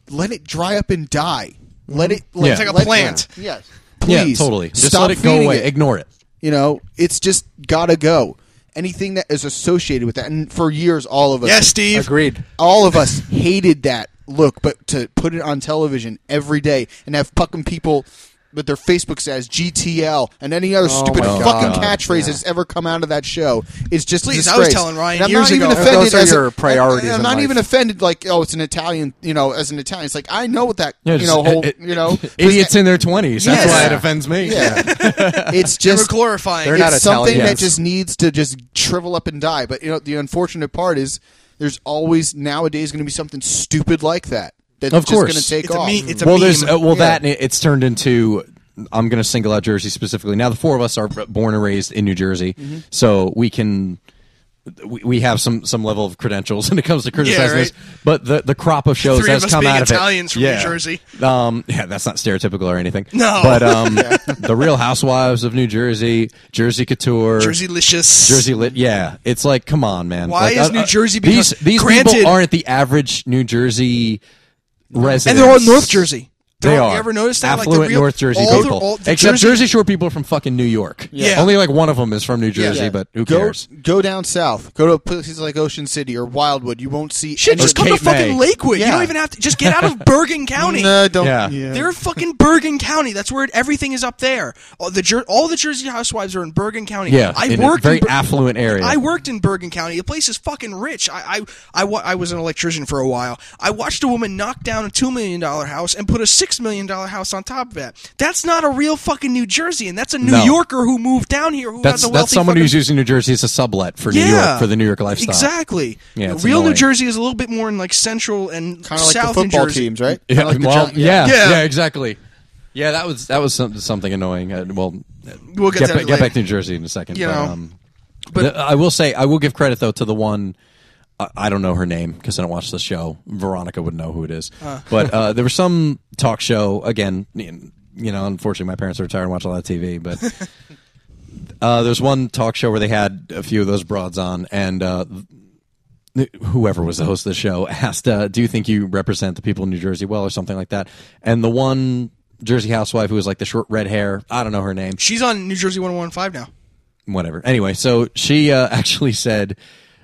Speaker 5: "Let it dry up and die. Let it. Let,
Speaker 4: Yeah. It's like
Speaker 1: a
Speaker 5: let-
Speaker 1: plant.
Speaker 5: Yes.
Speaker 4: yeah,
Speaker 5: Please.
Speaker 4: totally. Just
Speaker 5: stop
Speaker 4: let it go
Speaker 5: feeding
Speaker 4: away.
Speaker 5: it.
Speaker 4: Ignore it.
Speaker 5: You know, it's just gotta go. Anything that is associated with that, and for years, all of us,
Speaker 1: Yes, Steve.
Speaker 2: Agreed.
Speaker 5: all of us hated that look, but to put it on television every day and have fucking people with their Facebook says GTL and any
Speaker 1: Oh
Speaker 5: other stupid
Speaker 2: my
Speaker 5: fucking
Speaker 2: God.
Speaker 5: catchphrase that's ever come out of that show is just
Speaker 1: Please,
Speaker 5: a
Speaker 1: I was
Speaker 5: disgrace.
Speaker 1: telling Ryan
Speaker 5: And I'm
Speaker 1: years
Speaker 5: not even
Speaker 1: ago-
Speaker 5: offended
Speaker 2: Those are
Speaker 5: as a-
Speaker 2: your priorities
Speaker 5: I'm
Speaker 2: in
Speaker 5: not
Speaker 2: life.
Speaker 5: even offended like oh it's an Italian you know as an Italian it's like I know what that you
Speaker 4: just-
Speaker 5: know whole
Speaker 4: it- it-
Speaker 5: you know 'cause
Speaker 4: idiots in their twenties. That's
Speaker 5: Yes.
Speaker 4: why it offends me.
Speaker 5: it's
Speaker 1: They were
Speaker 5: just
Speaker 1: glorifying.
Speaker 2: They're
Speaker 1: it.
Speaker 2: not
Speaker 5: it's something
Speaker 2: Italians.
Speaker 5: that just needs to just shrivel up and die. But you know, the unfortunate part is there's always nowadays going to be something stupid like that. That's
Speaker 4: Of
Speaker 5: just going to
Speaker 4: course.
Speaker 5: take
Speaker 1: It's a
Speaker 5: off.
Speaker 1: me- it's a
Speaker 4: well,
Speaker 1: meme.
Speaker 4: there's uh, well
Speaker 5: Yeah.
Speaker 4: that and it- it's turned into. I'm going to single out Jersey specifically. Now, the four of us are born and raised in New Jersey,
Speaker 1: Mm-hmm.
Speaker 4: so we can we, we have some some level of credentials when it comes to criticizing
Speaker 1: right.
Speaker 4: this. But the the crop of shows
Speaker 1: Three of
Speaker 4: that's
Speaker 1: us
Speaker 4: come
Speaker 1: being
Speaker 4: out of
Speaker 1: Italians
Speaker 4: it,
Speaker 1: from New
Speaker 4: yeah.
Speaker 1: Jersey.
Speaker 4: Um, yeah, that's not stereotypical or anything.
Speaker 1: No.
Speaker 4: but um, the Real Housewives of New Jersey, Jersey Couture,
Speaker 1: Jersey licious.
Speaker 4: Jersey lit, yeah. It's like, come on, man.
Speaker 1: Why
Speaker 4: Like,
Speaker 1: is
Speaker 4: uh,
Speaker 1: New
Speaker 4: uh,
Speaker 1: Jersey
Speaker 4: These
Speaker 1: become-
Speaker 4: these
Speaker 1: Granted-
Speaker 4: people aren't the average New Jersey
Speaker 1: and
Speaker 4: resident.
Speaker 1: they're all North Jersey. They're
Speaker 4: They
Speaker 1: all-
Speaker 4: are.
Speaker 1: You ever noticed that?
Speaker 4: Affluent
Speaker 1: like the real,
Speaker 4: North Jersey
Speaker 1: all the-
Speaker 4: people,
Speaker 1: all the
Speaker 4: except
Speaker 1: Jersey,
Speaker 4: Jersey Shore people are from fucking New York.
Speaker 1: Yeah.
Speaker 4: only like one of them is from New Jersey,
Speaker 5: Yeah.
Speaker 4: but who
Speaker 5: go,
Speaker 4: cares?
Speaker 5: Go down south. Go to places like Ocean City or Wildwood. You won't see.
Speaker 1: Shit,
Speaker 5: any-
Speaker 1: just come
Speaker 4: Cape
Speaker 1: to fucking
Speaker 4: May.
Speaker 1: Lakewood. You
Speaker 5: Yeah.
Speaker 1: don't even have to. Just get out of Bergen County.
Speaker 5: No, don't.
Speaker 4: Yeah.
Speaker 1: They're fucking Bergen County. That's where everything is up there. All the, Jer- all the Jersey housewives are in Bergen County.
Speaker 4: Yeah,
Speaker 1: I
Speaker 4: in a
Speaker 1: worked
Speaker 4: very
Speaker 1: in Ber-
Speaker 4: affluent area.
Speaker 1: I worked in Bergen County. The place is fucking rich. I, I, I, wa- I was an electrician for a while. I watched a woman knock down a $2 million house and put a $6 million house on top of it. That's not a real fucking New Jersey, and that's a New
Speaker 4: No.
Speaker 1: Yorker who moved down here who has
Speaker 4: That's
Speaker 1: a wealthy
Speaker 4: that's someone
Speaker 1: fucking-
Speaker 4: who's using New Jersey as a sublet for New
Speaker 1: yeah,
Speaker 4: York for the New York lifestyle.
Speaker 1: Exactly.
Speaker 4: Yeah, it's
Speaker 1: real New
Speaker 4: annoying.
Speaker 1: Jersey is a little bit more in like central and
Speaker 5: kind of like
Speaker 1: south
Speaker 5: the
Speaker 1: New
Speaker 5: football
Speaker 1: Jersey.
Speaker 5: teams, right?
Speaker 4: Yeah,
Speaker 5: Kinda like the
Speaker 4: well,
Speaker 5: Giants-
Speaker 4: yeah,
Speaker 1: Yeah.
Speaker 4: yeah, exactly. Yeah, that was that was something something annoying. Uh, well,
Speaker 1: We'll get to that
Speaker 4: back, get
Speaker 1: later.
Speaker 4: back to New Jersey in a second.
Speaker 1: You
Speaker 4: but,
Speaker 1: know,
Speaker 4: um, the- I will say I will give credit though to the one. I, I don't know her name because I don't watch the show. Veronica would know who it is. But uh, there was some talk show again. You know, unfortunately, my parents are retired and watch a lot of TV, but. Uh, there's one talk show where they had a few of those broads on, and uh, whoever was the host of the show asked, uh, "Do you think you represent the people of New Jersey well, or something like that?" And the one Jersey housewife who was like the short red hair, I don't know her name,
Speaker 1: She's on New Jersey oh 115 now.
Speaker 4: whatever. Anyway, so she uh, actually said,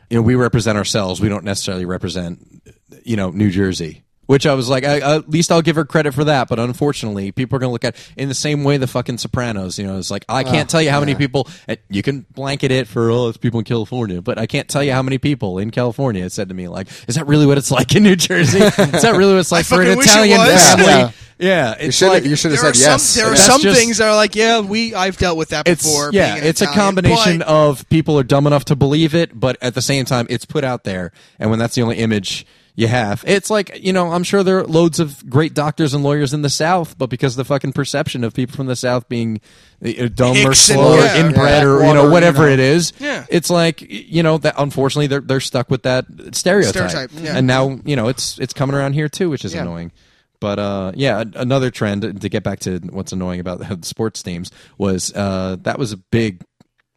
Speaker 4: "You know, we represent ourselves. We don't necessarily represent, you know, New Jersey." Which I was like, I, at least I'll give her credit for that. But unfortunately, people are going to look at in the same way the fucking Sopranos. You know, it's like I can't tell you how many people. and You can blanket it for oh, it's people in California, but I can't tell you how many people in California said to me like, "Is that really what it's like in New Jersey? Is that really what it's like for an
Speaker 1: fucking wish it
Speaker 4: Italian
Speaker 1: was."
Speaker 4: family?"
Speaker 5: Yeah.
Speaker 4: Yeah,
Speaker 2: You
Speaker 4: it's
Speaker 2: should
Speaker 4: like-
Speaker 2: have. you should have
Speaker 1: There are
Speaker 2: said yes.
Speaker 1: some, there are
Speaker 4: That's
Speaker 1: some
Speaker 4: just-
Speaker 1: things that are like, yeah, we I've dealt with that before.
Speaker 4: it's, yeah,
Speaker 1: being an
Speaker 4: it's a
Speaker 1: Italian,
Speaker 4: combination
Speaker 1: but-
Speaker 4: of people are dumb enough to believe it, but at the same time, it's put out there, and when that's the only image you have, it's like you know, I'm sure there are loads of great doctors and lawyers in the South, but because of the fucking perception of people from the South being uh, dumb or
Speaker 1: Hicks and-
Speaker 4: slow
Speaker 1: yeah,
Speaker 4: or inbred or you
Speaker 5: backwater,
Speaker 4: know
Speaker 5: you
Speaker 4: whatever
Speaker 5: know.
Speaker 4: it is,
Speaker 1: Yeah.
Speaker 4: it's like you know that unfortunately they're they're stuck with that stereotype,
Speaker 1: Stereotype, yeah.
Speaker 4: and now you know it's it's coming around here too, which is
Speaker 5: Yeah.
Speaker 4: annoying. But uh, yeah, a- another trend to get back to what's annoying about the sports teams was uh, that was a big.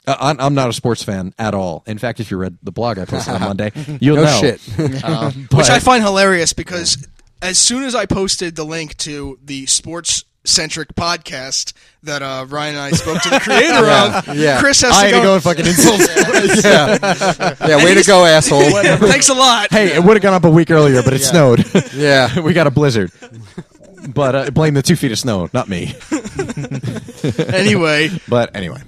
Speaker 4: I- I'm I'm not a sports fan at all. In fact, if you read the blog I posted on Monday, you'll
Speaker 2: No
Speaker 4: know.
Speaker 2: shit.
Speaker 1: which I
Speaker 4: But-
Speaker 1: find hilarious because as soon as I posted the link to the sports centric podcast that uh, Ryan and I spoke to the creator of,
Speaker 2: yeah.
Speaker 1: Chris has to
Speaker 4: I had
Speaker 1: go.
Speaker 4: to go and fucking insult.
Speaker 2: yeah, way to go, asshole.
Speaker 1: Thanks a lot.
Speaker 4: hey, it would have gone up a week earlier, but it snowed.
Speaker 2: yeah.
Speaker 4: we got a blizzard. But uh, blame the two feet of snow, not me.
Speaker 1: Anyway,
Speaker 4: But anyway,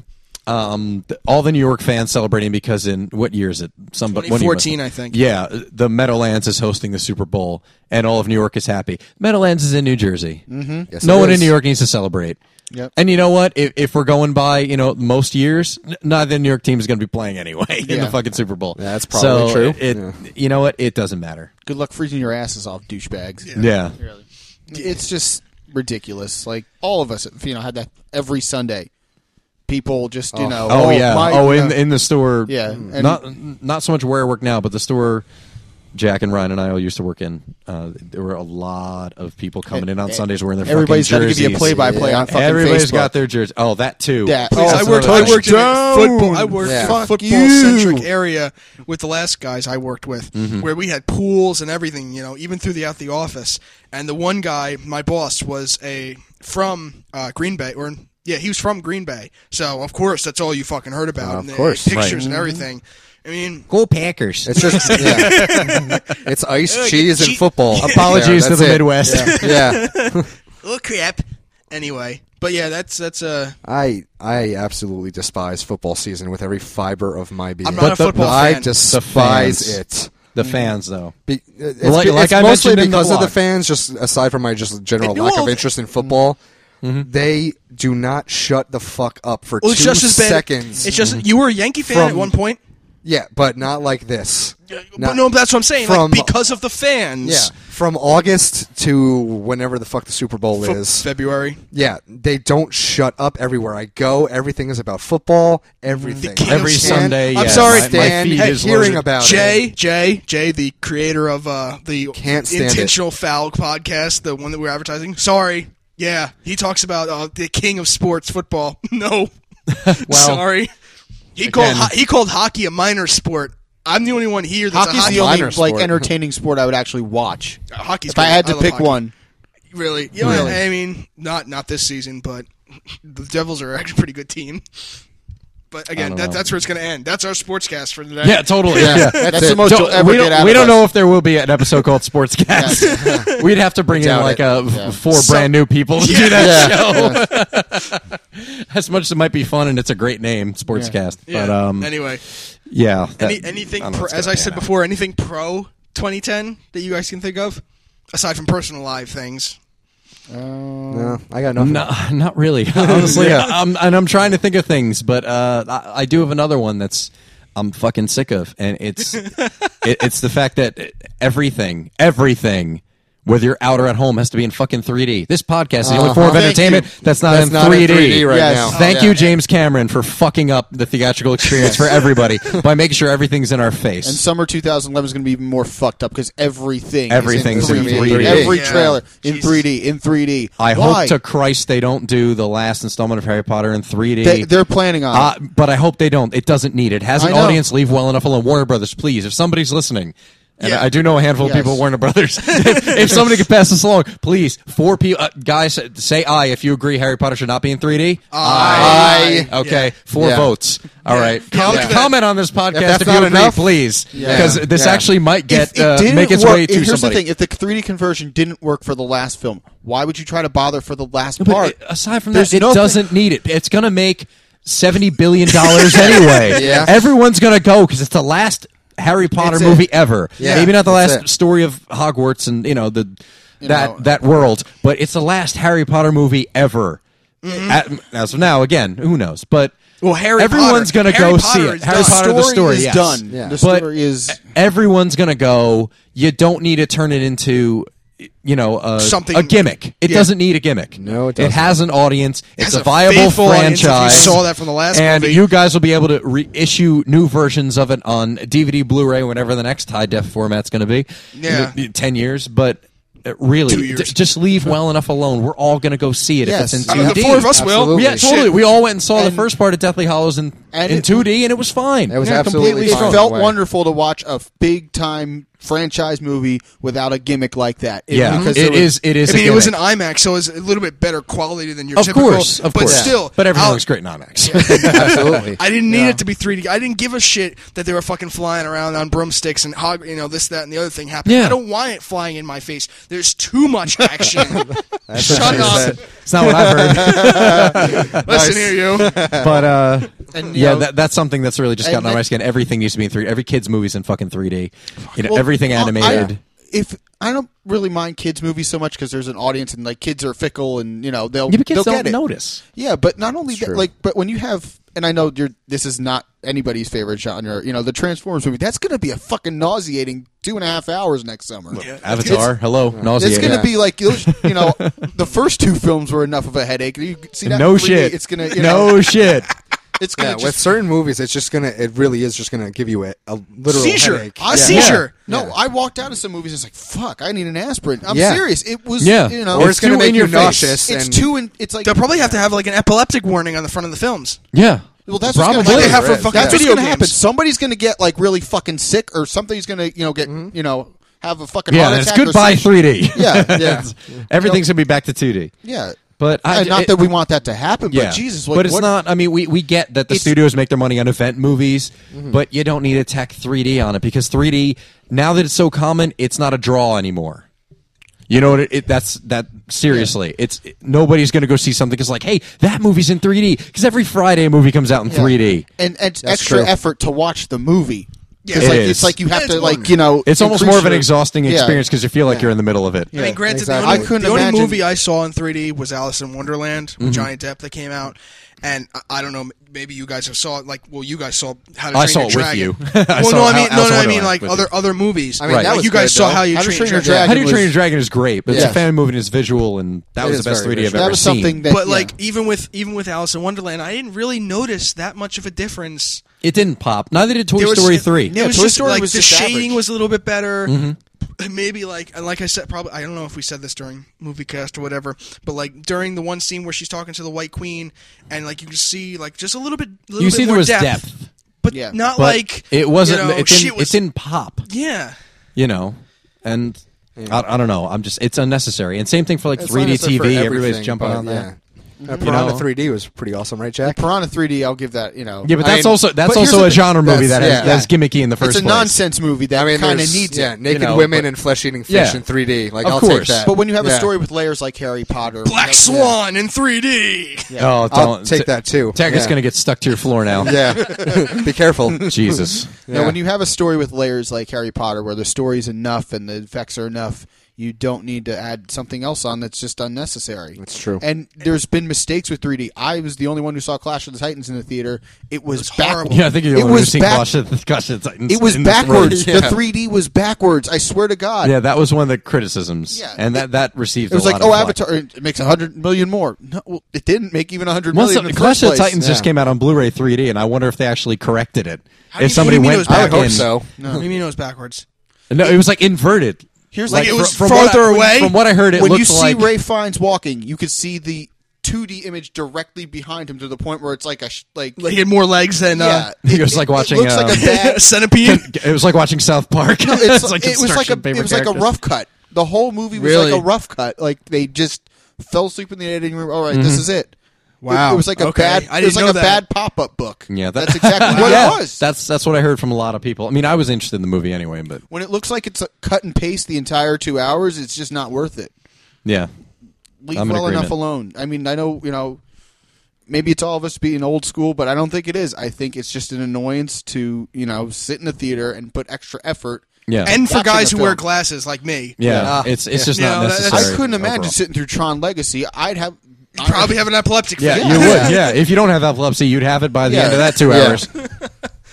Speaker 4: um, th- all the New York fans celebrating because in what year is it? Some but when you-
Speaker 1: 2014, I think.
Speaker 4: Yeah, the Meadowlands is hosting the Super Bowl, and all of New York is happy. Meadowlands is in New Jersey. Mm-hmm.
Speaker 2: Yes,
Speaker 4: no
Speaker 2: it
Speaker 4: one
Speaker 2: is.
Speaker 4: in New York needs to celebrate.
Speaker 5: Yep.
Speaker 4: And you know what? If, if we're going by you know most years, n- neither New York team is going to be playing anyway in
Speaker 5: Yeah.
Speaker 4: the fucking Super Bowl.
Speaker 2: That's probably
Speaker 4: So
Speaker 2: true.
Speaker 4: It,
Speaker 2: Yeah.
Speaker 4: You know what? It doesn't matter.
Speaker 5: Good luck freezing your asses off, douchebags.
Speaker 4: Yeah.
Speaker 5: It's just ridiculous. Like all of us, you know, had that every Sunday. people just you know.
Speaker 4: Oh, yeah.
Speaker 5: my-
Speaker 4: oh,
Speaker 5: you
Speaker 4: in
Speaker 5: know,
Speaker 4: in the store.
Speaker 5: Yeah, and-
Speaker 4: not not so much where I work now, but the store Jack and Ryan and I all used to work in. Uh, there were a lot of people coming in on Sundays wearing their
Speaker 5: Eh, everybody's
Speaker 4: fucking
Speaker 5: trying to
Speaker 4: jerseys.
Speaker 5: give you a play-by-play on fucking
Speaker 4: Everybody's
Speaker 5: Facebook.
Speaker 4: got their jersey. Oh, that too.
Speaker 5: Yeah.
Speaker 4: Please,
Speaker 5: Oh,
Speaker 1: I
Speaker 4: that's
Speaker 1: worked.
Speaker 4: another
Speaker 1: I worked in
Speaker 4: option.
Speaker 1: a football. I worked in
Speaker 2: Yeah.
Speaker 1: a
Speaker 5: Fuck
Speaker 1: football centric
Speaker 5: you.
Speaker 1: area with the last guys I worked with,
Speaker 2: Mm-hmm.
Speaker 1: where we had pools and everything. You know, even through the out the office. And the one guy, my boss, was a from uh, Green Bay, or yeah, he was from Green Bay. So of course, that's all you fucking heard about.
Speaker 2: Of
Speaker 1: and the
Speaker 2: course.
Speaker 1: pictures
Speaker 4: Right.
Speaker 1: and
Speaker 5: Mm-hmm.
Speaker 1: everything. I mean,
Speaker 4: Go Packers.
Speaker 2: It's just yeah. it's ice, cheese, and
Speaker 1: cheat-
Speaker 2: football.
Speaker 4: Apologies
Speaker 2: Yeah,
Speaker 4: to
Speaker 2: that's
Speaker 4: the
Speaker 2: it.
Speaker 4: Midwest.
Speaker 2: Yeah.
Speaker 1: oh crap. Anyway, but yeah, that's that's uh,
Speaker 2: I I absolutely despise football season with every fiber of my being.
Speaker 1: I'm not
Speaker 4: But the-
Speaker 1: a football
Speaker 2: I
Speaker 1: fan.
Speaker 2: despise
Speaker 4: fans.
Speaker 2: it.
Speaker 4: The fans, though.
Speaker 2: Be, uh, it's
Speaker 4: Like-
Speaker 2: be-
Speaker 4: like
Speaker 2: it's
Speaker 4: I
Speaker 2: mostly
Speaker 4: mentioned in the
Speaker 2: because of the
Speaker 4: blog.
Speaker 2: fans. Just aside from my just general
Speaker 1: And,
Speaker 2: lack
Speaker 1: well,
Speaker 2: of interest in football,
Speaker 4: Mm-hmm.
Speaker 2: they do not shut the fuck up for
Speaker 1: Well,
Speaker 2: two
Speaker 1: it's just as bad.
Speaker 2: seconds.
Speaker 1: It's just you were a Yankee fan at
Speaker 2: From-
Speaker 1: one point. Uh,
Speaker 2: yeah, but not like this.
Speaker 1: but
Speaker 2: Not-
Speaker 1: no, that's what I'm saying.
Speaker 2: from-
Speaker 1: like because of the fans.
Speaker 2: yeah, from August to whenever the fuck the Super Bowl
Speaker 1: Fe-
Speaker 2: is.
Speaker 1: February.
Speaker 2: Yeah, they don't shut up everywhere I go. Everything is about football. Everything.
Speaker 1: king
Speaker 4: Every
Speaker 1: I'm
Speaker 4: Sunday.
Speaker 1: I'm
Speaker 4: yeah,
Speaker 1: sorry,
Speaker 4: my, my
Speaker 2: Dan,
Speaker 4: feed
Speaker 2: hey,
Speaker 4: is
Speaker 2: hearing
Speaker 4: loaded.
Speaker 2: about it.
Speaker 1: Jay, Jay, Jay, the creator of uh, the
Speaker 2: Can't stand it.
Speaker 1: intentional foul podcast, the one that we're advertising. Sorry, yeah, he talks about uh, the king of sports, football. No, sorry, he called ho- he called hockey a minor sport. I'm the only one here that's
Speaker 5: Hockey's the
Speaker 1: a hockey.
Speaker 5: only
Speaker 2: Minor
Speaker 5: like
Speaker 2: sport.
Speaker 5: entertaining sport I would actually watch.
Speaker 1: uh, hockey's
Speaker 5: If I
Speaker 1: great.
Speaker 5: had to
Speaker 1: love
Speaker 5: pick
Speaker 1: hockey.
Speaker 5: one,
Speaker 1: really, you know,
Speaker 2: Really.
Speaker 1: I mean, not not this season, but the Devils are actually a pretty good team. But again,
Speaker 4: don't
Speaker 1: that,
Speaker 4: know.
Speaker 1: that's where it's going to end. That's our sportscast for today.
Speaker 4: Yeah, totally. Yeah.
Speaker 5: that's,
Speaker 2: it.
Speaker 5: the most you'll
Speaker 4: Don't-
Speaker 5: ever
Speaker 4: we don't,
Speaker 5: get out
Speaker 4: we
Speaker 5: of
Speaker 4: don't
Speaker 5: us.
Speaker 4: know if there will be an episode called Sportscast. We'd have to bring in
Speaker 2: Doubt
Speaker 4: like
Speaker 2: it.
Speaker 4: a
Speaker 5: Yeah.
Speaker 4: four
Speaker 1: So-
Speaker 4: brand new people to do
Speaker 1: Yeah.
Speaker 4: that show. as much as it might be fun and it's a great name, Sportscast.
Speaker 1: Yeah.
Speaker 4: But um,
Speaker 1: anyway,
Speaker 4: yeah. that-
Speaker 1: Any,
Speaker 4: I
Speaker 1: anything,
Speaker 4: don't know,
Speaker 1: pro,
Speaker 4: it's
Speaker 1: as
Speaker 4: gonna
Speaker 1: I
Speaker 4: pan
Speaker 1: said
Speaker 4: out.
Speaker 1: before, anything pro 2010 that you guys can think of, aside from personal live things.
Speaker 2: No, I got nothing.
Speaker 4: No, not really. Honestly,
Speaker 2: Yeah.
Speaker 4: I'm, and I'm trying to think of things, but uh, I, I do have another one that's I'm fucking sick of, and it's it, it's the fact that everything, everything, whether you're out or at home, has to be in fucking 3D. This podcast is the only form of
Speaker 5: Uh-huh. Thank
Speaker 4: entertainment
Speaker 5: you.
Speaker 4: that's not,
Speaker 2: That's
Speaker 4: in,
Speaker 2: not in
Speaker 4: 3D.
Speaker 2: 3D right
Speaker 5: Yes. now.
Speaker 4: Thank
Speaker 5: Oh, yeah.
Speaker 4: you, James Cameron, for fucking up the theatrical experience for everybody by making sure everything's in our face.
Speaker 5: And summer 2011 is going to be even more fucked up because everything
Speaker 4: Everything's
Speaker 5: is in
Speaker 2: in
Speaker 5: 3D.
Speaker 2: 3D.
Speaker 5: Every
Speaker 1: Yeah.
Speaker 5: trailer in
Speaker 1: Jesus.
Speaker 5: 3D in 3D.
Speaker 4: I
Speaker 5: Why?
Speaker 4: hope to Christ they don't do the last installment of Harry Potter in 3D.
Speaker 5: They, they're planning on.
Speaker 4: Uh,
Speaker 5: it.
Speaker 4: but I hope they don't. It doesn't need it. Has
Speaker 5: I
Speaker 4: an
Speaker 5: know.
Speaker 4: audience leave well enough alone. Warner Brothers, please. If somebody's listening, and
Speaker 1: Yeah.
Speaker 4: I do know a handful
Speaker 5: Yes.
Speaker 4: of people at Warner Brothers, if somebody could pass this along, please. Four people, uh, guys, say aye if you agree Harry Potter should not be in 3D.
Speaker 1: Aye. Aye.
Speaker 4: Okay,
Speaker 1: Yeah.
Speaker 4: four
Speaker 2: Yeah.
Speaker 4: votes. All right.
Speaker 1: Yeah,
Speaker 4: Com-
Speaker 1: look at that.
Speaker 4: Comment on this podcast
Speaker 2: that's
Speaker 4: if, you
Speaker 2: not
Speaker 4: agree,
Speaker 2: enough-
Speaker 4: please,
Speaker 5: Yeah.
Speaker 4: because this
Speaker 2: Yeah.
Speaker 4: actually might
Speaker 5: If
Speaker 4: get
Speaker 5: it
Speaker 4: uh,
Speaker 5: didn't
Speaker 4: make its
Speaker 5: work-
Speaker 4: way to
Speaker 5: here's
Speaker 4: somebody.
Speaker 5: the thing: if the 3D conversion didn't work for the last film, why would you try to bother for the last
Speaker 4: But
Speaker 5: part?
Speaker 4: it- aside from
Speaker 5: There's
Speaker 4: that, it
Speaker 5: nothing-
Speaker 4: doesn't need it. It's going to make seventy billion dollars anyway.
Speaker 2: Yeah.
Speaker 4: everyone's going to go because it's the last Harry Potter
Speaker 5: It's it.
Speaker 4: movie ever.
Speaker 2: Yeah.
Speaker 4: maybe not the
Speaker 2: That's
Speaker 4: last
Speaker 2: it.
Speaker 4: story of Hogwarts and you know the that
Speaker 5: know.
Speaker 4: that world, but it's the last Harry Potter movie ever. At- as of now, again, who knows? But
Speaker 1: Well, Harry
Speaker 4: everyone's
Speaker 1: Potter-
Speaker 4: going to go
Speaker 1: Harry
Speaker 4: see
Speaker 1: Potter
Speaker 4: it.
Speaker 1: is
Speaker 4: Harry
Speaker 1: done.
Speaker 4: Potter the story
Speaker 5: is
Speaker 4: yes.
Speaker 5: done.
Speaker 2: Yeah.
Speaker 5: The
Speaker 4: But
Speaker 5: story is
Speaker 4: everyone's going to go. You don't need to turn it into, you know, a,
Speaker 1: Something-
Speaker 4: a gimmick. It
Speaker 1: Yeah.
Speaker 4: doesn't need a gimmick.
Speaker 2: No, it
Speaker 4: It
Speaker 2: doesn't.
Speaker 4: has an audience. It's
Speaker 1: has
Speaker 4: a
Speaker 1: a
Speaker 4: viable
Speaker 1: faithful audience, if you
Speaker 4: franchise.
Speaker 1: saw that from the last
Speaker 4: and
Speaker 1: movie.
Speaker 4: you guys will be able to reissue new versions of it on DVD, Blu-ray, whenever the next high def format's going to be.
Speaker 1: Yeah.
Speaker 4: In the- ten years, but. uh, Really,
Speaker 1: Two years.
Speaker 4: d- just leave well enough alone. We're all going to go see it
Speaker 5: Yes.
Speaker 4: if it's
Speaker 5: I
Speaker 4: in
Speaker 1: I mean,
Speaker 4: 2D.
Speaker 1: the four of us will.
Speaker 2: Absolutely.
Speaker 4: Yeah,
Speaker 1: Shit.
Speaker 4: totally. We all went and saw
Speaker 5: And-
Speaker 4: the first part of Deathly Hollows in
Speaker 5: And
Speaker 4: in
Speaker 5: it-
Speaker 4: 2D, and it was fine.
Speaker 2: It was
Speaker 4: Yeah,
Speaker 2: absolutely
Speaker 4: completely
Speaker 5: it
Speaker 2: fine.
Speaker 4: fine.
Speaker 5: felt
Speaker 2: away.
Speaker 5: wonderful to watch a big time franchise movie without a gimmick like that. It-
Speaker 4: Yeah,
Speaker 5: because
Speaker 4: it
Speaker 5: there was-
Speaker 4: is. It is.
Speaker 1: I
Speaker 4: a
Speaker 1: mean, it was an
Speaker 4: gimmick.
Speaker 1: IMAX, so it was a little bit better quality than your
Speaker 4: Of
Speaker 1: typical.
Speaker 4: course, of
Speaker 1: but
Speaker 4: course.
Speaker 1: still,
Speaker 4: but everything
Speaker 1: I'll-
Speaker 4: looks great in IMAX.
Speaker 2: Absolutely.
Speaker 1: I didn't need it to be 3D. I didn't give a shit that they were fucking flying around on broomsticks and hog, you know, this, that, and the other thing happened.
Speaker 4: Yeah.
Speaker 1: I don't want it flying in my face. There's too much action.
Speaker 2: what
Speaker 1: Shut
Speaker 2: she
Speaker 1: up.
Speaker 2: said.
Speaker 4: it's not what I've heard,
Speaker 1: Listen here, you.
Speaker 4: but uh,
Speaker 5: And, you
Speaker 4: yeah,
Speaker 5: know,
Speaker 4: that, that's something that's really just
Speaker 5: and
Speaker 4: gotten on
Speaker 5: that-
Speaker 4: my skin. Everything used to be in three. Every kids' movies in fucking three D. You know,
Speaker 5: Well,
Speaker 4: everything
Speaker 5: I-
Speaker 4: animated.
Speaker 5: I- if I don't really mind kids movies so much because there's an audience and like kids are fickle and you know they'll
Speaker 4: yeah, but kids
Speaker 5: they'll
Speaker 4: don't
Speaker 5: get it.
Speaker 4: notice.
Speaker 5: Yeah, but not only that,
Speaker 2: true.
Speaker 5: like, but when you have, and I know you're, this is not anybody's favorite genre. You know, the Transformers movie. That's going to be a fucking nauseating two and a half hours next summer.
Speaker 4: Avatar. hello. Nausea.
Speaker 5: It's going
Speaker 2: Yeah.
Speaker 5: to be like those- you know, the first two films were enough of a headache. You could see that?
Speaker 4: no
Speaker 5: movie,
Speaker 4: shit.
Speaker 5: It's going to you
Speaker 4: no
Speaker 5: Know,
Speaker 4: shit.
Speaker 5: it's
Speaker 2: Yeah,
Speaker 5: going to
Speaker 2: with certain movies, it's just gonna. It really is just gonna give you a, a literal
Speaker 1: Seizure.
Speaker 2: headache.
Speaker 1: A seizure.
Speaker 5: No, I walked out of some movies. and It's like fuck. I need an aspirin. I'm
Speaker 2: Yeah.
Speaker 5: serious. It was
Speaker 4: Yeah.
Speaker 5: you know,
Speaker 2: Or it's gonna
Speaker 5: too
Speaker 2: make
Speaker 5: in
Speaker 2: you
Speaker 5: your face.
Speaker 2: nauseous
Speaker 5: It's
Speaker 2: and-
Speaker 5: too in. It's like
Speaker 1: They'll probably have to have like an epileptic warning on the front of the films.
Speaker 4: Yeah.
Speaker 5: Well, that's
Speaker 4: Probably.
Speaker 5: what's gonna,
Speaker 1: Like they have for
Speaker 5: that's
Speaker 1: fucking
Speaker 5: what's
Speaker 1: video
Speaker 5: gonna happen.
Speaker 1: games.
Speaker 5: Somebody's gonna get like really fucking sick, or something's gonna you know get
Speaker 4: Mm-hmm.
Speaker 5: you know have a fucking
Speaker 4: yeah.
Speaker 5: Heart
Speaker 4: and It's
Speaker 5: attack or
Speaker 4: goodbye
Speaker 5: some-
Speaker 4: 3D.
Speaker 5: Yeah, yeah,
Speaker 4: Everything's gonna be back to 2D.
Speaker 5: yeah.
Speaker 4: But I,
Speaker 5: And not
Speaker 4: it-
Speaker 5: that we want that to happen, but Jesus, like,
Speaker 4: but it's
Speaker 5: what-
Speaker 4: not. I mean, we, we get that the
Speaker 5: It's- Mm-hmm.
Speaker 4: studios make their money on event movies, but you don't need to tack 3D on it because 3D now that it's so common, it's not a draw anymore. You know what? It, it, that's that. Seriously, it's nobody's going to go see something. It's like, hey, that movie's in 3D because every Friday a movie comes out in 3D.
Speaker 5: and it's
Speaker 2: That's
Speaker 5: extra
Speaker 2: true.
Speaker 5: effort to watch the movie.
Speaker 1: Yeah.
Speaker 5: 'Cause,
Speaker 1: It
Speaker 5: like,
Speaker 4: is.
Speaker 5: It's like you have
Speaker 1: It's
Speaker 5: to
Speaker 1: long.
Speaker 5: like you know.
Speaker 4: It's almost
Speaker 5: increase
Speaker 4: more of an
Speaker 5: your-
Speaker 4: exhausting
Speaker 5: Yeah.
Speaker 4: experience because you feel like you're in the middle of it.
Speaker 1: I mean, granted,
Speaker 2: exactly.
Speaker 1: the, only,
Speaker 5: I couldn't
Speaker 1: the only
Speaker 5: imagine-
Speaker 1: movie I saw in 3D was Alice in Wonderland with Johnny Depp that came out, and I, I don't know. m- Maybe you guys have saw it. Like, well, you guys saw How to Train
Speaker 4: I saw
Speaker 1: Your
Speaker 4: it with
Speaker 1: Dragon.
Speaker 4: you. I
Speaker 1: well,
Speaker 4: saw
Speaker 1: no, I
Speaker 4: Al-
Speaker 1: mean,
Speaker 4: Alice
Speaker 1: no,
Speaker 4: in
Speaker 1: no, I
Speaker 4: Wonderland
Speaker 1: mean, like
Speaker 4: with
Speaker 1: other
Speaker 4: you.
Speaker 1: other movies.
Speaker 5: I mean,
Speaker 1: Like,
Speaker 5: that was
Speaker 1: you guys
Speaker 5: good,
Speaker 1: saw
Speaker 5: though.
Speaker 1: How You
Speaker 5: How to
Speaker 1: Train,
Speaker 5: Train
Speaker 1: Your
Speaker 5: Your
Speaker 1: Dragon.
Speaker 5: Dragon.
Speaker 4: How do you
Speaker 5: was-
Speaker 4: train your dragon is great, but it's
Speaker 5: Yeah.
Speaker 4: a fan movie and it's visual, and that was
Speaker 2: is
Speaker 4: the best
Speaker 2: very
Speaker 4: 3D I've
Speaker 2: visual.
Speaker 5: That
Speaker 4: ever
Speaker 5: was
Speaker 4: seen.
Speaker 5: something that
Speaker 1: But
Speaker 5: yeah.
Speaker 1: like even with even with Alice in Wonderland, I didn't really notice that much of a difference.
Speaker 4: It didn't pop. Neither did Toy
Speaker 1: There was-
Speaker 4: Story three.
Speaker 1: It was
Speaker 5: Toy
Speaker 1: just
Speaker 5: Story
Speaker 1: like
Speaker 5: was
Speaker 1: the
Speaker 5: just
Speaker 1: shading
Speaker 5: average.
Speaker 1: was a little bit better.
Speaker 4: Mm-hmm.
Speaker 1: Maybe like and like I said, probably I don't know if we said this during movie cast or whatever, but like during the one scene where she's talking to the White Queen, and like you can see like just a little bit, little
Speaker 4: you
Speaker 1: bit
Speaker 4: see,
Speaker 1: more
Speaker 4: there was
Speaker 1: depth,
Speaker 4: depth.
Speaker 1: but
Speaker 5: Yeah.
Speaker 1: not
Speaker 4: but
Speaker 1: like
Speaker 4: it wasn't.
Speaker 1: You know,
Speaker 4: it, didn't,
Speaker 1: shit was-
Speaker 4: it didn't pop.
Speaker 1: Yeah,
Speaker 4: You know, and I, I don't know. I'm just. It's unnecessary. And same thing for like
Speaker 2: It's
Speaker 4: 3D
Speaker 2: unnecessary for
Speaker 4: TV. Everybody's
Speaker 2: everything,
Speaker 4: jumping
Speaker 2: but
Speaker 4: on that.
Speaker 2: Yeah. Uh, Piranha
Speaker 4: know?
Speaker 2: 3D was pretty awesome, right, Jack?
Speaker 5: Piranha 3D. I'll give that. You know.
Speaker 4: Yeah, but
Speaker 2: I
Speaker 4: that's
Speaker 2: mean,
Speaker 4: also that's
Speaker 2: but here's
Speaker 4: also
Speaker 2: the
Speaker 4: a
Speaker 2: thing-
Speaker 4: genre movie that
Speaker 2: that's-
Speaker 4: has,
Speaker 2: yeah.
Speaker 4: that's gimmicky in the
Speaker 5: it's
Speaker 4: first
Speaker 5: a
Speaker 4: place.
Speaker 5: nonsense movie that
Speaker 2: I mean,
Speaker 5: kind of
Speaker 2: there's-
Speaker 5: needs
Speaker 2: yeah,
Speaker 5: it.
Speaker 2: naked
Speaker 4: know,
Speaker 2: women
Speaker 4: but-
Speaker 2: and flesh eating fish
Speaker 4: Yeah.
Speaker 2: in 3D. Like,
Speaker 4: Of
Speaker 2: I'll take
Speaker 4: course.
Speaker 2: that.
Speaker 5: But when you have a
Speaker 2: Yeah.
Speaker 5: story with layers like Harry Potter,
Speaker 1: Black Swan in 3D.
Speaker 4: Oh,
Speaker 2: I'll
Speaker 4: don't
Speaker 2: take that, too.
Speaker 4: Tech is
Speaker 2: Yeah.
Speaker 4: going to get stuck to your floor now.
Speaker 2: yeah, be careful.
Speaker 4: Jesus.
Speaker 5: Now,
Speaker 2: Yeah.
Speaker 5: when you have a story with layers like Harry Potter, where the story's enough and the effects are enough, you don't need to add something else on that's just unnecessary. That's
Speaker 2: true.
Speaker 5: And there's been mistakes with 3D. I was the only one who saw Clash of the Titans in the theater. It was,
Speaker 1: horrible.
Speaker 5: backwards.
Speaker 4: Yeah, I think you're the
Speaker 5: it
Speaker 4: only one who's
Speaker 5: was
Speaker 4: seen
Speaker 5: back-
Speaker 4: Clash of the- Clash of the Titans.
Speaker 5: It was
Speaker 4: in this room.
Speaker 5: backwards.
Speaker 2: Yeah.
Speaker 5: The 3D was backwards. I swear to God.
Speaker 4: Yeah, that was one of the criticisms.
Speaker 5: Yeah.
Speaker 4: and that that received.
Speaker 5: It was
Speaker 4: a lot
Speaker 5: like, oh,
Speaker 4: of flack.
Speaker 5: Avatar, it makes 100 million more. No, well, it didn't make even 100
Speaker 4: Once
Speaker 5: million
Speaker 4: the,
Speaker 5: in the
Speaker 4: Clash
Speaker 5: first
Speaker 4: of the
Speaker 5: place.
Speaker 4: Titans just
Speaker 2: Yeah.
Speaker 4: came out on Blu-ray 3D, and I wonder if they actually corrected it.
Speaker 1: do you-
Speaker 4: if somebody
Speaker 1: what do you mean it was
Speaker 4: went back
Speaker 2: I would hope
Speaker 4: in,
Speaker 2: so.
Speaker 1: What do you mean it was backwards?
Speaker 4: No, it was like inverted.
Speaker 5: Here's
Speaker 1: Like,
Speaker 5: the
Speaker 1: it
Speaker 5: thing.
Speaker 1: was
Speaker 4: from what
Speaker 1: farther
Speaker 4: I- when-
Speaker 1: away.
Speaker 4: From what I heard, it
Speaker 5: when you
Speaker 4: looked
Speaker 5: see
Speaker 4: like
Speaker 5: Ray Fiennes walking, you could see the 2D image directly behind him to the point where it's like a sh- like,
Speaker 1: like he had more legs than
Speaker 5: yeah,
Speaker 1: uh,
Speaker 4: It was like watching,
Speaker 5: It looks like
Speaker 4: um,
Speaker 5: a bad.
Speaker 1: a centipede.
Speaker 4: it was like watching South Park.
Speaker 5: It's,
Speaker 4: It's like
Speaker 5: it was like a
Speaker 4: construction
Speaker 5: it
Speaker 4: paper
Speaker 5: was like a
Speaker 4: characters.
Speaker 5: rough cut. The whole movie was
Speaker 2: Really?
Speaker 5: like a rough cut. Like they just fell asleep in the editing room. All right,
Speaker 4: Mm-hmm.
Speaker 5: this is it.
Speaker 1: Wow.
Speaker 5: It, it was like a
Speaker 1: Okay.
Speaker 5: bad.
Speaker 1: I
Speaker 5: it
Speaker 1: didn't
Speaker 5: was like a
Speaker 1: know that.
Speaker 5: bad pop up book.
Speaker 4: Yeah, that-
Speaker 5: that's exactly what
Speaker 4: Yeah,
Speaker 5: it was.
Speaker 4: That's that's what I heard from a lot of people. I mean, I was interested in the movie anyway, but
Speaker 5: when it looks like it's a cut and paste the entire two hours, it's just not worth it.
Speaker 4: yeah,
Speaker 5: leave
Speaker 4: I'm in
Speaker 5: well enough
Speaker 4: agreement.
Speaker 5: alone. I mean, I know you know, maybe it's all of us being old school, but I don't think it is. I think it's just an annoyance to you know sit in the theater and put extra effort.
Speaker 4: yeah,
Speaker 1: and for
Speaker 5: Watching
Speaker 1: guys
Speaker 5: the
Speaker 1: who wear
Speaker 5: film.
Speaker 1: glasses like me,
Speaker 4: yeah,
Speaker 2: Ah,
Speaker 4: it's it's just
Speaker 1: yeah.
Speaker 4: not
Speaker 1: No, that- that's-
Speaker 4: necessary.
Speaker 5: I couldn't imagine
Speaker 4: overall.
Speaker 5: sitting through Tron Legacy. I'd have
Speaker 1: you probably have an epileptic.
Speaker 4: Yeah,
Speaker 1: fit.
Speaker 4: you would. Yeah, if you don't have epilepsy, you'd have it by the
Speaker 5: Yeah.
Speaker 4: end of that two
Speaker 5: Yeah.
Speaker 4: hours,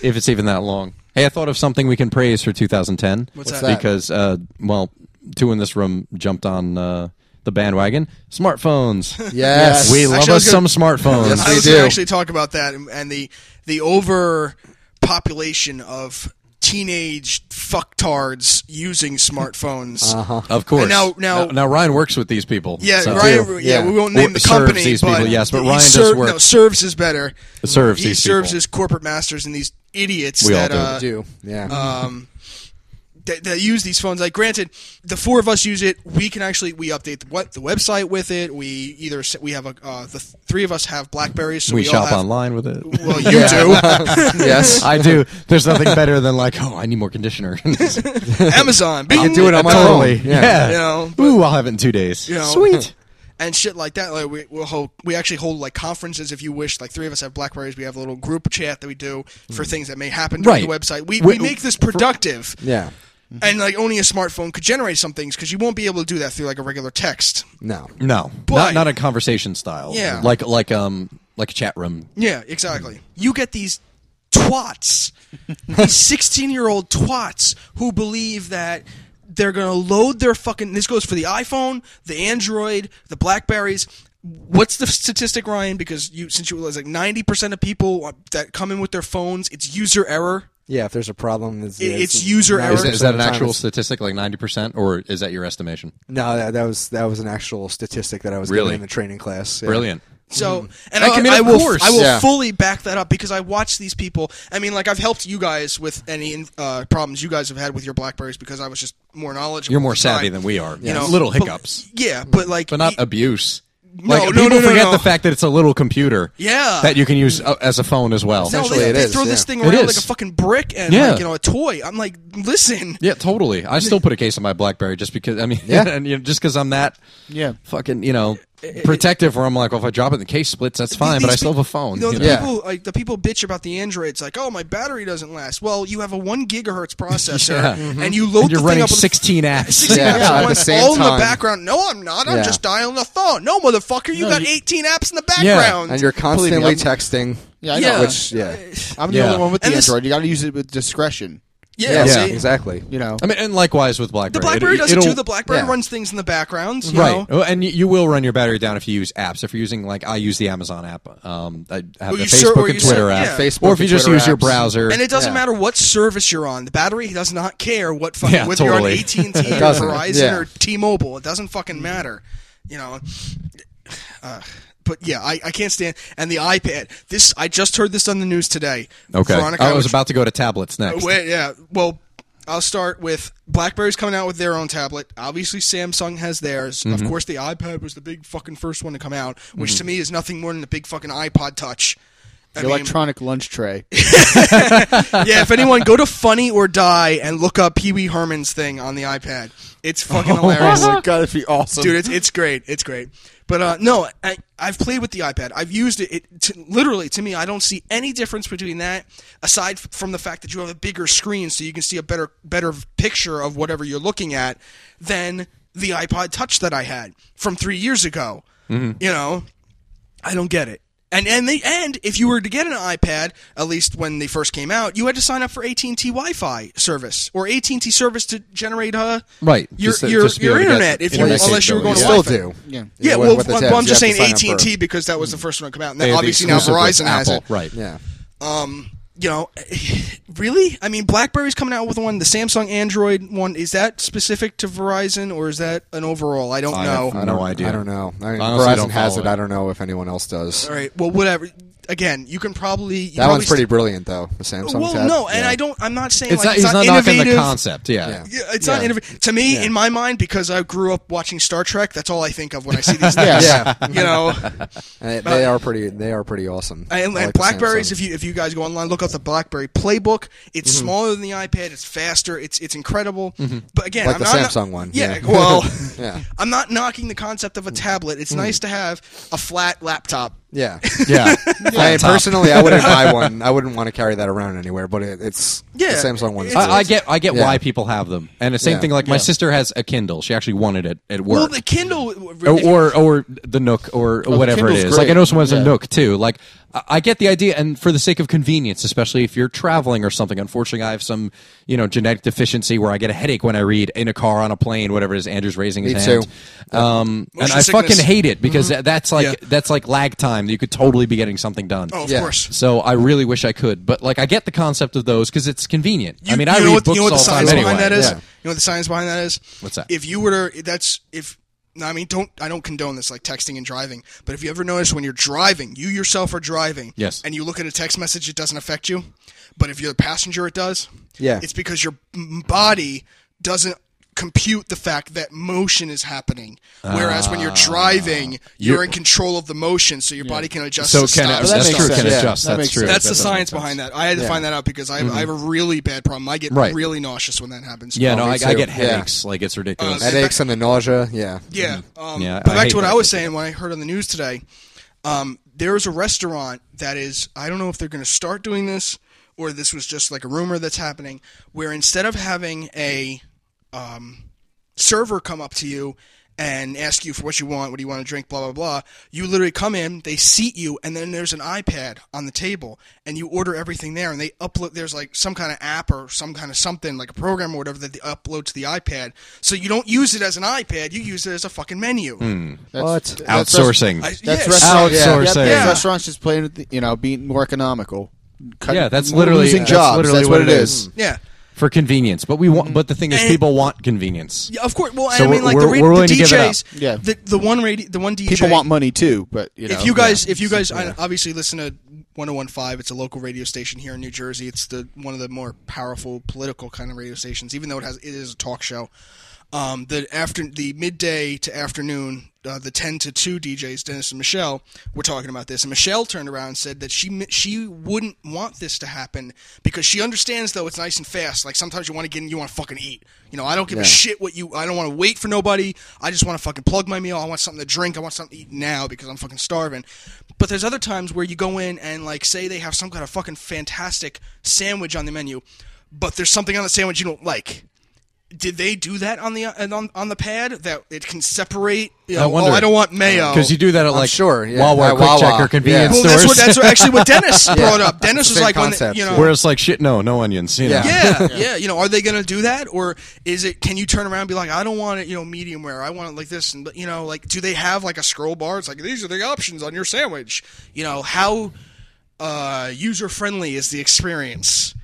Speaker 4: if it's even that long. Hey, I thought of something we can praise for 2010.
Speaker 1: What's What's that? that?
Speaker 4: Because uh, well, two in this room jumped on uh, the bandwagon. Smartphones.
Speaker 2: Yes.
Speaker 4: we
Speaker 1: Actually,
Speaker 4: love
Speaker 1: I
Speaker 4: us
Speaker 1: was
Speaker 4: some
Speaker 1: gonna-
Speaker 4: smartphones.
Speaker 2: Yes,
Speaker 1: I
Speaker 2: they
Speaker 1: was going
Speaker 2: do.
Speaker 1: to actually talk about that and, and the the overpopulation of teenage fucktards using smartphones.
Speaker 4: Of course.
Speaker 1: And now- now-
Speaker 4: now, Ryan works with these people.
Speaker 1: Yeah,
Speaker 4: Uh-huh. so-
Speaker 1: Ryan. Yeah,
Speaker 2: Yeah.
Speaker 1: we won't
Speaker 4: Or
Speaker 1: name the
Speaker 4: serves
Speaker 1: company,
Speaker 4: these
Speaker 1: but
Speaker 4: people, yes, but
Speaker 1: he
Speaker 4: Ryan does
Speaker 1: serve-
Speaker 4: work-
Speaker 1: No, serves is better.
Speaker 4: Serves
Speaker 1: he
Speaker 4: these
Speaker 1: serves
Speaker 4: people.
Speaker 1: as corporate masters and these idiots
Speaker 4: We all
Speaker 1: that
Speaker 4: do.
Speaker 1: uh,
Speaker 2: do. Yeah.
Speaker 1: um, that, that use these phones. Like, granted, the four of us use it. We can actually we update the, what the website with it. We either s- we have a uh, the th- three of us have Blackberries, so
Speaker 4: we,
Speaker 1: we, all
Speaker 4: shop
Speaker 1: have,
Speaker 4: online with it.
Speaker 1: Well, you do.
Speaker 2: yes.
Speaker 4: I do. There's nothing better than like, oh, I need more conditioner.
Speaker 1: Amazon. Bing,
Speaker 2: I do it on my
Speaker 4: totally.
Speaker 2: phone.
Speaker 4: Yeah.
Speaker 1: You know, but-
Speaker 4: Ooh, I'll have it in two days.
Speaker 1: You know,
Speaker 4: Sweet.
Speaker 1: and shit like that. Like we we'll hold, we actually hold like conferences if you wish. Like three of us have Blackberries. We have a little group chat that we do
Speaker 2: Mm.
Speaker 1: for things that may happen during the
Speaker 4: Right.
Speaker 1: website. We, we
Speaker 4: We-
Speaker 1: make this productive.
Speaker 2: Yeah.
Speaker 1: And like only a smartphone could generate some things because you won't be able to do that through like a regular text.
Speaker 2: No.
Speaker 4: No,
Speaker 1: But-
Speaker 4: not not a conversation style.
Speaker 1: Yeah.
Speaker 4: like like um like a chat room.
Speaker 1: Yeah, exactly. You get these. tw- twats, these 16 year old twats who believe that they're going to load their fucking. This goes for the iPhone, the Android, the Blackberries. What's the statistic, Ryan? Because you, since you realize like 90% of people that come in with their phones, it's user error.
Speaker 2: Yeah, if there's a problem, it's,
Speaker 1: It- it's user error.
Speaker 4: Is, that- is that
Speaker 2: 90% of the
Speaker 4: an
Speaker 2: time
Speaker 4: actual
Speaker 2: it's-
Speaker 4: statistic, like ninety percent, or is that your estimation?
Speaker 2: No, that, that was that was an actual statistic that I was
Speaker 4: Really?
Speaker 2: given in the training class. yeah.
Speaker 4: Brilliant.
Speaker 1: So, and
Speaker 4: Oh,
Speaker 1: I,
Speaker 4: I
Speaker 1: can, I,
Speaker 4: mean, of
Speaker 1: will,
Speaker 4: course.
Speaker 1: I will
Speaker 2: Yeah.
Speaker 1: fully back that up because I watch these people. I mean, like I've helped you guys with any uh, problems you guys have had with your Blackberries because I was just more knowledgeable.
Speaker 4: You're
Speaker 1: at
Speaker 4: more
Speaker 1: the
Speaker 4: savvy
Speaker 1: time.
Speaker 4: than we are.
Speaker 1: You know,
Speaker 4: little
Speaker 1: but-
Speaker 4: hiccups,
Speaker 1: yeah, but like,
Speaker 4: Mm. but not
Speaker 1: y-
Speaker 4: abuse.
Speaker 1: No,
Speaker 4: like,
Speaker 1: no,
Speaker 4: people
Speaker 1: no, no,
Speaker 4: forget
Speaker 1: no.
Speaker 4: the fact that it's a little computer.
Speaker 1: Yeah.
Speaker 4: that you can use uh, as a phone as well.
Speaker 1: no,
Speaker 2: Essentially
Speaker 1: they,
Speaker 2: it
Speaker 1: they
Speaker 2: is,
Speaker 1: throw
Speaker 2: yeah.
Speaker 1: this thing
Speaker 4: It
Speaker 1: around
Speaker 4: is.
Speaker 1: like a fucking brick and
Speaker 4: Yeah.
Speaker 1: like you know a toy. I'm like, listen,
Speaker 4: Yeah, totally. I still put a case on my BlackBerry just because. I mean,
Speaker 2: Yeah.
Speaker 4: and you know, just because I'm that
Speaker 5: Yeah.
Speaker 4: fucking you know protective, where I'm like, well, if I drop it, the case splits. That's fine, but
Speaker 1: These
Speaker 4: I still
Speaker 1: pe-
Speaker 4: have a phone.
Speaker 1: You know,
Speaker 4: you
Speaker 1: the
Speaker 4: know?
Speaker 2: Yeah.
Speaker 1: people like the people bitch about the Androids, like, oh, my battery doesn't last. Well, you have a one gigahertz processor,
Speaker 4: Yeah.
Speaker 1: and you load
Speaker 4: And you're
Speaker 1: the thing
Speaker 4: running
Speaker 1: up with
Speaker 4: 16 apps.
Speaker 2: Yeah,
Speaker 1: Yeah,
Speaker 2: at the same
Speaker 1: all in
Speaker 2: time.
Speaker 1: the background. No, I'm not. I'm
Speaker 2: Yeah.
Speaker 1: just dialing the phone. No, motherfucker, you got 18 apps in the
Speaker 4: Yeah,
Speaker 1: background.
Speaker 2: And you're
Speaker 5: Believe me,
Speaker 2: constantly
Speaker 5: I'm-
Speaker 2: texting.
Speaker 5: Yeah, I know.
Speaker 2: Which yeah,
Speaker 5: I'm the
Speaker 4: Yeah.
Speaker 5: only one with the
Speaker 1: And this-
Speaker 5: Android. You got to use it with discretion.
Speaker 1: yeah,
Speaker 4: Yeah.
Speaker 1: see?
Speaker 2: exactly.
Speaker 5: You know.
Speaker 4: I mean, and likewise with BlackBerry.
Speaker 1: The BlackBerry
Speaker 4: It-
Speaker 1: doesn't
Speaker 4: it'll-
Speaker 1: do. The BlackBerry
Speaker 2: yeah.
Speaker 1: runs things in the background. You
Speaker 4: Right,
Speaker 1: Know?
Speaker 4: Oh, and you, you will run your battery down if you use apps. If you're using like I use the Amazon app, um, I have
Speaker 1: Or
Speaker 4: the
Speaker 1: you ser-
Speaker 4: Facebook
Speaker 1: or
Speaker 4: and
Speaker 1: you
Speaker 4: Twitter
Speaker 1: ser-
Speaker 4: app,
Speaker 1: yeah.
Speaker 2: Facebook
Speaker 4: or if you
Speaker 2: and
Speaker 4: just
Speaker 2: Twitter
Speaker 4: use your
Speaker 2: apps.
Speaker 4: browser,
Speaker 1: And it doesn't
Speaker 2: Yeah.
Speaker 1: matter what service you're on. The battery does not care what fucking
Speaker 4: Yeah,
Speaker 1: whether
Speaker 4: totally.
Speaker 1: you're on AT and T or
Speaker 2: It doesn't,
Speaker 1: Verizon
Speaker 2: yeah.
Speaker 1: or T-Mobile. It doesn't fucking matter. You know. Uh, but yeah, I, I can't stand and the iPad. This I just heard this on the news today.
Speaker 4: okay.
Speaker 1: Veronica
Speaker 4: I was
Speaker 1: Howard-
Speaker 4: about to go to tablets next.
Speaker 1: Wait, yeah. Well, I'll start with BlackBerry's coming out with their own tablet. Obviously, Samsung has theirs.
Speaker 4: Mm-hmm.
Speaker 1: Of course, the iPad was the big fucking first one to come out, which to me is nothing more than a big fucking iPod Touch. I
Speaker 5: The
Speaker 1: mean,
Speaker 5: electronic lunch tray.
Speaker 1: yeah, if anyone, go to Funny or Die and look up Pee Wee Herman's thing on the iPad. It's fucking hilarious.
Speaker 5: god, it'd be awesome,
Speaker 1: Dude, it's, it's great. It's great. But uh, no, I, I've played with the iPad. I've used it. it to, literally, to me, I don't see any difference between that, aside f- from the fact that you have a bigger screen, so you can see a better better picture of whatever you're looking at than the iPod Touch that I had from three years ago. You know, I don't get it. And and they and if you were to get an iPad, at least when they first came out, you had to sign up for AT and T Wi-Fi service or AT and T service to generate uh
Speaker 4: Right,
Speaker 1: your
Speaker 4: just to-
Speaker 1: your,
Speaker 4: just to be
Speaker 1: your
Speaker 4: able to get
Speaker 1: internet if you,
Speaker 4: internet
Speaker 1: unless you were going
Speaker 2: You
Speaker 1: to
Speaker 2: still
Speaker 1: Wi-Fi.
Speaker 2: do.
Speaker 5: Yeah.
Speaker 1: Yeah,
Speaker 2: You-
Speaker 1: well,
Speaker 2: with the
Speaker 1: well,
Speaker 2: tabs,
Speaker 1: I'm
Speaker 2: you
Speaker 1: just
Speaker 2: have
Speaker 1: saying
Speaker 2: to
Speaker 1: AT
Speaker 2: sign
Speaker 1: and
Speaker 2: up for-
Speaker 1: T because that was the first one to come out. And
Speaker 4: They
Speaker 1: then
Speaker 4: have the
Speaker 1: obviously now
Speaker 4: exclusive with
Speaker 1: Verizon has
Speaker 4: Apple.
Speaker 1: it.
Speaker 4: Right.
Speaker 2: Yeah.
Speaker 1: Um, you know, really? I mean, BlackBerry's coming out with one. The Samsung Android one is that specific to Verizon or is that an overall? I don't
Speaker 4: I
Speaker 1: know.
Speaker 4: have no idea.
Speaker 2: I don't know. I mean,
Speaker 4: I honestly
Speaker 2: Verizon
Speaker 4: don't
Speaker 2: has
Speaker 4: follow
Speaker 2: it.
Speaker 4: it.
Speaker 2: I don't know if anyone else does.
Speaker 1: All right. Well, whatever. Again, you can probably you
Speaker 2: That
Speaker 1: probably
Speaker 2: one's pretty brilliant, though. The Samsung
Speaker 1: Well,
Speaker 2: tab.
Speaker 1: no, and
Speaker 2: Yeah.
Speaker 1: I don't. I'm not saying
Speaker 4: It's
Speaker 1: like
Speaker 4: not,
Speaker 1: it's
Speaker 4: he's
Speaker 1: not,
Speaker 4: not knocking the
Speaker 1: innovative.
Speaker 4: concept. Yeah.
Speaker 1: Yeah, it's not
Speaker 2: Yeah.
Speaker 1: innovative to me. In my mind, because I grew up watching Star Trek, that's all I think of when I see these things.
Speaker 2: Yeah.
Speaker 1: you know.
Speaker 2: And it- they are pretty. They are pretty awesome. I
Speaker 1: And, and
Speaker 2: like the
Speaker 1: Blackberries,
Speaker 2: Samsung.
Speaker 1: if you if you guys go online, look up the BlackBerry Playbook. It's
Speaker 2: Mm-hmm.
Speaker 1: smaller than the iPad. It's faster. It's it's incredible. But again,
Speaker 2: Like
Speaker 1: I'm
Speaker 2: the
Speaker 1: not-
Speaker 2: Samsung one,
Speaker 1: Yeah.
Speaker 2: yeah.
Speaker 1: Well,
Speaker 2: Yeah. Mm.
Speaker 1: I'm not knocking the concept of a tablet. It's nice to have a flat laptop.
Speaker 2: yeah.
Speaker 4: Yeah.
Speaker 2: I mean, personally, I wouldn't buy one. I wouldn't want to carry that around anywhere. But it, it's
Speaker 1: Yeah.
Speaker 2: the Samsung one.
Speaker 1: It's-
Speaker 4: I, I get I get
Speaker 2: Yeah.
Speaker 4: why people have them, and the same
Speaker 2: Yeah.
Speaker 4: thing. Like my sister has a Kindle; she actually wanted it at work,
Speaker 1: Well, the Kindle
Speaker 4: or, or or the Nook,
Speaker 1: Oh,
Speaker 4: or whatever it
Speaker 5: Kindle's
Speaker 4: is.
Speaker 5: great.
Speaker 4: Like I know someone has
Speaker 5: Yeah.
Speaker 4: a Nook too. Like I, I get the idea, and for the sake of convenience, especially if you're traveling or something. Unfortunately, I have some you know genetic deficiency where I get a headache when I read in a car, on a plane, whatever it is. Andrew's raising his
Speaker 2: Me
Speaker 4: hand,
Speaker 2: too.
Speaker 4: um, and
Speaker 1: Motion
Speaker 4: I
Speaker 1: sickness. Mm-hmm.
Speaker 4: fucking hate it because that that's like
Speaker 1: Yeah.
Speaker 4: that's like lag time. You could totally be getting something done.
Speaker 1: oh, of
Speaker 2: Yeah.
Speaker 1: course.
Speaker 4: So I really wish I could, but like I get the concept of those because it's convenient. I mean, I read
Speaker 1: know what,
Speaker 4: books
Speaker 1: you know what
Speaker 4: all
Speaker 1: the
Speaker 4: the time
Speaker 1: science
Speaker 4: anyway.
Speaker 1: behind that is.
Speaker 2: Yeah.
Speaker 1: You know what the science behind that is.
Speaker 4: What's that?
Speaker 1: If you were to, that's if. No, I mean, don't. I don't condone this, like texting and driving. But if you ever notice when you're driving, you yourself are driving,
Speaker 4: Yes.
Speaker 1: and you look at a text message, it doesn't affect you. But if you're the passenger, it does.
Speaker 2: Yeah.
Speaker 1: it's because your m- body doesn't compute the fact that motion is happening. Whereas when
Speaker 4: Ah.
Speaker 1: you're driving, you're, in control of the motion, so your body can adjust. to
Speaker 4: So can
Speaker 1: stop.
Speaker 4: that's
Speaker 5: that makes
Speaker 4: true.
Speaker 5: sense.
Speaker 4: Can
Speaker 5: Yeah.
Speaker 4: adjust.
Speaker 5: That
Speaker 4: That's
Speaker 5: makes
Speaker 4: true.
Speaker 5: sense.
Speaker 1: That's the
Speaker 4: That
Speaker 1: science
Speaker 4: makes sense. Mm-hmm.
Speaker 1: behind that. I had to find that out because I have, I have a really bad problem. I get
Speaker 4: Right.
Speaker 1: really nauseous when that happens. Um,
Speaker 4: Yeah, no,
Speaker 2: me
Speaker 4: I, I
Speaker 2: too.
Speaker 4: get
Speaker 2: Yeah.
Speaker 4: headaches. Like it's ridiculous.
Speaker 1: Uh,
Speaker 2: headaches and the nausea. Yeah.
Speaker 1: Yeah. Um,
Speaker 4: Mm-hmm. Yeah,
Speaker 1: but
Speaker 4: I
Speaker 1: back
Speaker 4: hate
Speaker 1: to what
Speaker 4: that
Speaker 1: I was
Speaker 4: idea.
Speaker 1: saying when I heard on the news today, um, there is a restaurant that is, I don't know if they're going to start doing this or this was just like a rumor that's happening, where instead of having a um, server come up to you and ask you for what you want, what do you want to drink, blah blah blah. You literally come in, they seat you, and then there's an iPad on the table, and you order everything there, and they upload. There's like some kind of app or some kind of something like a program or whatever that they upload to the iPad, so you don't use it as an iPad, you use it as a fucking menu.
Speaker 4: Hmm.
Speaker 5: That's,
Speaker 2: What?
Speaker 5: that's rest-
Speaker 4: Outsourcing.
Speaker 1: I-
Speaker 5: That's
Speaker 1: yes.
Speaker 5: restaurant, yeah.
Speaker 4: Outsourcing.
Speaker 5: Yeah,
Speaker 1: Yeah.
Speaker 5: Restaurants just playing, with the, you know, being more economical. Cutting-
Speaker 4: Yeah, that's literally-
Speaker 5: losing
Speaker 4: that's
Speaker 5: jobs.
Speaker 4: literally
Speaker 5: that's
Speaker 4: what
Speaker 5: what,
Speaker 4: it
Speaker 5: it is.
Speaker 4: is.
Speaker 1: Yeah.
Speaker 4: for convenience. But we want. But the thing is,
Speaker 1: And-
Speaker 4: people want convenience.
Speaker 1: Yeah, of course. Well,
Speaker 4: So
Speaker 1: I mean, like the,
Speaker 4: we're-
Speaker 1: ra-
Speaker 4: we're
Speaker 1: the
Speaker 4: willing to give it up.
Speaker 1: DJs,
Speaker 5: Yeah.
Speaker 1: the the one radio, the one DJ.
Speaker 5: People want money too, but you know,
Speaker 1: if you guys, if you guys, I obviously listen to 101.5. It's a local radio station here in New Jersey. It's the one of the more powerful political kind of radio stations, even though it has it is a talk show. Um, the after the midday to afternoon, uh, the ten to two DJs, Dennis and Michelle, were talking about this, and Michelle turned around and said that she mi- she wouldn't want this to happen because she understands though it's nice and fast. Like sometimes you want to get in, you want to fucking eat. You know, I don't give a shit what you. I don't want to wait for nobody. I just want to fucking plug my meal. I want something to drink. I want something to eat now because I'm fucking starving. But there's other times where you go in and like say they have some kind of fucking fantastic sandwich on the menu, but there's something on the sandwich you don't like did they do that on the and on, on the pad that it can separate? You know,
Speaker 4: wonder.
Speaker 1: oh, I don't want mayo
Speaker 4: Because you do that at like
Speaker 2: sure, yeah.
Speaker 4: Wawa,
Speaker 2: At
Speaker 4: Quick
Speaker 2: Wawa.
Speaker 4: Check, or
Speaker 2: Yeah.
Speaker 4: convenience
Speaker 1: Well,
Speaker 4: stores.
Speaker 1: that's what that's what- actually what Dennis brought up. Dennis
Speaker 2: the
Speaker 1: was
Speaker 2: same
Speaker 1: like, when,
Speaker 2: concept,
Speaker 1: you know,
Speaker 4: Where it's like shit. No, no onions. You know?
Speaker 2: Yeah.
Speaker 1: yeah, yeah. You know, are they going to do that, or is it? Can you turn around and be like, I don't want it, you know, medium rare. I want it like this, and but, you know, like, do they have like a scroll bar? It's like these are the options on your sandwich. You know, how uh, user friendly is the experience?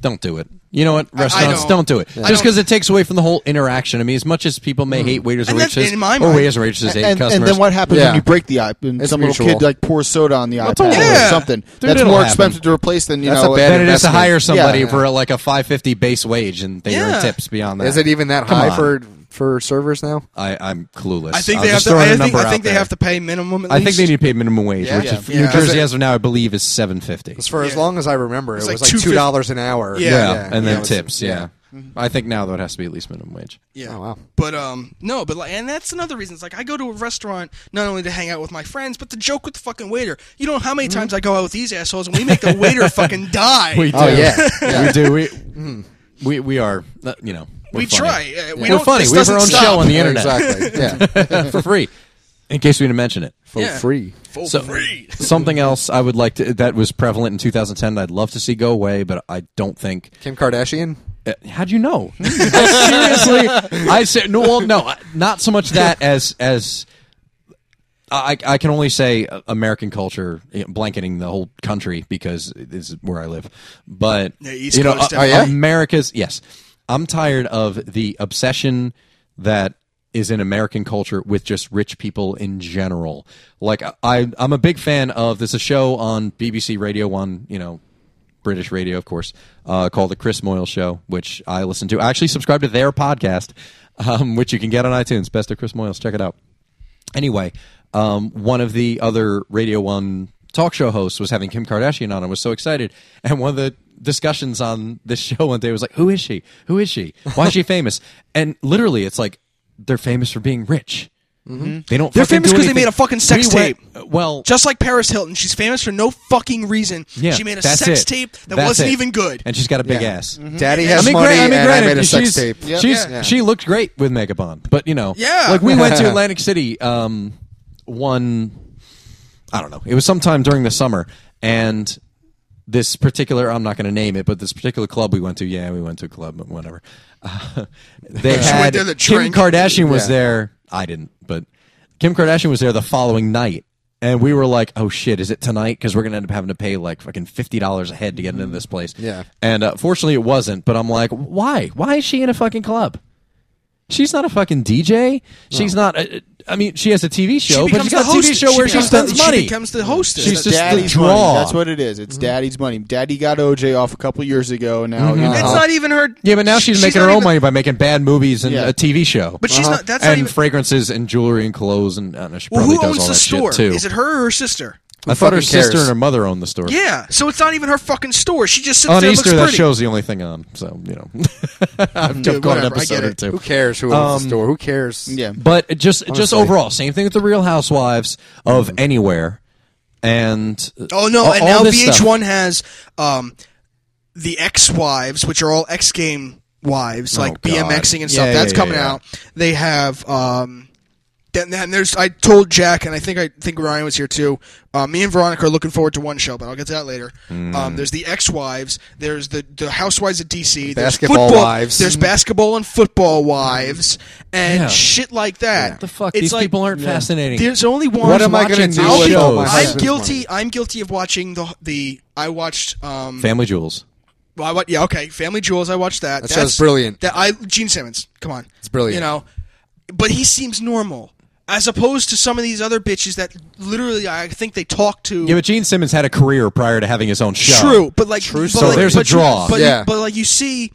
Speaker 4: Don't do it. You know what? Restaurants
Speaker 1: don't.
Speaker 4: don't. do it.
Speaker 1: I
Speaker 4: Just
Speaker 1: don't. Mm.
Speaker 4: because it takes away from the whole interaction. I mean, as much as people may hate waiters and
Speaker 1: And that's-
Speaker 4: waitresses,
Speaker 1: in my
Speaker 4: or
Speaker 1: mind-
Speaker 4: waiters and waitresses hate
Speaker 5: And,
Speaker 4: customers.
Speaker 5: and then what happens
Speaker 2: Yeah.
Speaker 5: when you break the iPad?
Speaker 2: It's
Speaker 5: Some little
Speaker 2: mutual.
Speaker 5: kid like pours soda on the iPad
Speaker 4: totally.
Speaker 5: or
Speaker 1: Yeah.
Speaker 5: something.
Speaker 4: Dude,
Speaker 5: that's
Speaker 4: it'll
Speaker 5: more
Speaker 4: happen.
Speaker 5: expensive to replace than you
Speaker 2: That's a
Speaker 5: know.
Speaker 2: bad
Speaker 4: Then it is to
Speaker 2: investment.
Speaker 4: hire somebody
Speaker 5: Yeah.
Speaker 4: for like a five fifty base wage, and they
Speaker 1: Yeah.
Speaker 4: earn tips beyond that.
Speaker 2: Is it even that
Speaker 4: Come
Speaker 2: high
Speaker 4: on.
Speaker 2: for for servers now?
Speaker 4: I, I'm clueless.
Speaker 1: I think
Speaker 4: I'll
Speaker 1: they have
Speaker 4: just
Speaker 1: to.
Speaker 4: throw
Speaker 1: I
Speaker 4: a
Speaker 1: think,
Speaker 4: number
Speaker 1: I
Speaker 4: out
Speaker 1: think they
Speaker 4: there.
Speaker 1: have to pay minimum. At
Speaker 4: I
Speaker 1: least.
Speaker 4: think they need to pay minimum wage,
Speaker 2: Yeah.
Speaker 4: which
Speaker 2: Yeah.
Speaker 4: is,
Speaker 1: Yeah.
Speaker 4: New Jersey as of now, I believe, is seven fifty.
Speaker 2: For as long as I remember, it
Speaker 1: like
Speaker 2: was like
Speaker 1: $2.50
Speaker 2: two dollars an hour.
Speaker 1: Yeah.
Speaker 4: Yeah, and
Speaker 2: it
Speaker 4: then
Speaker 2: was-
Speaker 4: tips. Yeah, I think now though it has to be at least minimum wage.
Speaker 1: Yeah.
Speaker 2: Oh, wow.
Speaker 1: But um no, but like and that's another reason. It's like I go to a restaurant not only to hang out with my friends, but to joke with the fucking waiter. You know how many times I go out with these assholes and we make the waiter fucking die.
Speaker 4: Hmm? We do.
Speaker 2: Oh, yeah. Mm-hmm.
Speaker 4: we do. We we we are. uh, You know, we're
Speaker 1: We
Speaker 4: funny.
Speaker 1: try. Uh, We
Speaker 4: We're
Speaker 1: don't
Speaker 4: funny.
Speaker 1: this
Speaker 4: We have our
Speaker 1: doesn't
Speaker 4: own
Speaker 1: stop.
Speaker 4: show on the internet
Speaker 2: Exactly. Yeah.
Speaker 4: for free, in case we didn't mention it.
Speaker 2: For
Speaker 1: Yeah.
Speaker 2: free.
Speaker 1: For
Speaker 4: So-
Speaker 1: free.
Speaker 4: Something else I would like to that was prevalent in 2010. That I'd love to see go away, but I don't think.
Speaker 2: Kim Kardashian.
Speaker 4: Uh, how'd you know? I seriously, I said no. Well, no, I- not so much that as as I, I can only say uh, American culture you know, blanketing the whole country because it is where I live. But
Speaker 1: Yeah, East
Speaker 4: you know,
Speaker 1: Coast,
Speaker 4: uh,
Speaker 1: Oh,
Speaker 2: yeah?
Speaker 4: America's yes. I'm tired of the obsession that is in American culture with just rich people in general. Like I, I'm a big fan of. There's a show on BBC Radio One. You know, British radio, of course, uh, called The Chris Moyle Show, which I listen to. I actually subscribe to their podcast, um, which you can get on iTunes. Best of Chris Moyles. Check it out. Anyway, um, one of the other Radio 1 talk show hosts was having Kim Kardashian on and was so excited. And one of the discussions on this show one day was like, Who is she? Who is she? Why is she famous? And literally, it's like, they're famous for being rich. They don't.
Speaker 1: Mm-hmm. They're
Speaker 4: fucking
Speaker 1: famous
Speaker 4: do
Speaker 1: 'cause they
Speaker 4: anything.
Speaker 1: made a fucking sex
Speaker 4: We went-
Speaker 1: tape.
Speaker 4: Well,
Speaker 1: Just like Paris Hilton, she's famous for no fucking reason.
Speaker 4: yeah,
Speaker 1: she made a
Speaker 4: that's
Speaker 1: sex
Speaker 4: it.
Speaker 1: tape that
Speaker 4: That's
Speaker 1: wasn't
Speaker 4: it.
Speaker 1: even good.
Speaker 4: and she's got a big
Speaker 2: Yeah.
Speaker 4: ass.
Speaker 1: Mm-hmm.
Speaker 2: Daddy
Speaker 4: I
Speaker 2: has
Speaker 4: mean,
Speaker 2: money,
Speaker 4: gra- I mean,
Speaker 2: and I
Speaker 4: granted,
Speaker 2: made a sex
Speaker 4: she's-
Speaker 2: tape.
Speaker 4: She's
Speaker 2: Yeah.
Speaker 4: she looked great with makeup on, but you know,
Speaker 1: Yeah.
Speaker 4: like we went to Atlantic City. Um, one, I don't know, it was sometime during the summer, and this particular I'm not going to name it, but this particular club we went to. Yeah, we went to a club, but whatever. Uh, they had
Speaker 1: there to
Speaker 4: Kim
Speaker 1: drink.
Speaker 4: Kardashian was
Speaker 2: Yeah.
Speaker 4: there. I didn't, but Kim Kardashian was there the following night. And we were like, "Oh shit, is it tonight?" Because we're gonna end up having to pay like fucking fifty dollars a head to get into this place.
Speaker 2: Yeah.
Speaker 4: And uh, fortunately, it wasn't. But I'm like, why? Why is she in a fucking club? She's not a fucking DJ. She's not. A, I mean, she has a TV show,
Speaker 1: becomes
Speaker 4: but she's got
Speaker 1: the
Speaker 4: a TV
Speaker 1: host-
Speaker 4: show where she
Speaker 1: becomes
Speaker 4: spends
Speaker 1: the-
Speaker 4: money.
Speaker 1: She becomes the hostess.
Speaker 4: She's
Speaker 1: She's
Speaker 4: just-
Speaker 1: just,
Speaker 5: Daddy's
Speaker 4: the draw.
Speaker 5: money. That's what it is. It's daddy's money. Daddy got OJ off a couple years ago. Now you know.
Speaker 1: it's not even her.
Speaker 4: Uh-huh. yeah, but now she's, making
Speaker 1: not
Speaker 4: her own
Speaker 1: even-
Speaker 4: money by making bad movies and
Speaker 5: Yeah.
Speaker 4: a TV show. Uh-huh.
Speaker 1: But she's not- that's not
Speaker 4: and
Speaker 1: even-
Speaker 4: fragrances and jewelry and clothes and I don't know, she
Speaker 1: Well,
Speaker 4: probably
Speaker 1: who
Speaker 4: does
Speaker 1: owns
Speaker 4: all
Speaker 1: the
Speaker 4: that
Speaker 1: store?
Speaker 4: shit too.
Speaker 1: Is it her or her sister?
Speaker 4: I thought her
Speaker 2: fucking cares?
Speaker 4: sister and her mother owned the store.
Speaker 1: Yeah, so it's not even her fucking store. She just sits
Speaker 4: On
Speaker 1: there
Speaker 4: Easter,
Speaker 1: and
Speaker 4: that
Speaker 1: looks pretty.
Speaker 4: show's the only thing on. So you know, I've
Speaker 1: Dude,
Speaker 4: got an
Speaker 1: whatever, I
Speaker 4: episode
Speaker 1: get
Speaker 4: or
Speaker 1: it.
Speaker 4: two.
Speaker 2: Who cares who owns
Speaker 4: Um,
Speaker 2: the store? Who cares?
Speaker 5: Yeah.
Speaker 4: But it just just
Speaker 2: Honestly.
Speaker 4: overall, same thing with the Real Housewives of anywhere, and
Speaker 1: Mm. Oh no!
Speaker 4: all-
Speaker 1: and
Speaker 4: all
Speaker 1: now
Speaker 4: this
Speaker 1: VH1
Speaker 4: stuff.
Speaker 1: has um, the X wives, which are all X game wives, like
Speaker 4: Oh, God.
Speaker 1: BMXing and stuff.
Speaker 4: Yeah,
Speaker 1: That's
Speaker 4: yeah,
Speaker 1: coming
Speaker 4: yeah, yeah.
Speaker 1: out. They have um, Then, then there's I told Jack and I think I think Ryan was here too. Uh, me and Veronica are looking forward to one show, but I'll get to that later.
Speaker 4: Hmm.
Speaker 1: Um, there's the ex-wives. There's the the housewives of DC. There's
Speaker 2: Basketball
Speaker 1: football,
Speaker 2: wives.
Speaker 1: There's basketball and football wives and
Speaker 4: Yeah.
Speaker 1: shit like that.
Speaker 4: the fuck?
Speaker 1: It's
Speaker 4: These
Speaker 1: like-
Speaker 4: people aren't fascinating.
Speaker 1: There's only one.
Speaker 2: What am I gonna
Speaker 4: watching
Speaker 2: do
Speaker 4: these
Speaker 2: with all
Speaker 4: shows.
Speaker 2: my
Speaker 4: I'm
Speaker 1: I'm
Speaker 2: husband's
Speaker 1: guilty.
Speaker 2: money?
Speaker 1: I'm guilty of watching the the. I watched. Um,
Speaker 4: Family Jewels.
Speaker 1: well, I wa- yeah, okay. Family Jewels. I watched that.
Speaker 2: That show's brilliant.
Speaker 1: That I Gene Simmons. Come on, it's
Speaker 2: brilliant.
Speaker 1: You know, but he seems normal as opposed to some of these other bitches that literally I think they talk to.
Speaker 4: Yeah, but Gene Simmons had a career prior to having his own show.
Speaker 1: True, but like, but
Speaker 4: story.
Speaker 1: like-
Speaker 4: There's a
Speaker 1: but you-
Speaker 4: draw.
Speaker 1: But,
Speaker 2: Yeah.
Speaker 1: but like you see,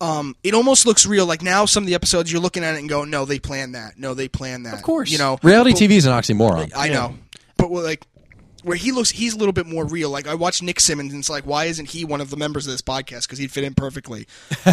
Speaker 1: um, it almost looks real. Like now, some of the episodes you're looking at it and go, "No, they planned that. No, they planned that." Of you know,
Speaker 4: reality
Speaker 1: but-
Speaker 4: TV is an oxymoron.
Speaker 1: I know, but well, like where he looks, he's a little bit more real. Like I watch Nick Simmons, and it's like, why isn't he one of the members of this podcast? Because he'd fit in perfectly.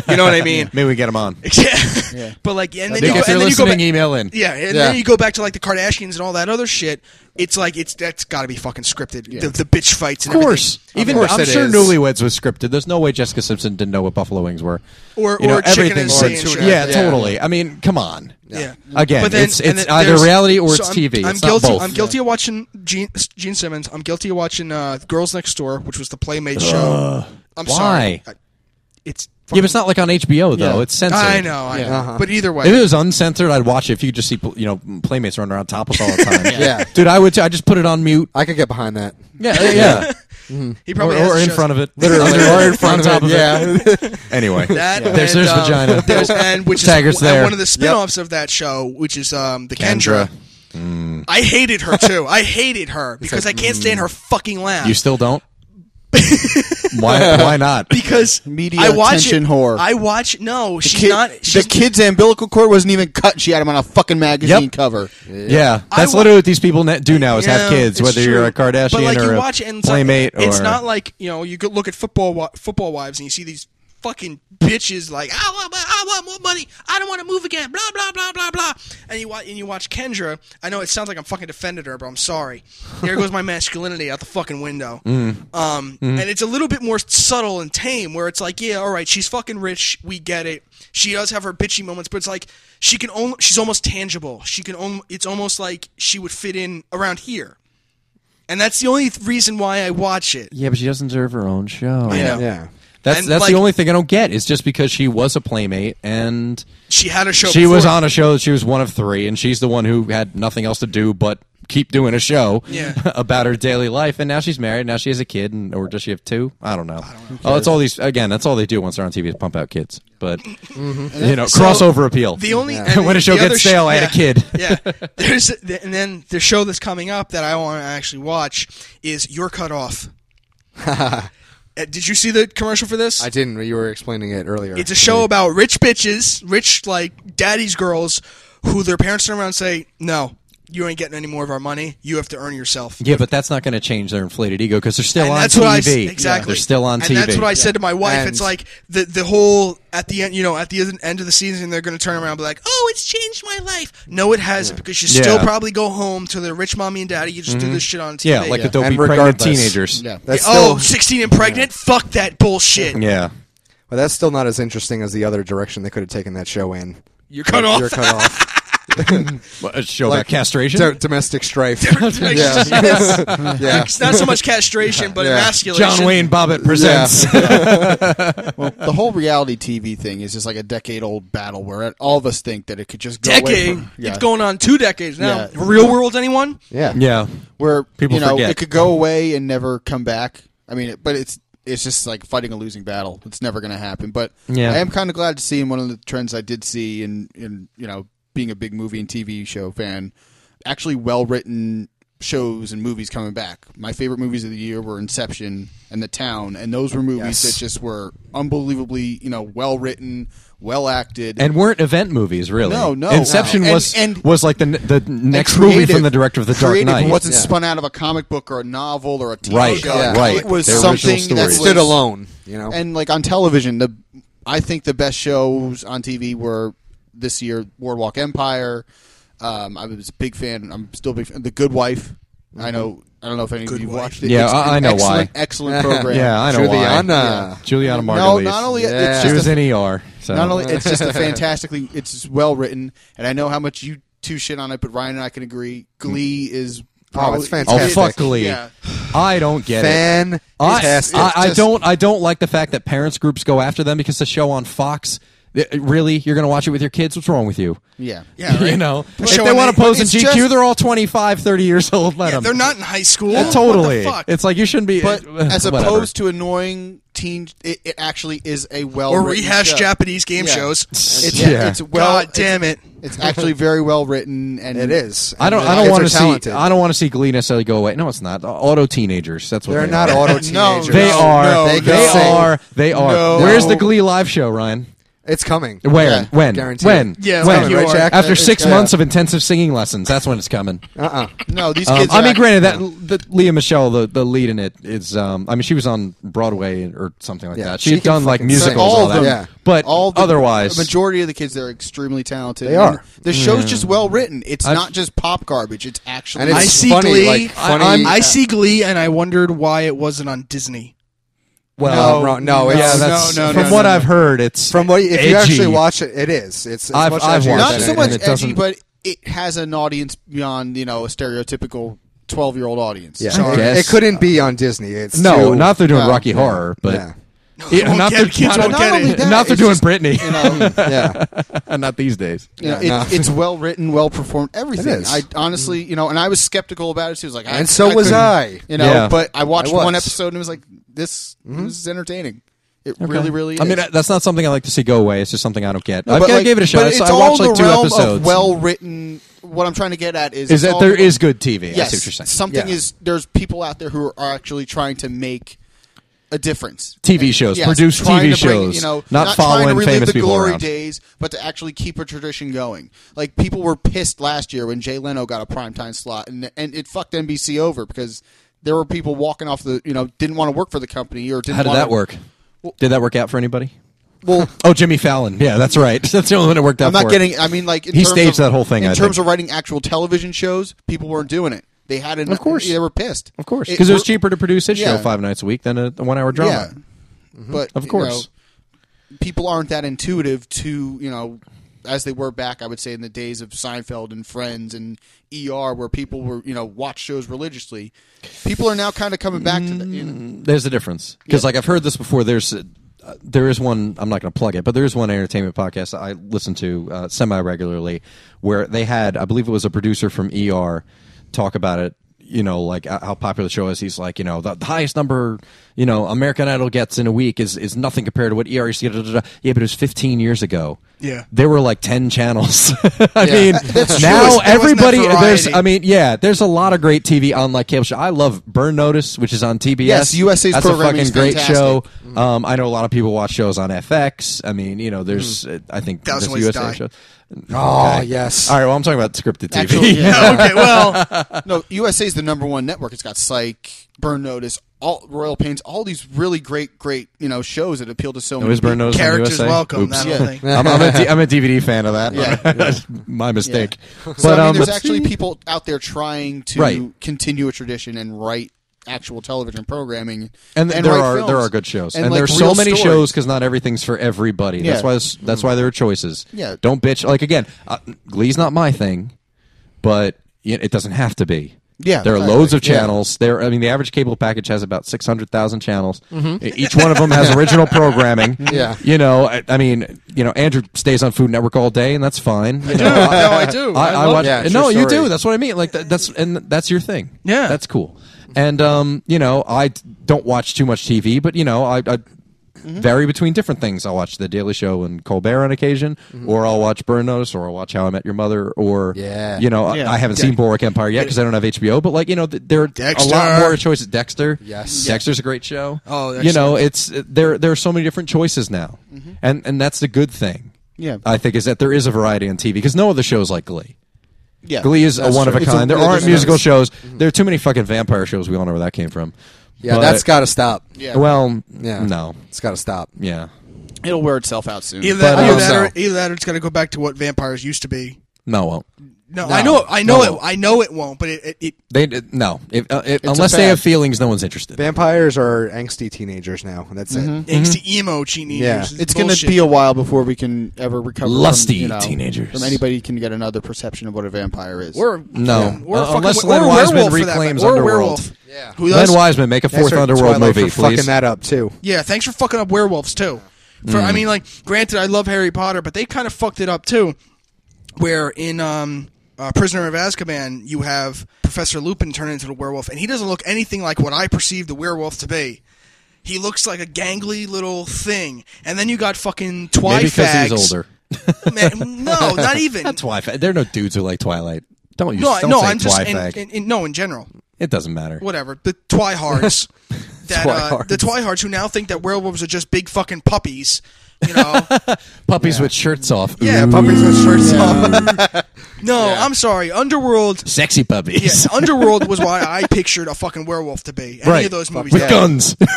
Speaker 1: You know what I mean?
Speaker 4: Maybe we get him on.
Speaker 1: yeah. But like, and then,
Speaker 4: Nick,
Speaker 1: you go,
Speaker 4: if you're
Speaker 1: and then you go
Speaker 4: listening, e-
Speaker 1: back.
Speaker 4: email in.
Speaker 1: Yeah, and
Speaker 2: Yeah.
Speaker 1: then you go back to like the Kardashians and all that other shit. It's like it's that's got to be fucking scripted. The, the bitch fights, and
Speaker 4: Of course,
Speaker 1: everything.
Speaker 4: even
Speaker 2: course
Speaker 4: I'm
Speaker 2: it
Speaker 4: sure
Speaker 2: is.
Speaker 4: Newlyweds was scripted. There's no way Jessica Simpson didn't know what buffalo wings were,
Speaker 1: Or-
Speaker 4: You
Speaker 1: or chicken
Speaker 4: everything
Speaker 1: and
Speaker 4: was-
Speaker 1: sea and shit.
Speaker 4: yeah,
Speaker 2: Yeah.
Speaker 4: totally. I mean, come on.
Speaker 1: Yeah.
Speaker 4: Again, it's-
Speaker 1: and
Speaker 4: it's either
Speaker 1: there's-
Speaker 4: reality or
Speaker 1: so
Speaker 4: it's
Speaker 1: I'm-
Speaker 4: TV.
Speaker 1: I'm
Speaker 4: It's not
Speaker 1: guilty.
Speaker 4: both.
Speaker 1: I'm guilty of watching Gene, Gene Simmons. I'm guilty of watching uh, Girls Next Door, which was the Playmate show. I'm
Speaker 4: why?
Speaker 1: sorry. I- It's
Speaker 4: Yeah, but it's not like on HBO though.
Speaker 5: Yeah.
Speaker 4: It's censored.
Speaker 1: I know, I know. But either way,
Speaker 4: If it was uncensored, I'd watch it. If you could just see, you know, playmates running around topless all the time.
Speaker 2: Yeah.
Speaker 4: dude, I would. T- I just put it on mute.
Speaker 2: I could get behind that.
Speaker 4: Yeah, yeah.
Speaker 1: he
Speaker 4: or
Speaker 1: probably has
Speaker 4: or in
Speaker 1: just-
Speaker 4: front of it,
Speaker 2: Literally,
Speaker 4: or in
Speaker 2: on
Speaker 4: front of
Speaker 2: top
Speaker 4: it.
Speaker 2: Yeah.
Speaker 4: Anyway,
Speaker 1: That
Speaker 4: there's
Speaker 1: and,
Speaker 4: there's
Speaker 1: um,
Speaker 4: vagina.
Speaker 1: There's and which is
Speaker 4: Taggart's
Speaker 1: and
Speaker 4: there.
Speaker 1: one of the spin-offs of that show, which is um, the Kendra.
Speaker 4: Mm.
Speaker 1: I hated her too. I hated her because I can't stand her fucking laugh.
Speaker 4: You still don't? why? Why not?
Speaker 1: because
Speaker 5: Media
Speaker 1: I watch
Speaker 5: attention
Speaker 1: it,
Speaker 5: whore.
Speaker 1: I watch no, she's
Speaker 5: Kid-
Speaker 1: not. She's,
Speaker 5: the kid's umbilical cord wasn't even cut. She had him on a fucking magazine cover.
Speaker 4: Yeah,
Speaker 1: I
Speaker 4: that's
Speaker 1: wa-
Speaker 4: literally what these people ne- do now is
Speaker 1: Yeah,
Speaker 4: have kids,
Speaker 1: it's
Speaker 4: whether you're a
Speaker 1: true.
Speaker 4: Kardashian
Speaker 1: but like,
Speaker 4: or
Speaker 1: you
Speaker 4: a
Speaker 1: watch it and it's like-
Speaker 4: playmate.
Speaker 1: It's
Speaker 4: or-
Speaker 1: not like you know you could look at football wi- football wives and you see these fucking bitches like I want mo- I want more money I don't want to move again blah blah blah blah blah and you watch and you watch Kendra I know it sounds like I'm fucking defended her but I'm sorry there goes my masculinity out the fucking window um and it's a little bit more subtle and tame where it's like yeah all right she's fucking rich we get it she does have her bitchy moments but it's like she can only she's almost tangible she can only it's almost like she would fit in around here and that's the only th- reason why I watch it.
Speaker 4: yeah, but she doesn't deserve her own show.
Speaker 1: know.
Speaker 2: yeah.
Speaker 4: That's
Speaker 1: And,
Speaker 4: that's
Speaker 1: like-
Speaker 4: the only thing I don't get is just because she was a playmate and
Speaker 1: She had a show.
Speaker 4: she was
Speaker 1: before.
Speaker 4: on a show that she was one of three, and she's the one who had nothing else to do but keep doing a show
Speaker 1: Yeah.
Speaker 4: about her daily life. And now she's married. Now she has a kid, and or does she have two? I don't know. Oh, that's all these again. That's all they do once they're on TV is pump out kids, but you know,
Speaker 1: Mm-hmm. So,
Speaker 4: crossover appeal.
Speaker 1: The only
Speaker 4: Yeah.
Speaker 1: and
Speaker 4: when
Speaker 1: the-
Speaker 4: a show
Speaker 1: the
Speaker 4: gets
Speaker 1: other sh-
Speaker 4: stale, I had a
Speaker 1: yeah.
Speaker 4: kid.
Speaker 1: yeah, there's the- and then the show that's coming up that I want to actually watch is Your Cut Off. Uh, Did you see the commercial for this?
Speaker 2: I didn't. You were explaining it earlier.
Speaker 1: It's a show about rich bitches, rich like daddy's girls, who their parents turn around and say, "No, you ain't getting any more of our money. You have to earn yourself."
Speaker 4: Yeah, but that's not going to change their inflated ego because they're still
Speaker 1: and
Speaker 4: on
Speaker 1: that's
Speaker 4: TV.
Speaker 1: what I s- exactly.
Speaker 4: They're still on
Speaker 1: and
Speaker 4: TV.
Speaker 1: That's what I said to my wife.
Speaker 2: And-
Speaker 1: it's like the the whole at the end, you know, at the en- end of the season, they're going to turn around and be like, "Oh, it's changed my life." No, it hasn't because you still
Speaker 4: Yeah. Mm-hmm.
Speaker 1: probably go home to their rich mommy and daddy. You just do this shit on TV.
Speaker 4: yeah, like the dopey
Speaker 2: And
Speaker 4: pregnant
Speaker 2: regardless-
Speaker 4: teenagers.
Speaker 5: Yeah.
Speaker 2: That's
Speaker 1: oh,
Speaker 2: still,
Speaker 1: 16 and pregnant? Fuck that bullshit.
Speaker 4: yeah.
Speaker 2: but that's still not as interesting as the other direction they could have taken that show in.
Speaker 1: You're cut off.
Speaker 2: You're cut off.
Speaker 4: What, A show
Speaker 2: Like-
Speaker 4: about castration.
Speaker 2: Do- domestic strife.
Speaker 1: Yes.
Speaker 2: yeah.
Speaker 1: It's not so much castration, but
Speaker 2: Yeah.
Speaker 1: emasculation.
Speaker 4: John Wayne Bobbitt presents.
Speaker 5: the whole reality TV thing is just like a decade old battle where all of us think that it could just go away
Speaker 1: Decade.
Speaker 5: from- yeah.
Speaker 1: It's going on two decades now.
Speaker 5: Yeah.
Speaker 1: Real world, anyone?
Speaker 2: Yeah.
Speaker 4: yeah.
Speaker 5: where
Speaker 4: People
Speaker 5: you know
Speaker 4: forget.
Speaker 5: it could go away and never come back. I mean, it, but it's it's just like fighting a losing battle. It's never going to happen. But
Speaker 4: Yeah.
Speaker 5: I am kind of glad to see. And one of the trends I did see in in you know being a big movie and TV show fan, actually well written shows and movies coming back. My favorite movies of the year were Inception and The Town, and those were movies
Speaker 2: Yes.
Speaker 5: that just were unbelievably you know well written, well acted,
Speaker 4: And weren't event movies really?
Speaker 5: No, no.
Speaker 4: Inception
Speaker 5: No.
Speaker 4: was
Speaker 5: And- and-
Speaker 4: was like the the next movie
Speaker 5: creative-
Speaker 4: from the director of the Dark
Speaker 5: creative.
Speaker 4: Knight.
Speaker 5: It wasn't
Speaker 2: Yeah.
Speaker 5: spun out of a comic book or a novel or a TV
Speaker 4: Right,
Speaker 5: show.
Speaker 2: yeah, right.
Speaker 5: It was
Speaker 4: Their original
Speaker 5: something
Speaker 4: story.
Speaker 5: that
Speaker 2: That stood alone, you know.
Speaker 5: And like on television, the I think the best shows on TV were this year Boardwalk Empire. Um, I was a big fan. I'm still a big fan. The Good Wife. I know. I don't know if any of you
Speaker 1: Wife.
Speaker 5: watched it.
Speaker 4: Yeah,
Speaker 5: It's
Speaker 4: I-
Speaker 5: an
Speaker 4: I know
Speaker 5: excellent,
Speaker 4: why.
Speaker 5: Excellent program.
Speaker 4: yeah, I know
Speaker 2: Juliana.
Speaker 4: why. Uh, Juliana
Speaker 5: No,
Speaker 4: Margulies.
Speaker 5: not only
Speaker 2: Yeah.
Speaker 5: it's
Speaker 4: she
Speaker 5: just
Speaker 4: was
Speaker 5: a
Speaker 4: in ER. So.
Speaker 5: not only it's just a fantastically it's well written, and I know how much you too shit on it, but Ryan and I can agree. Glee is
Speaker 2: Oh,
Speaker 5: probably
Speaker 2: it's
Speaker 4: Mm. Oh
Speaker 2: fantastic.
Speaker 4: fuck Glee!
Speaker 5: Yeah.
Speaker 4: I don't get it.
Speaker 2: Fan.
Speaker 4: I, I, I
Speaker 5: Just-
Speaker 4: don't. I don't like the fact that parents groups go after them because the show on Fox. it- it- Really, you're going to watch it with your kids? What's wrong with you?
Speaker 5: Yeah.
Speaker 1: Yeah, right.
Speaker 4: you know,
Speaker 1: But
Speaker 4: if
Speaker 1: show
Speaker 4: they
Speaker 1: them
Speaker 4: want
Speaker 1: they-
Speaker 4: to pose in
Speaker 5: it's
Speaker 4: GQ,
Speaker 5: just-
Speaker 4: they're all 25, 30 years old. Let
Speaker 1: Yeah,
Speaker 4: them.
Speaker 1: they're not in high school.
Speaker 4: Yeah, totally.
Speaker 1: What the fuck?
Speaker 4: It's like you shouldn't be.
Speaker 5: But
Speaker 4: uh,
Speaker 5: as
Speaker 4: whatever.
Speaker 5: opposed to annoying teen, it, it actually is a well
Speaker 1: or rehash
Speaker 5: show.
Speaker 1: Japanese game
Speaker 5: Yeah.
Speaker 1: shows.
Speaker 5: It's,
Speaker 4: Yeah.
Speaker 5: it's well.
Speaker 1: God damn it!
Speaker 5: It's, it's actually very well written, and
Speaker 2: It is.
Speaker 4: I don't.
Speaker 2: And the
Speaker 4: I don't
Speaker 2: kids
Speaker 4: want
Speaker 2: are
Speaker 4: to see.
Speaker 2: talented.
Speaker 4: I don't want to see Glee necessarily go away. No, it's not. Auto teenagers. That's what
Speaker 2: They're
Speaker 4: they
Speaker 2: not
Speaker 4: Are.
Speaker 2: auto
Speaker 5: No,
Speaker 2: teenagers.
Speaker 4: They
Speaker 5: No,
Speaker 4: are.
Speaker 5: no,
Speaker 4: they
Speaker 2: they can sing.
Speaker 4: are. They are.
Speaker 1: No.
Speaker 4: Where's the Glee live show, Ryan?
Speaker 2: It's coming.
Speaker 4: Where?
Speaker 5: Yeah.
Speaker 4: when?
Speaker 2: Guaranteed.
Speaker 4: When?
Speaker 1: Yeah, it's
Speaker 4: when?
Speaker 1: coming, right,
Speaker 2: Jack?
Speaker 4: After
Speaker 2: It's-
Speaker 4: six
Speaker 2: yeah.
Speaker 4: months of intensive singing lessons, that's when it's coming.
Speaker 2: Uh-uh.
Speaker 5: no, these
Speaker 4: Um,
Speaker 5: kids.
Speaker 4: I
Speaker 5: are
Speaker 4: mean,
Speaker 5: actually-
Speaker 4: granted that the, Leah Michelle, the, the lead in it, is. Um, I mean, she was on Broadway or something like
Speaker 2: Yeah,
Speaker 4: that.
Speaker 2: she
Speaker 4: She had
Speaker 2: can
Speaker 4: done like
Speaker 2: fucking
Speaker 4: musicals,
Speaker 2: sing.
Speaker 4: all,
Speaker 5: All of
Speaker 4: that.
Speaker 2: them. Yeah.
Speaker 4: But
Speaker 5: all the,
Speaker 4: otherwise,
Speaker 5: the majority of the kids they're extremely talented.
Speaker 2: They
Speaker 5: And
Speaker 2: are.
Speaker 5: The show's just well written. It's
Speaker 4: I've-
Speaker 5: not just pop garbage. It's actually.
Speaker 2: And it's
Speaker 1: I see
Speaker 2: funny,
Speaker 1: Glee.
Speaker 2: like, funny-
Speaker 1: I, I'm- I see Glee, and I wondered why it wasn't on Disney.
Speaker 4: well,
Speaker 2: No, no,
Speaker 4: yeah,
Speaker 2: it's-
Speaker 4: that's
Speaker 5: no, no,
Speaker 4: from
Speaker 5: no,
Speaker 4: what
Speaker 5: no.
Speaker 4: I've heard. It's
Speaker 2: From what if you
Speaker 4: edgy.
Speaker 2: actually watch it, it is. It's as
Speaker 4: I've-
Speaker 2: much
Speaker 4: I've
Speaker 2: as
Speaker 4: watched
Speaker 5: not
Speaker 4: it,
Speaker 5: so
Speaker 4: and
Speaker 5: much
Speaker 4: it
Speaker 5: edgy,
Speaker 4: doesn't-
Speaker 5: but it has an audience beyond you know a stereotypical twelve-year-old audience.
Speaker 2: Yeah,
Speaker 4: Sorry.
Speaker 2: it-
Speaker 4: I
Speaker 2: It,
Speaker 4: guess.
Speaker 2: couldn't be on Disney. It's
Speaker 4: no,
Speaker 2: too-
Speaker 4: not if they're doing
Speaker 5: no,
Speaker 4: Rocky Horror, but
Speaker 2: yeah,
Speaker 4: Yeah,
Speaker 1: Won't
Speaker 4: not
Speaker 1: get
Speaker 4: the
Speaker 1: it. kids
Speaker 4: not-
Speaker 1: won't
Speaker 5: not
Speaker 1: get
Speaker 5: only
Speaker 1: it.
Speaker 5: that,
Speaker 4: not they're
Speaker 5: it's
Speaker 4: doing
Speaker 5: just-
Speaker 4: Britney,
Speaker 2: yeah.
Speaker 4: not these days.
Speaker 5: You know,
Speaker 2: Yeah,
Speaker 5: it's-
Speaker 2: no.
Speaker 5: it's well written, well performed, everything.
Speaker 2: It is.
Speaker 5: I honestly, you know, and I was skeptical about it. too. It was like, I-
Speaker 2: And so was
Speaker 5: couldn't-
Speaker 2: I.
Speaker 5: You know,
Speaker 4: Yeah.
Speaker 5: but I watched
Speaker 2: I was.
Speaker 5: one episode and it was like, this, this is entertaining. It really, really. Is.
Speaker 4: I mean, that- that's not something I like to see go away. It's just something I don't get.
Speaker 5: No,
Speaker 4: I
Speaker 5: but,
Speaker 4: I
Speaker 5: like-
Speaker 4: gave it a shot.
Speaker 5: but
Speaker 4: I
Speaker 5: It's
Speaker 4: saw- I
Speaker 5: all
Speaker 4: watched
Speaker 5: the
Speaker 4: like two
Speaker 5: realm
Speaker 4: episodes.
Speaker 5: Of well written. What I'm trying to get at is
Speaker 4: is
Speaker 5: it's
Speaker 4: that
Speaker 5: all
Speaker 4: there
Speaker 5: the-
Speaker 4: is good TV? I
Speaker 5: yes,
Speaker 4: see what you're saying.
Speaker 5: something
Speaker 2: Yeah.
Speaker 5: is. There's people out there who are actually trying to make a difference.
Speaker 4: TV shows,
Speaker 5: Yes,
Speaker 4: produce
Speaker 5: trying
Speaker 4: TV
Speaker 5: to bring,
Speaker 4: shows,
Speaker 5: you know,
Speaker 4: not
Speaker 5: trying to
Speaker 4: following
Speaker 5: relive
Speaker 4: famous
Speaker 5: the
Speaker 4: people
Speaker 5: glory
Speaker 4: around.
Speaker 5: days, but to actually keep a tradition going. Like people were pissed last year when Jay Leno got a primetime slot, and and it fucked NBC over because there were people walking off the, you know, didn't want to work for the company or didn't.
Speaker 4: How did
Speaker 5: wanna-
Speaker 4: that work? Did that work out for anybody?
Speaker 5: Well,
Speaker 4: Oh, Jimmy Fallon. Yeah, that's right. That's the only one that worked out.
Speaker 5: I'm not
Speaker 4: for it.
Speaker 5: getting. I mean, like in
Speaker 4: He
Speaker 5: terms
Speaker 4: staged
Speaker 5: of-
Speaker 4: that whole thing,
Speaker 5: In
Speaker 4: I
Speaker 5: terms
Speaker 4: think.
Speaker 5: of writing actual television shows, people weren't doing it. They had an,
Speaker 4: Of course.
Speaker 5: they were pissed,
Speaker 4: of course, because it was cheaper to produce his
Speaker 5: Yeah.
Speaker 4: show five nights a week than a, one-hour
Speaker 5: Yeah,
Speaker 4: drama. Mm-hmm.
Speaker 5: but
Speaker 4: Of
Speaker 5: you
Speaker 4: course.
Speaker 5: know, people aren't that intuitive to you know as they were back. I would say in the days of Seinfeld and Friends and ER, where people were you know watch shows religiously. People are now kind of coming back to that. You know?
Speaker 4: There's a difference because, like, I've heard this before. There's uh, there is one. I'm not going to plug it, but there is one entertainment podcast I listen to uh, semi regularly where they had, I believe it was a producer from ER, talk about it. You know, like uh, how popular the show is. He's like, you know, the, the highest number, you know, American Idol gets in a week is is nothing compared to what ER used to get. da, da, da. Yeah, but it was 15 years ago.
Speaker 1: Yeah.
Speaker 4: there were like 10 channels. I
Speaker 5: Yeah.
Speaker 4: mean,
Speaker 5: That's true.
Speaker 4: now
Speaker 1: There wasn't
Speaker 4: everybody.
Speaker 1: that
Speaker 4: There's,
Speaker 1: variety.
Speaker 4: I mean, yeah, there's a lot of great TV on like cable show. I love Burn Notice, which is on TBS.
Speaker 5: Yes, USA's
Speaker 4: That's a
Speaker 5: programming
Speaker 4: fucking
Speaker 5: is
Speaker 4: great
Speaker 5: fantastic. Mm-hmm.
Speaker 4: show. Um, I know a lot of people watch shows on FX. I mean, you know, there's
Speaker 5: Mm-hmm.
Speaker 4: uh, I think
Speaker 1: Thousand
Speaker 4: there's
Speaker 1: Ways to
Speaker 4: USA
Speaker 1: Die.
Speaker 4: shows.
Speaker 2: Oh yes.
Speaker 4: All right, well, I'm talking about scripted TV.
Speaker 5: Actual- yeah.
Speaker 1: okay, well,
Speaker 5: No, USA is the number one network. It's got Psych, Burn Notice, all Royal Pains, all these really great, great you know shows that appeal to so
Speaker 4: It
Speaker 5: many.
Speaker 4: was Burn
Speaker 5: people.
Speaker 4: Notice on
Speaker 1: characters
Speaker 4: USA.
Speaker 1: welcome.
Speaker 4: Oops.
Speaker 1: That whole thing.
Speaker 4: I'm, I'm, a D- I'm a DVD fan of that.
Speaker 5: Yeah.
Speaker 4: That's my mistake. But
Speaker 5: So I mean,
Speaker 4: um,
Speaker 5: there's actually people out there trying to
Speaker 4: Right.
Speaker 5: continue a tradition and write actual television programming.
Speaker 4: and, there
Speaker 5: write
Speaker 4: are
Speaker 5: films.
Speaker 4: there are good shows, and,
Speaker 5: like,
Speaker 4: there's so
Speaker 5: real
Speaker 4: many
Speaker 5: stories.
Speaker 4: shows because not everything's for everybody. That's
Speaker 5: Yeah.
Speaker 4: why this- that's why there are choices.
Speaker 5: Yeah.
Speaker 4: don't bitch. Like again, uh, Glee's not my thing, but y- it doesn't have to be.
Speaker 5: Yeah,
Speaker 4: there are
Speaker 5: exactly.
Speaker 4: loads of
Speaker 5: Yeah.
Speaker 4: channels. There, I mean, the average cable package has about six hundred thousand channels. E- Each one of them has original programming.
Speaker 2: Yeah.
Speaker 4: you know, I, I mean, you know, Andrew stays on Food Network all day, and that's fine. You know,
Speaker 1: No, I do.
Speaker 4: I, I,
Speaker 1: love
Speaker 4: watch.
Speaker 1: it.
Speaker 2: Yeah, it's
Speaker 4: no,
Speaker 2: your
Speaker 4: you
Speaker 2: story.
Speaker 4: do. That's what I mean. Like that, that's and that's your thing.
Speaker 1: Yeah.
Speaker 4: that's cool. And um, you know, I d- don't watch too much TV, but you know, I. I
Speaker 1: Mm-hmm.
Speaker 4: Vary between different things. I'll watch The Daily Show and Colbert on occasion,
Speaker 1: Mm-hmm.
Speaker 4: or I'll watch Burn Notice, or I'll watch How I Met Your Mother, or
Speaker 2: Yeah.
Speaker 4: you know, I-
Speaker 1: Yeah.
Speaker 4: I, haven't seen Borak Empire yet because I don't have HBO. But like you know, th- there are a
Speaker 1: Dexter.
Speaker 4: lot more choices. Dexter,
Speaker 2: Yes.
Speaker 4: Dexter's a great show.
Speaker 1: Oh,
Speaker 4: you know, it's there. There are so many different choices now,
Speaker 1: Mm-hmm.
Speaker 4: and and that's the good thing.
Speaker 5: Yeah.
Speaker 4: I think is that there is a variety on TV because no other show is like Glee.
Speaker 5: Yeah,
Speaker 4: Glee is a
Speaker 5: That's
Speaker 4: one of
Speaker 5: true.
Speaker 4: a
Speaker 5: It's
Speaker 4: kind. there
Speaker 5: yeah,
Speaker 4: aren't
Speaker 5: there's
Speaker 4: musical
Speaker 5: none.
Speaker 4: shows.
Speaker 1: Mm-hmm.
Speaker 4: There are too many fucking vampire shows. We all know where that came from.
Speaker 2: Yeah,
Speaker 4: But-
Speaker 2: that's got to stop.
Speaker 5: Yeah.
Speaker 4: Well,
Speaker 2: Yeah.
Speaker 4: no,
Speaker 2: It's got to stop.
Speaker 4: yeah.
Speaker 5: It'll wear itself out soon.
Speaker 1: Either that,
Speaker 4: But,
Speaker 1: either
Speaker 4: um,
Speaker 1: that or
Speaker 2: so-
Speaker 1: either that or it's got to go back to what vampires used to be.
Speaker 4: No, it won't.
Speaker 1: No,
Speaker 4: No,
Speaker 1: I know, I
Speaker 4: no,
Speaker 1: know
Speaker 4: it
Speaker 1: it. I know it won't. But it, it, it
Speaker 4: They it- no. If, uh, it,
Speaker 5: a
Speaker 4: unless they
Speaker 5: fad.
Speaker 4: have feelings, no one's interested.
Speaker 2: Vampires are angsty teenagers now, and that's it.
Speaker 1: thanks to emo teenagers.
Speaker 2: Yeah.
Speaker 1: is
Speaker 5: It's going to
Speaker 1: bullshit.
Speaker 5: be a while before we can ever recover.
Speaker 4: Lusty
Speaker 5: from, you know,
Speaker 4: teenagers.
Speaker 5: From anybody can get another perception of what a vampire is.
Speaker 1: We're
Speaker 4: No.
Speaker 1: yeah, we're
Speaker 4: Uh,
Speaker 1: a fucking,
Speaker 4: unless
Speaker 1: we're a
Speaker 4: Len Wiseman
Speaker 1: werewolf for that
Speaker 4: reclaims
Speaker 1: matter. We're a
Speaker 4: Underworld.
Speaker 1: werewolf.
Speaker 2: Yeah.
Speaker 1: Who
Speaker 4: Len
Speaker 1: does?
Speaker 4: Wiseman, make a
Speaker 2: Thanks
Speaker 4: fourth
Speaker 2: for
Speaker 4: Underworld
Speaker 2: Twilight
Speaker 4: movie,
Speaker 2: for
Speaker 4: please.
Speaker 2: fucking that up too.
Speaker 1: yeah, thanks for fucking up werewolves too. For
Speaker 4: Mm.
Speaker 1: I mean, like, granted, I love Harry Potter, but they kind of fucked it up too. Where in um, uh, Prisoner of Azkaban, you have Professor Lupin turn into a werewolf, and he doesn't look anything like what I perceived the werewolf to be. He looks like a gangly little thing, and then you got fucking Twi
Speaker 4: Maybe because
Speaker 1: fags.
Speaker 4: he's older.
Speaker 1: Man, no, not even.
Speaker 4: Not Twi There are no dudes who like Twilight. Don't use.
Speaker 1: no, I-
Speaker 4: don't
Speaker 1: no,
Speaker 4: say
Speaker 1: I'm just
Speaker 4: Twi
Speaker 1: in,
Speaker 4: fag.
Speaker 1: in, in- no in general.
Speaker 4: it doesn't matter.
Speaker 1: whatever the twihards that uh,
Speaker 2: Twihards.
Speaker 1: the twihards who now think that werewolves are just big fucking puppies you know
Speaker 4: Puppies with shirts off.
Speaker 1: yeah
Speaker 2: Mm.
Speaker 4: Ooh.
Speaker 1: puppies
Speaker 2: with shirts
Speaker 1: no i'm sorry underworld
Speaker 4: Sexy
Speaker 1: yeah,
Speaker 4: puppies.
Speaker 1: underworld was why i pictured a fucking werewolf to be any
Speaker 4: Right.
Speaker 1: of those movies
Speaker 4: with
Speaker 1: did.
Speaker 4: guns.
Speaker 1: no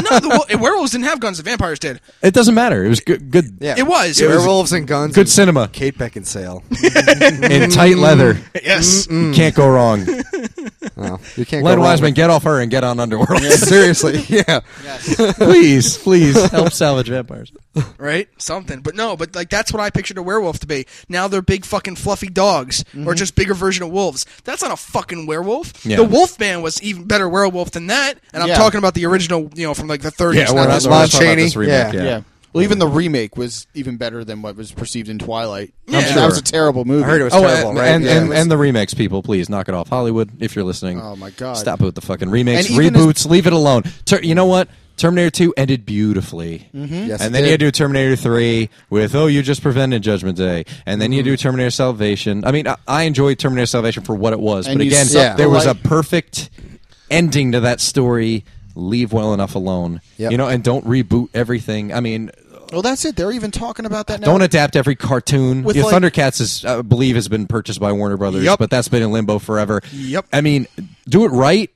Speaker 1: no the wo- werewolves didn't have guns the vampires did
Speaker 4: it doesn't matter. It was good. Good.
Speaker 2: Yeah.
Speaker 1: It was. It was-
Speaker 2: werewolves and guns.
Speaker 4: Good
Speaker 2: and
Speaker 4: cinema.
Speaker 2: Kate Beckinsale.
Speaker 4: In tight leather.
Speaker 1: yes
Speaker 4: You can't Mm. go wrong.
Speaker 2: no, you can't. go
Speaker 4: Len
Speaker 2: wrong
Speaker 4: Wiseman,
Speaker 2: with-
Speaker 4: get off her and get on Underworld.
Speaker 2: Seriously, yeah.
Speaker 4: please, please help salvage vampires.
Speaker 1: right something but no but like that's what i pictured a werewolf to be now they're big fucking fluffy dogs or just bigger version of wolves that's not a fucking werewolf
Speaker 4: Mm-hmm. Yeah.
Speaker 1: the wolfman was even better werewolf than that and i'm
Speaker 5: Yeah.
Speaker 1: talking about the original you know from like the 30s
Speaker 4: Yeah, we're
Speaker 1: not
Speaker 4: not,
Speaker 1: the
Speaker 4: we're not
Speaker 2: Lon
Speaker 4: talking about
Speaker 2: Chaney.
Speaker 4: this
Speaker 2: Yeah.
Speaker 4: remake. Yeah.
Speaker 5: yeah. Well, even the remake was even better than what was perceived in Twilight.
Speaker 1: Yeah.
Speaker 5: That was a terrible movie.
Speaker 2: I heard it was
Speaker 4: Oh,
Speaker 2: terrible.
Speaker 4: and,
Speaker 2: right?
Speaker 4: and,
Speaker 2: Yeah.
Speaker 4: and, and the remakes, people, please knock it off. Hollywood, if you're listening.
Speaker 5: Oh, my God.
Speaker 4: Stop with the fucking remakes,
Speaker 5: And even as-
Speaker 4: reboots. leave it alone. Ter- you know what? Terminator 2 ended beautifully. Mm-hmm.
Speaker 2: Yes,
Speaker 4: and
Speaker 2: it
Speaker 4: then you
Speaker 2: did.
Speaker 4: do Terminator 3 with, oh, you just prevented Judgment Day. And then you do Terminator Salvation. I mean, I, I enjoyed Terminator Salvation for what it was.
Speaker 5: And
Speaker 4: but
Speaker 5: you
Speaker 4: again,
Speaker 5: suck Yeah.
Speaker 4: there
Speaker 5: the
Speaker 4: was a
Speaker 5: life-
Speaker 4: perfect ending to that story. Leave well enough alone.
Speaker 2: Yep.
Speaker 4: You know, and don't reboot everything. I mean,
Speaker 5: Well, that's it. They're even talking about that now.
Speaker 4: don't adapt every cartoon.
Speaker 5: With,
Speaker 4: Yeah,
Speaker 5: like-
Speaker 4: Thundercats is, I believe, has been purchased by Warner Brothers,
Speaker 1: Yep.
Speaker 4: but that's been in limbo forever.
Speaker 1: Yep.
Speaker 4: I mean, do it right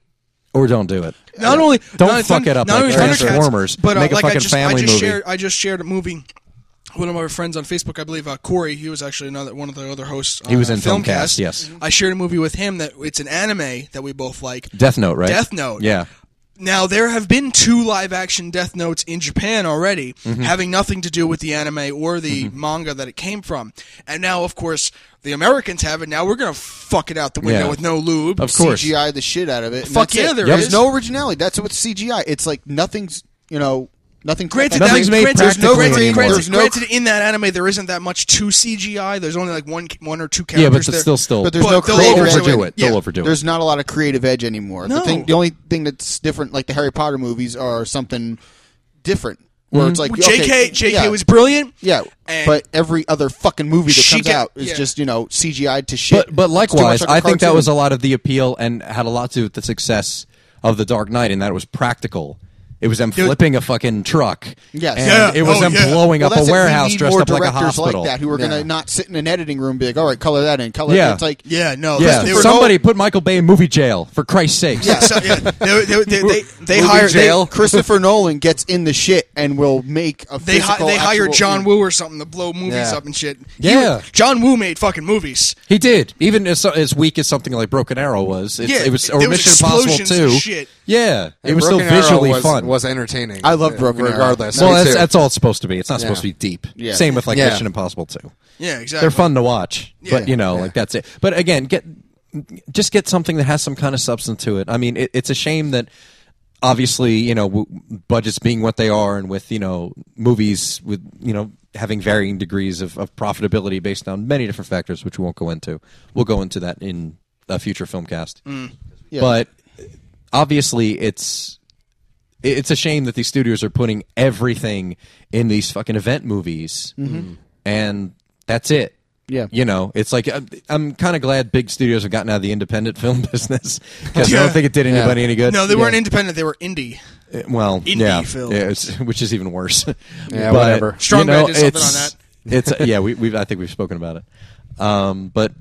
Speaker 4: or don't do it.
Speaker 1: Not only
Speaker 4: Don't
Speaker 1: not only
Speaker 4: fuck
Speaker 1: Thun-
Speaker 4: it up
Speaker 1: Not
Speaker 4: like
Speaker 1: only
Speaker 4: Transformers.
Speaker 1: Thundercats, but uh,
Speaker 4: Make a
Speaker 1: like I
Speaker 4: fucking
Speaker 1: just, I
Speaker 4: family
Speaker 1: just
Speaker 4: movie.
Speaker 1: Shared, I just shared a movie. with One of my friends on Facebook, I believe, uh, Corey. He was actually another one of the other hosts.
Speaker 4: He was
Speaker 1: on,
Speaker 4: in
Speaker 1: uh, Filmcast.
Speaker 4: Filmcast, yes.
Speaker 1: I shared a movie with him that it's an anime that we both like.
Speaker 4: Death Note, right?
Speaker 1: Death Note.
Speaker 4: Yeah.
Speaker 1: Now there have been two live action Death Notes in Japan already,
Speaker 4: Mm-hmm.
Speaker 1: having nothing to do with the anime or the manga that it came from. And now, of course, the Americans have it. Now we're gonna fuck it out the window
Speaker 4: Yeah.
Speaker 1: with no lube.
Speaker 4: Of course.
Speaker 5: CGI the shit out of it. and
Speaker 1: Fuck
Speaker 5: that's
Speaker 1: yeah,
Speaker 5: it.
Speaker 1: there
Speaker 5: there's
Speaker 1: is.
Speaker 5: no originality. That's what CGI. It's like nothing's you know nothing.
Speaker 1: Granted,
Speaker 5: nothing-
Speaker 4: Nothing's
Speaker 1: that,
Speaker 4: made
Speaker 1: granted,
Speaker 4: practically
Speaker 1: no, granted,
Speaker 4: anymore.
Speaker 1: granted-
Speaker 5: There's no-
Speaker 1: granted, in that anime, there isn't that much to CGI. There's only like one, one or two characters.
Speaker 4: Yeah, but it's
Speaker 1: there.
Speaker 4: still, still.
Speaker 5: but there's
Speaker 1: But
Speaker 5: no
Speaker 1: they'll
Speaker 5: creative
Speaker 1: overdo
Speaker 5: edge.
Speaker 4: overdo
Speaker 1: it.
Speaker 4: it.
Speaker 1: Yeah.
Speaker 4: They'll overdo it.
Speaker 5: There's not a lot of creative edge anymore.
Speaker 1: No.
Speaker 5: The, thing, the only thing that's different, like the Harry Potter movies, are something different.
Speaker 1: Mm-hmm.
Speaker 5: Where it's like okay,
Speaker 1: J.K. J.K.
Speaker 5: yeah,
Speaker 1: was brilliant.
Speaker 5: yeah,
Speaker 1: and-
Speaker 5: but every other fucking movie that
Speaker 1: She
Speaker 5: comes
Speaker 1: get-
Speaker 5: out is
Speaker 1: yeah.
Speaker 5: just you know CGI to shit.
Speaker 4: But, but
Speaker 5: It's too much
Speaker 4: likewise,
Speaker 5: like a
Speaker 4: I think that
Speaker 5: cartoon.
Speaker 4: was a lot of the appeal and had a lot to do with the success of The Dark Knight in that it was practical. It was them flipping a fucking truck.
Speaker 5: Yes.
Speaker 4: And
Speaker 1: Yeah.
Speaker 4: it was
Speaker 1: Oh,
Speaker 4: them
Speaker 1: yeah.
Speaker 4: blowing
Speaker 5: Well,
Speaker 4: up
Speaker 5: that's
Speaker 4: a
Speaker 5: it. We
Speaker 4: warehouse
Speaker 5: need
Speaker 4: dressed
Speaker 5: more
Speaker 4: up like a
Speaker 5: directors
Speaker 4: hospital.
Speaker 5: Like that, who are
Speaker 2: Yeah.
Speaker 5: going to not sit in an editing room and be like, all right, color that in, color.
Speaker 4: Yeah.
Speaker 5: It's like
Speaker 1: Yeah, no.
Speaker 4: Yeah,
Speaker 1: they were-
Speaker 4: somebody put Michael Bay in movie jail for Christ's sake.
Speaker 5: Yeah.
Speaker 1: So, yeah, they, they, they, they, they
Speaker 5: Movie
Speaker 1: hired
Speaker 5: they-
Speaker 1: jail.
Speaker 5: Christopher Nolan gets in the shit and will make a
Speaker 1: They, they, hi-
Speaker 5: physical,
Speaker 1: they hired
Speaker 5: actual-
Speaker 1: John Woo or something to blow movies
Speaker 2: Yeah.
Speaker 1: up and shit. He
Speaker 4: Yeah.
Speaker 1: was- John Woo made fucking movies.
Speaker 4: He did, even as, as weak as something like Broken Arrow was. It,
Speaker 1: Yeah,
Speaker 4: it was
Speaker 1: it-
Speaker 4: or
Speaker 1: there was
Speaker 4: Mission Impossible
Speaker 1: explosions and
Speaker 4: too.
Speaker 1: shit.
Speaker 4: Yeah, it
Speaker 2: And
Speaker 4: was still
Speaker 2: Broken Arrow
Speaker 4: visually
Speaker 2: was-
Speaker 4: fun.
Speaker 2: Was entertaining.
Speaker 5: I love
Speaker 2: uh,
Speaker 5: Broken Arrow.
Speaker 2: regardless.
Speaker 4: well,
Speaker 2: Me
Speaker 4: that's,
Speaker 2: too.
Speaker 4: that's all it's supposed to be. It's not supposed to
Speaker 2: Yeah.
Speaker 4: be deep.
Speaker 5: Yeah.
Speaker 4: Same with like
Speaker 2: Yeah.
Speaker 4: Mission Impossible too.
Speaker 1: Yeah, exactly.
Speaker 4: They're fun to watch, but
Speaker 1: Yeah.
Speaker 4: you know, like that's it. But again, get just get something that has some kind of substance to it. I mean, it, it's a shame that obviously you know w- budgets being what they are, and with you know movies with you know having varying degrees of, of profitability based on many different factors, which we won't go into. We'll go into that in a future film cast.
Speaker 1: Mm-hmm.
Speaker 5: Yeah.
Speaker 4: But obviously, it's it- it's a shame that these studios are putting everything in these fucking event movies, and that's it.
Speaker 5: Mm-hmm. Yeah.
Speaker 4: you know, it's like I'm, I'm kind of glad big studios have gotten out of the independent film business because I
Speaker 1: Yeah.
Speaker 4: don't think it did anybody any good.
Speaker 1: No, they weren't independent. They were indie.
Speaker 4: Uh, well,
Speaker 1: indie
Speaker 4: yeah,
Speaker 1: film.
Speaker 4: yeah, it's- which is even worse.
Speaker 2: Yeah, whatever.
Speaker 1: Strong
Speaker 4: you know,
Speaker 1: Man did something
Speaker 4: it's-
Speaker 1: on
Speaker 4: it's uh, yeah, we, we've I think we've spoken about it, um, but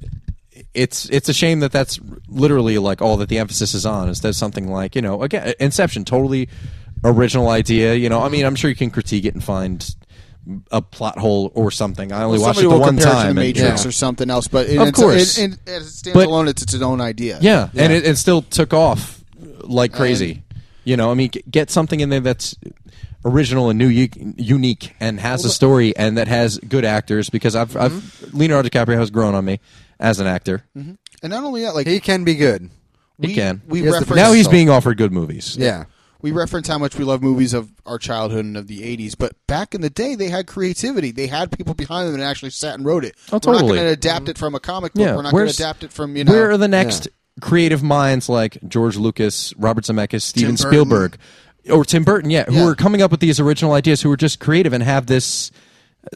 Speaker 4: it's it's a shame that that's literally like all that the emphasis is on instead of something like you know again Inception, totally original idea. You know, I mean, I'm sure you can critique it and find a plot hole or something. I only watched it
Speaker 5: Somebody
Speaker 4: the
Speaker 5: will
Speaker 4: one
Speaker 5: compare it
Speaker 4: time.
Speaker 5: to the
Speaker 4: and-
Speaker 5: Matrix
Speaker 4: yeah.
Speaker 5: or something else, but it,
Speaker 4: Of
Speaker 5: it's,
Speaker 4: course.
Speaker 5: it, it, as it stands
Speaker 4: But-
Speaker 5: alone, it's its own idea.
Speaker 4: Yeah, and it, it still took off like crazy. you know, I mean, g- get something in there that's original and new, u- unique, and has a story and that has good actors because I've, I've Leonardo DiCaprio has grown on me as an actor.
Speaker 5: and not only that, like
Speaker 2: He can be good.
Speaker 4: He
Speaker 5: we
Speaker 4: can.
Speaker 5: we
Speaker 2: He has the
Speaker 5: reference
Speaker 4: now he's
Speaker 2: So-
Speaker 4: being offered good movies.
Speaker 2: Yeah.
Speaker 5: we reference how much we love movies of our childhood and of the 80s, but back in the day, they had creativity. They had people behind them that actually sat and wrote it.
Speaker 4: Oh,
Speaker 5: We're not
Speaker 4: totally.
Speaker 5: going to adapt it from a comic book.
Speaker 4: Yeah,
Speaker 5: We're not going to
Speaker 4: where's-
Speaker 5: adapt it from, you know.
Speaker 4: Where are the next creative minds like George Lucas, Robert Zemeckis, Steven
Speaker 1: Burton.
Speaker 4: Spielberg, or Tim Burton? Yeah, who
Speaker 5: Yeah.
Speaker 4: are coming up with these original ideas, who are just creative and have this.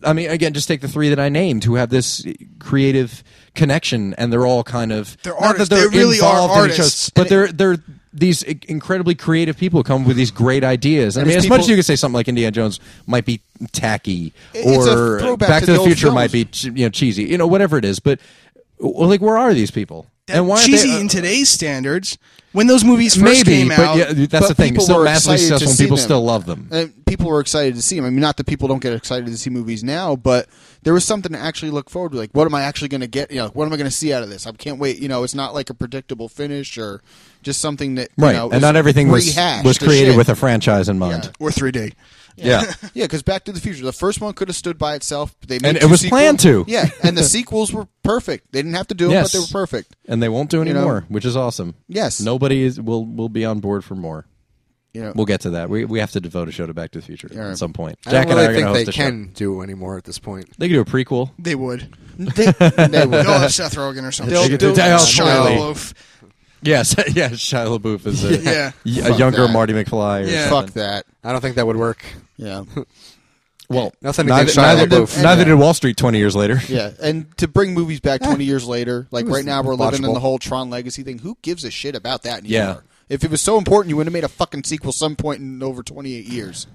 Speaker 4: I mean, again, just take the three that I named, who have this creative connection, and they're all kind of
Speaker 1: They're
Speaker 4: not that
Speaker 1: artists. They really are
Speaker 4: involved in each
Speaker 1: artists.
Speaker 4: other, but they're they're these i- incredibly creative people come with these great ideas. I mean, as
Speaker 5: there's
Speaker 4: much
Speaker 5: people-
Speaker 4: as you could say something like Indiana Jones might be tacky,
Speaker 5: It's a
Speaker 4: or
Speaker 5: throwback
Speaker 4: Back
Speaker 5: to
Speaker 4: to,
Speaker 5: the
Speaker 4: the,
Speaker 5: old
Speaker 4: Future might be
Speaker 5: films.
Speaker 4: ch- you know cheesy, you know whatever it is. But well, like, where are these people? and why
Speaker 1: cheesy
Speaker 4: are they, uh,
Speaker 1: in today's standards? When those movies first
Speaker 4: maybe?
Speaker 1: came
Speaker 4: but
Speaker 1: out,
Speaker 4: yeah, that's
Speaker 5: But
Speaker 4: the thing.
Speaker 5: people
Speaker 4: It's still
Speaker 5: were
Speaker 4: massively
Speaker 5: excited to
Speaker 4: successful, and
Speaker 5: see
Speaker 4: people
Speaker 5: them.
Speaker 4: still love them.
Speaker 5: And people were excited to see them. I mean, not that people don't get excited to see movies now, but there was something to actually look forward to. Like, what am I actually going to get? You know, what am I going to see out of this? I can't wait. You know, it's not like a predictable finish or just something that you
Speaker 4: Right,
Speaker 5: know,
Speaker 4: and
Speaker 5: is
Speaker 4: not everything was
Speaker 5: rehashed
Speaker 4: was
Speaker 5: to
Speaker 4: created
Speaker 5: shit.
Speaker 4: with a franchise in mind.
Speaker 1: or 3D.
Speaker 4: Yeah,
Speaker 5: Yeah, because Back to the Future, the first one could have stood by itself. They made
Speaker 4: And it
Speaker 5: two
Speaker 4: was
Speaker 5: sequels.
Speaker 4: planned to.
Speaker 5: Yeah, and the sequels were perfect. They didn't have to do them,
Speaker 4: Yes.
Speaker 5: but they were perfect.
Speaker 4: and they won't do
Speaker 5: You know?
Speaker 4: anymore, which is awesome.
Speaker 5: Yes.
Speaker 4: nobody is will will be on board for more.
Speaker 5: You know,
Speaker 4: We'll get to that. We we have to devote a show to Back to the Future
Speaker 5: Yeah.
Speaker 4: at some point.
Speaker 2: I
Speaker 4: Jack
Speaker 2: don't really
Speaker 4: and I are
Speaker 2: think
Speaker 4: going to
Speaker 2: they
Speaker 4: host a show.
Speaker 2: can do anymore at this point.
Speaker 4: They could do a prequel.
Speaker 1: They would.
Speaker 5: they, they
Speaker 1: They'll
Speaker 5: were-
Speaker 1: have Seth Rogen or something.
Speaker 5: They'll- they'll-
Speaker 4: they'll-
Speaker 1: Shia
Speaker 4: they'll-
Speaker 1: LaBeouf.
Speaker 4: Yes, yeah. Shia LaBeouf is a,
Speaker 1: Yeah.
Speaker 4: y- a
Speaker 5: Fuck
Speaker 4: younger
Speaker 5: that.
Speaker 4: Marty McFly. Or
Speaker 1: Yeah.
Speaker 5: fuck
Speaker 4: something.
Speaker 5: that.
Speaker 2: I don't think that would work.
Speaker 5: Yeah,
Speaker 4: Well,
Speaker 2: Nothing
Speaker 4: neither,
Speaker 2: against Shia
Speaker 4: neither did-
Speaker 2: LaBeouf.
Speaker 4: neither did Wall Street twenty years later.
Speaker 5: yeah. And to bring movies back twenty years later, like right now, we're living in
Speaker 2: watchable.
Speaker 5: the whole Tron Legacy thing. Who gives a shit about that anymore?
Speaker 4: Yeah.
Speaker 5: If it was so important, you would have made a fucking sequel some point in over twenty eight years.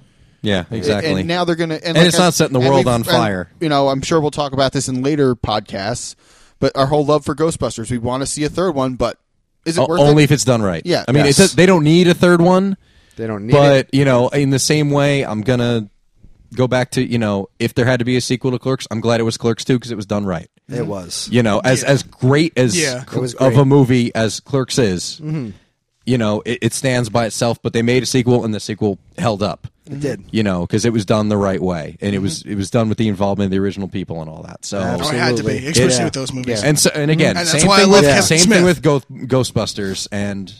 Speaker 4: Yeah, exactly.
Speaker 5: And now they're gonna. And,
Speaker 4: And
Speaker 5: like
Speaker 4: it's
Speaker 5: I-
Speaker 4: not setting the
Speaker 5: and
Speaker 4: world
Speaker 5: we've-
Speaker 4: on
Speaker 5: and,
Speaker 4: fire.
Speaker 5: you know, I'm sure we'll talk about this in later podcasts. But our whole love for Ghostbusters, we want to see a third one, but is it
Speaker 4: O-
Speaker 5: worth
Speaker 4: only
Speaker 5: it?
Speaker 4: if it's done right.
Speaker 5: Yeah.
Speaker 4: I mean,
Speaker 5: Yes.
Speaker 4: it does, they don't need a third one.
Speaker 2: They don't need
Speaker 4: But
Speaker 2: it.
Speaker 4: you know, in the same way, I'm gonna go back to you know, if there had to be a sequel to Clerks, I'm glad it was Clerks two because it was done right.
Speaker 2: It was.
Speaker 4: You know, as as great as
Speaker 1: Yeah.
Speaker 4: cl-
Speaker 2: It was
Speaker 4: of
Speaker 2: great.
Speaker 4: a movie as Clerks is,
Speaker 5: Mm-hmm.
Speaker 4: you know, it, it stands by itself. But they made a sequel, and the sequel held up. It
Speaker 2: did.
Speaker 4: You know, because it was done the right way, and it
Speaker 5: Mm-hmm.
Speaker 4: was it was done with the involvement of the original people and all that. So
Speaker 1: Oh, it had to be,
Speaker 2: Absolutely.
Speaker 1: especially
Speaker 2: Yeah.
Speaker 1: with those movies.
Speaker 4: And so, and again,
Speaker 1: And that's
Speaker 4: same
Speaker 1: why I
Speaker 4: thing
Speaker 1: love
Speaker 4: with
Speaker 1: Kevin
Speaker 4: same
Speaker 1: Smith.
Speaker 4: thing with Ghost, Ghostbusters and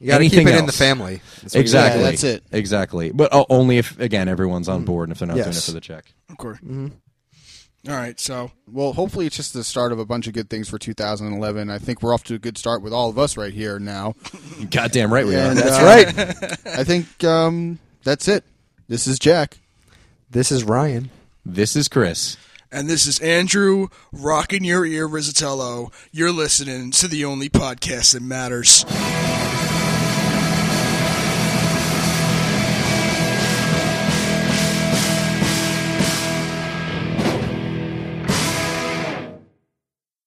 Speaker 2: You got to keep
Speaker 4: anything
Speaker 2: it
Speaker 4: else.
Speaker 2: in the family. That's what you gotta
Speaker 4: Exactly,
Speaker 5: Yeah, that's it.
Speaker 4: Exactly, but oh, only if again everyone's on board and if they're not doing it
Speaker 2: Yes.
Speaker 4: for the check.
Speaker 1: Of course.
Speaker 2: Mm-hmm.
Speaker 1: All right, so
Speaker 5: Well, hopefully it's just the start of a bunch of good things for 2011. I think we're off to a good start with all of us right here now.
Speaker 4: Goddamn right we are.
Speaker 5: And, uh,
Speaker 2: do. That's right.
Speaker 5: I think um, that's it. This is Jack.
Speaker 2: this is Ryan.
Speaker 4: This is Chris.
Speaker 1: and this is Andrew rocking your ear, Rizzatello. You're listening to the only podcast that matters.